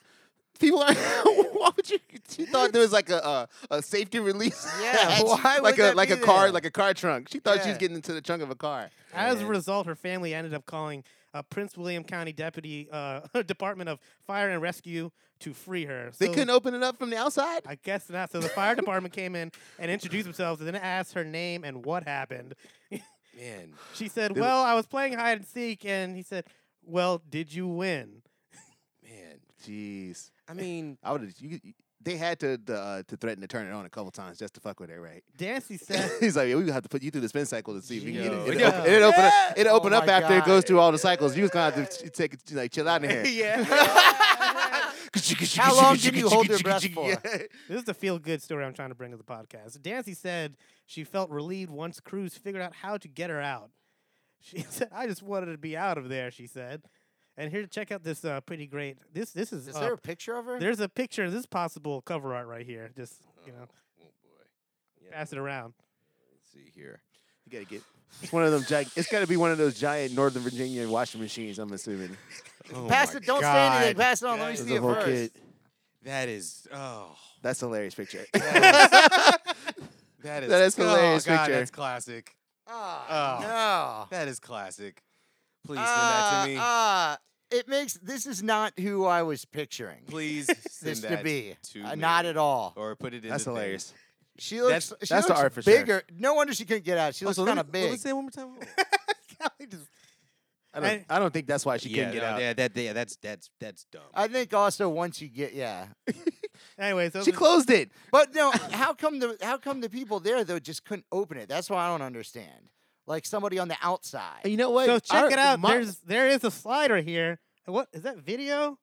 People are. (laughs) why would you? She thought there was like a uh, a safety release. (laughs)
Yeah,
hatch,
why would
like a
that
like
be
a car
there?
like a car trunk. She thought she
Yeah.
was getting into the trunk of a car.
As a result, her family ended up calling uh, Prince William County Deputy uh, (laughs) Department of Fire and Rescue to free her.
They
So-
couldn't open it up from the outside.
I guess not. So
(laughs)
the fire department came in and introduced themselves and then asked her name and what happened.
Man.
She said,
They-
Well, I was playing hide and seek. And he said, Well, did you win?
Man.
Jeez,
I mean
I would. You, you- they had to the, uh, to threaten to turn it on a couple times just to fuck with her, right? (laughs)
Dancy said,
He's like, yeah, we gonna have to put you through the spin cycle to see if you can get
Yo.
it. It'll
Yeah.
open, it'll open up, it'll
Oh
open up
my
after it
God.
(laughs)
(laughs) goes through all the cycles. You was gonna have to ch- take it, like chill out in here.
Yeah.
How long can you hold your
(laughs)
breath for?
This is the feel good story I'm trying to bring to the podcast. Dancy said she felt relieved once Cruz figured out how to get her out. She (laughs) said, "I just wanted to be out of there." She said, "And here, check out this uh, pretty great. This this is,
Is
uh,
there a picture of her?
there's a picture. This is possible cover art right here. Just you know,
Oh boy. Yeah,
pass it around.
let's see here.
You gotta get. It's one of them. Gi- it's gotta be one of those giant Northern Virginia washing machines. I'm assuming.
Oh
Pass
my
it. Don't say anything.
God.
Pass it on. Let me
Guys,
There's
see
a
it
whole
first.
kid.
That is oh.
That's a hilarious picture. (laughs)
That is
That is hilarious
oh, God,
picture.
That's classic.
Ah,
Oh.
no.
That is classic. Please send that
Ah,
Uh,
to me.
ah, it makes this is not who I was picturing.
(laughs)
Please send
this
that
to be
to
Uh,
me.
not at all.
Or put it in.
That's
the thing.
hilarious.
She looks.
That's-
she
that's the
looks
art for sure.
bigger. No wonder she couldn't get out. She looks
Oh, so let
kind
me-
of big.
Let me say it one more time.
Kelly just-
I don't.
And-
I don't think that's why she
yeah,
couldn't get
no,
out. Uh,
Yeah, that, yeah, that's that's that's dumb.
I think also once you get yeah,
anyway, so
She
the-
closed it.
but
(coughs)
no. how come the how come the people there though just couldn't open it? That's why I don't understand. Like somebody on the outside.
And you know what?
so check
Our-
it out.
my-
There's there is a slider here. What is that video?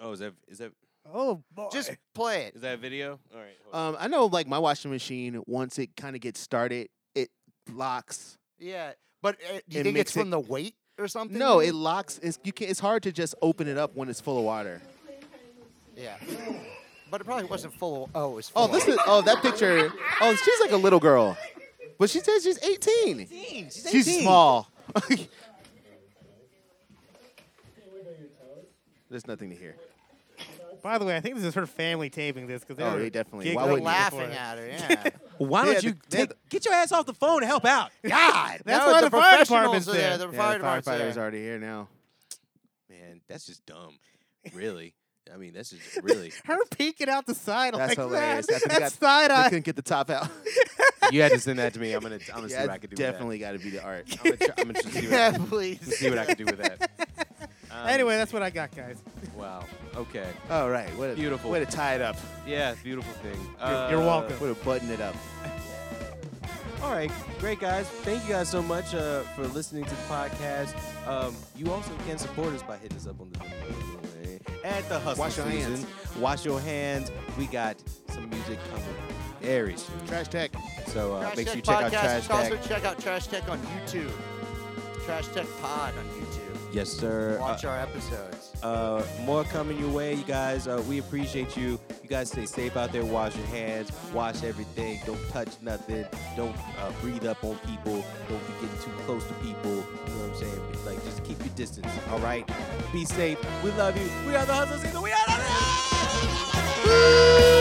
oh, is that is that
Oh boy,
Just play it.
is that a video? All right. hold on.
Um, I know, like my washing machine. Once it kind of gets started, it locks.
Yeah, but uh, do you
And
think it's
mix it-
from the weight or something?
No,
maybe?
it locks. It's you can not It's hard to just open it up when it's full of water.
Yeah, but it probably wasn't full. Of, oh, it was. Full
Oh, this
of,
is. Oh, that picture. Oh, she's like a little girl, but she says she's 18. She's, small. (laughs) There's nothing to hear.
by the way, I think this is her family taping this because they
Oh,
were
they definitely-
giggling
why
They're
wouldn't you?
before
laughing
it.
at her. Yeah. (laughs)
Why
They
don't
had
you
the- they had
take, get your ass off the phone and help out?
(laughs)
God,
That's
No,
why
the
the fire
professionals
department's
are there.
there.
The
Yeah,
fire
the
department's
firefighter's
there.
already here (laughs) now.
man, that's just dumb. Really, I mean, that's just
(laughs)
really.
Her peeking out the side
That's
like (laughs)
hilarious. I
that.
think I-
That side
I
eye.
couldn't get the top out.
you had to send that to me. I'm gonna, I'm gonna see
(laughs) yeah,
what I can do.
definitely got to be the (laughs) art.
With that. I'm gonna, try, I'm gonna try- see, what I,
Yeah, please.
see what I can do with that. (laughs) Um,
Anyway, that's what I got, guys.
Wow. Okay.
All right, what a
Beautiful.
Way to tie it up.
Yeah, beautiful thing.
You're- you're
Uh,
welcome.
Way to button it up.
All right, great guys. Thank you guys so much uh, for listening to the podcast. Um, you also can support us by hitting us up on the at the Hustle
Wash your
Season.
hands.
Wash your hands. We got some music coming very soon.
Trash tech.
So uh,
Trash
make sure you
Tech
check out
Podcast.
Trash Tech.
Also check out Trash Tech on YouTube. Trash Tech Pod on YouTube.
yes, sir. Uh,
Watch our episodes.
uh, more coming your way, you guys. Uh, we appreciate you. You guys stay safe out there. Wash your hands. Wash everything. Don't touch nothing. Don't uh, breathe up on people. Don't be getting too close to people. You know what I'm saying? But, Like, just keep your distance. All right. Be safe. We love you. We are the Hustle Season. We are the.